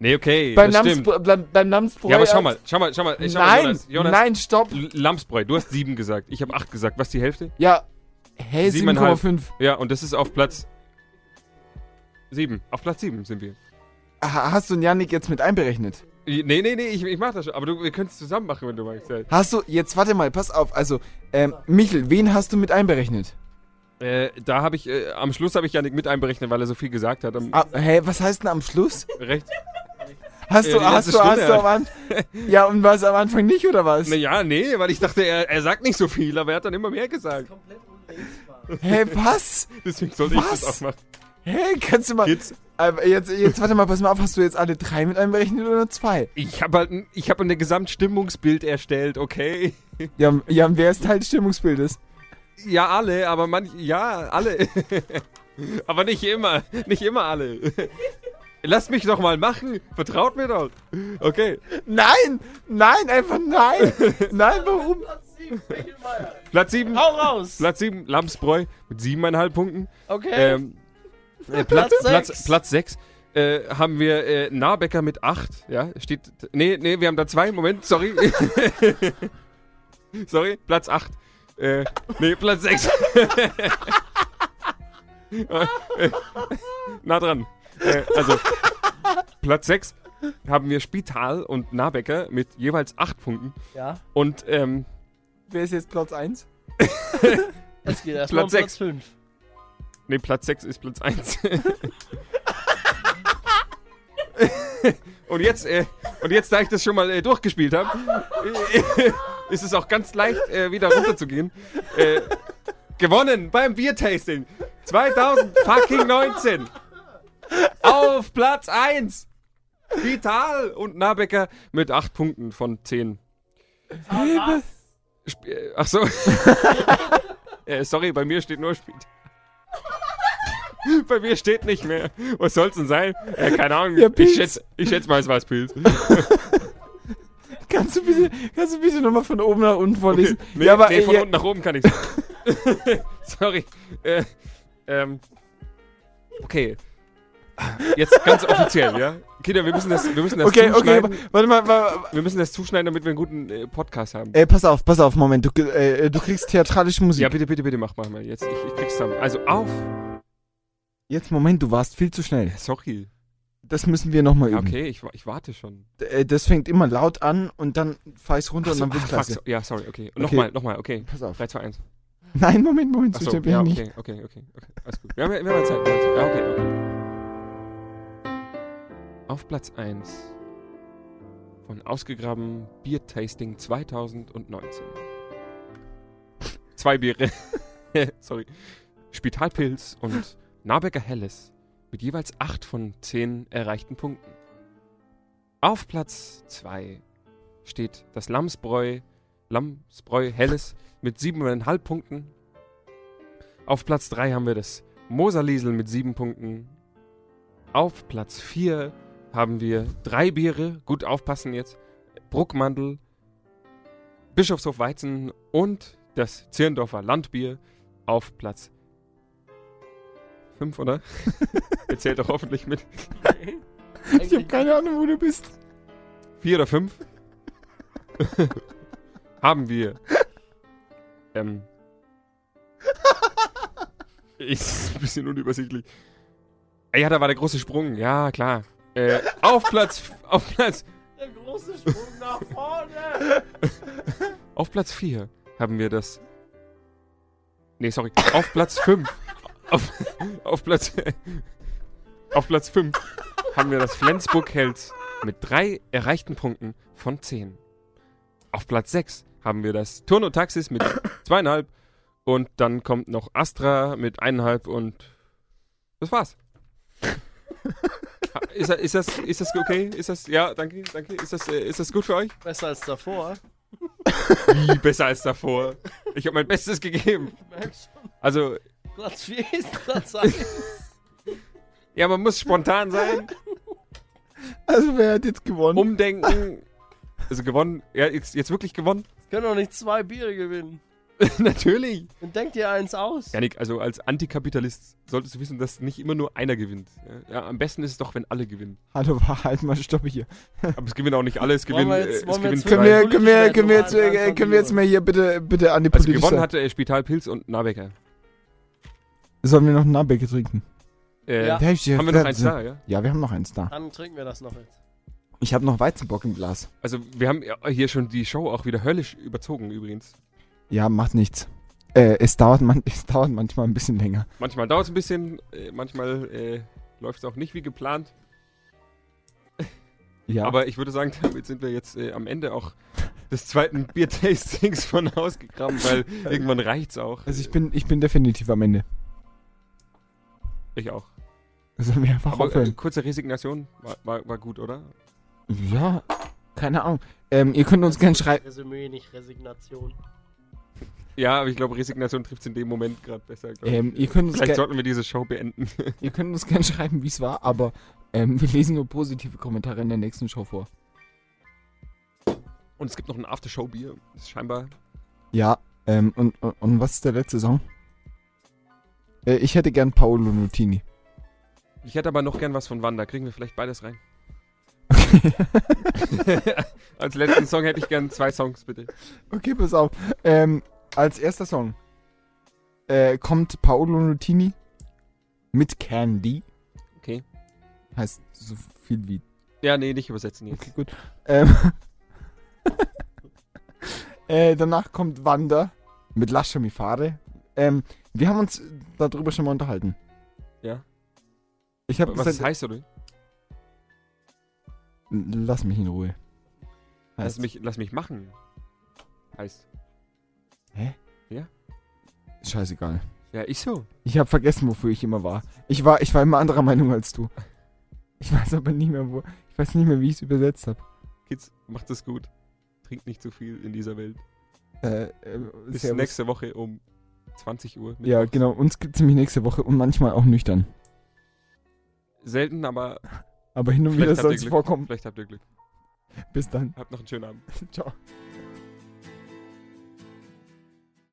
Nee, okay, Beim, das stimmt. Lamsbräu, beim, beim Lamsbräu... Ja, aber schau mal, schau mal, schau mal. Schau mal nein, Jonas, Jonas nein, stopp. L- Lamsbräu, du hast sieben gesagt. Ich habe acht gesagt. Was, die Hälfte? Ja, hä, Siebeneinhalb. 7,5. Ja, und das ist auf Platz sieben. Auf Platz sieben sind wir. Ha- Hast du den Janik jetzt mit einberechnet? I- Nee, nee, nee, ich, ich mach das schon. Aber du, wir können es zusammen machen, wenn du magst. Ja. Hast du, jetzt warte mal, pass auf. Also, ähm, Michel, wen hast du mit einberechnet? Äh, da habe ich, äh, am Schluss habe ich Janik mit einberechnet, weil er so viel gesagt hat. Am Ah, hä, was heißt denn am Schluss? recht. Hast Ja, du, die hast du, letzte hast du Stunde am Anfang. Ja, und war es am Anfang nicht, oder was? Naja, nee, weil ich dachte, er, er sagt nicht so viel, aber er hat dann immer mehr gesagt. Hä, was? Deswegen sollte ich das Was? auch machen. Hä, kannst du mal. Kids. Aber Jetzt, jetzt warte mal, pass mal auf, hast du jetzt alle drei mit einberechnet oder zwei? Ich habe halt ein, ich hab ein Gesamtstimmungsbild erstellt, okay? Ja, m- ja wer ist Teil des Stimmungsbildes? Ja, alle, aber manch. Ja, alle. <laughs> aber nicht immer. Nicht immer alle. <laughs> Lasst mich doch mal machen. Vertraut mir doch. Okay. Nein! Nein, einfach nein! Nein, warum? Platz 7. Hau raus! Platz 7, Lamsbräu mit 7,5 Punkten. Okay. Ähm, äh, Platz Platz sechs. Platz, Platz 6 äh, haben wir äh, Nabecker mit 8. Ja, steht. Nee, nee, wir haben da zwei. Moment, sorry. <laughs> sorry, Platz 8. Äh, nee, Platz <laughs> 6. nah dran. Äh, also, Platz 6 haben wir Spital und Nabecker mit jeweils 8 Punkten. ja. Und ähm, Wer ist jetzt Platz 1? Es geht erstmal um Platz Platz 5. Nee, Platz 6 ist Platz 1. <laughs> und, jetzt, äh, und jetzt, da ich das schon mal äh, durchgespielt habe, äh, <laughs> ist es auch ganz leicht, äh, wieder runterzugehen. Äh, gewonnen beim Biertasting 2019 auf Platz 1. Vital und Nabecker mit 8 Punkten von 10. Sp äh, ach so. <laughs> äh, sorry, bei mir steht nur Spiel. Bei mir steht nicht mehr. Was soll's denn sein? Äh, keine Ahnung. Ja, ich Pilz. schätze ich schätz mal, es war es Pilz. Kannst du bitte, kannst du bitte nochmal von oben nach unten vorlesen? Nee, ja, aber nee, von äh, unten nach oben kann ich <laughs> Sorry. Äh, ähm, okay. Jetzt ganz offiziell, ja? Kinder, wir müssen das, wir müssen das Okay, okay, zuschneiden. wa- warte mal, warte mal. Wir müssen das zuschneiden, damit wir einen guten äh, Podcast haben. Äh, pass auf, pass auf, Moment, du, äh, du kriegst theatralische Musik. Ja, bitte, bitte, bitte, mach mal mal jetzt. Ich, ich krieg's zusammen. Also auf. Jetzt, Moment, du warst viel zu schnell. Sorry. Das müssen wir nochmal üben. Okay, ich, wa- ich warte schon. D- Äh, das fängt immer laut an und dann fahr ich's runter Ach so, und dann wird's ah, fuck, klasse. so, ja, sorry, okay. Okay. Nochmal, nochmal, okay. Pass auf. 3, 2, 1. Nein, Moment, Moment, so Achso, schnell bin ja, ich okay, okay, okay, okay. Alles gut. Wir haben, ja- wir haben ja Zeit. Wir haben Zeit. Ja, okay, okay. Auf Platz 1 von ausgegraben Biertasting 2019. Zwei Biere. <laughs> Sorry. Spitalpilz und Nabecker Helles mit jeweils 8 von 10 erreichten Punkten. Auf Platz 2 steht das Lamsbräu, Lamsbräu Helles mit 7,5 Punkten auf Platz 3 haben wir das Moserliesel mit 7 Punkten. Auf Platz 4 haben wir drei Biere, gut aufpassen jetzt, Bruckmandel, Bischofshof Weizen und das Zirndorfer Landbier auf Platz 5, oder? <laughs> Ihr zählt doch hoffentlich mit nicht. Ich habe keine Ahnung, wo du bist. 4 oder 5. <laughs> haben wir ähm, <laughs> Ist ein bisschen unübersichtlich. Ah Ja, da war der große Sprung. Ja, klar. Äh, auf Platz, auf Platz, Der große Sprung nach vorne. auf Platz 4 haben wir das. Nee, sorry. <laughs> Auf Platz 5. Auf, auf Platz, <laughs> auf Platz 5 haben wir das Flensburg Hells mit drei erreichten Punkten von 10. Auf Platz 6 haben wir das Turno Taxis mit zweieinhalb und dann kommt noch Astra mit eineinhalb und das war's. Ha- Ist, das- ist, das, ist das okay? Ist das, ja, danke, danke. Ist das, äh, ist das gut für euch? Besser als davor. Wie besser als davor? Ich habe mein Bestes gegeben. Merkst schon, Also, Platz 4 ist Platz 1. ja, man muss spontan sein, <laughs> Also wer hat jetzt gewonnen? Um umdenken. Also gewonnen, ja, jetzt, jetzt wirklich gewonnen? <laughs> Können doch nicht zwei Biere gewinnen. Natürlich. Dann denk dir eins aus. Janik, also als Antikapitalist solltest du wissen, dass nicht immer nur einer gewinnt. Ja, Ja, am besten ist es doch, wenn alle gewinnen. Hallo, <laughs> halt mal, stopp hier. Aber es gewinnen auch nicht alle, es Wollen gewinnen, wir äh, jetzt- es wollen wir gewinnen jetzt Können Nein. wir, drei. können wir, können wir, jetzt, Politisch werden, äh, können wir jetzt mal hier bitte, bitte an die Also politische gewonnen Seite. hatte äh, Spitalpilz und Nabecker. Sollen wir noch einen Nabecke trinken? Äh, Ja. Haben wir noch eins da, ja? Ja, wir haben noch eins da. Dann trinken wir das noch jetzt. Ich habe noch Weizenbock im Glas. Also wir haben ja hier schon die Show auch wieder höllisch überzogen übrigens. Ja, macht nichts. Äh, es, dauert man, <laughs> es dauert manchmal ein bisschen länger. Manchmal dauert es ein bisschen, äh, manchmal äh, läuft es auch nicht wie geplant. Ja. Aber ich würde sagen, <laughs> damit sind wir jetzt äh, am Ende auch des zweiten <laughs> Biertastings von ausgegraben, <laughs> weil irgendwann reicht's auch. also ich bin, ich bin definitiv am Ende. Ich auch. Sollen wir einfach Aber äh, aufhören? kurze Resignation war, war, war gut, oder? Ja, keine Ahnung. Ähm, ihr könnt uns gerne schreiben. Resümee, nicht Resignation. Ja, aber ich glaube, Resignation trifft es in dem Moment gerade besser. glaub Ähm, ich. ihr könnt uns Vielleicht gerne sollten wir diese Show beenden. gern schreiben, wie es war, aber ähm, wir lesen nur positive Kommentare in der nächsten Show vor. Und es gibt noch ein After-Show-Bier. Ist scheinbar. Ja, ähm, und, und, und was ist der letzte Song? Äh, ich hätte gern Paolo Nutini. <laughs> Ich hätte aber noch gern was von Wanda. Kriegen wir vielleicht beides <laughs> rein? Als letzten Song hätte ich gern zwei Songs, bitte. Okay, pass auf. Ähm, als erster Song äh, kommt Paolo Nutini mit Candy. Okay. Heißt so viel wie. Ja, nee, nicht übersetzen jetzt. Okay, gut. Ähm, <laughs> äh, danach kommt Wanda mit Lascia mi fare. Ähm, wir haben uns darüber schon mal unterhalten. Ja. Ich habe Was das gesagt, heißt, oder? lass mich in Ruhe. Lass Heißt- mich, lass mich machen. Heißt. Scheißegal. Ja, ich so. Ich habe vergessen, wofür ich immer war. Ich war, ich war immer anderer Meinung als du. Ich weiß aber nicht mehr, wo. Ich weiß nicht mehr, wie ich es übersetzt habe. Kids, macht es gut. Trinkt nicht zu viel in dieser Welt. Äh, äh, Bis Servus. nächste Woche um 20 Uhr. Ja, mittags. genau. Uns gibt's nämlich nächste Woche und manchmal auch nüchtern. Selten, aber Aber hin und Vielleicht wieder habt soll ihr es Glück. vorkommen. vielleicht habt ihr Glück. Bis dann. <laughs> Habt noch einen schönen Abend. Ciao.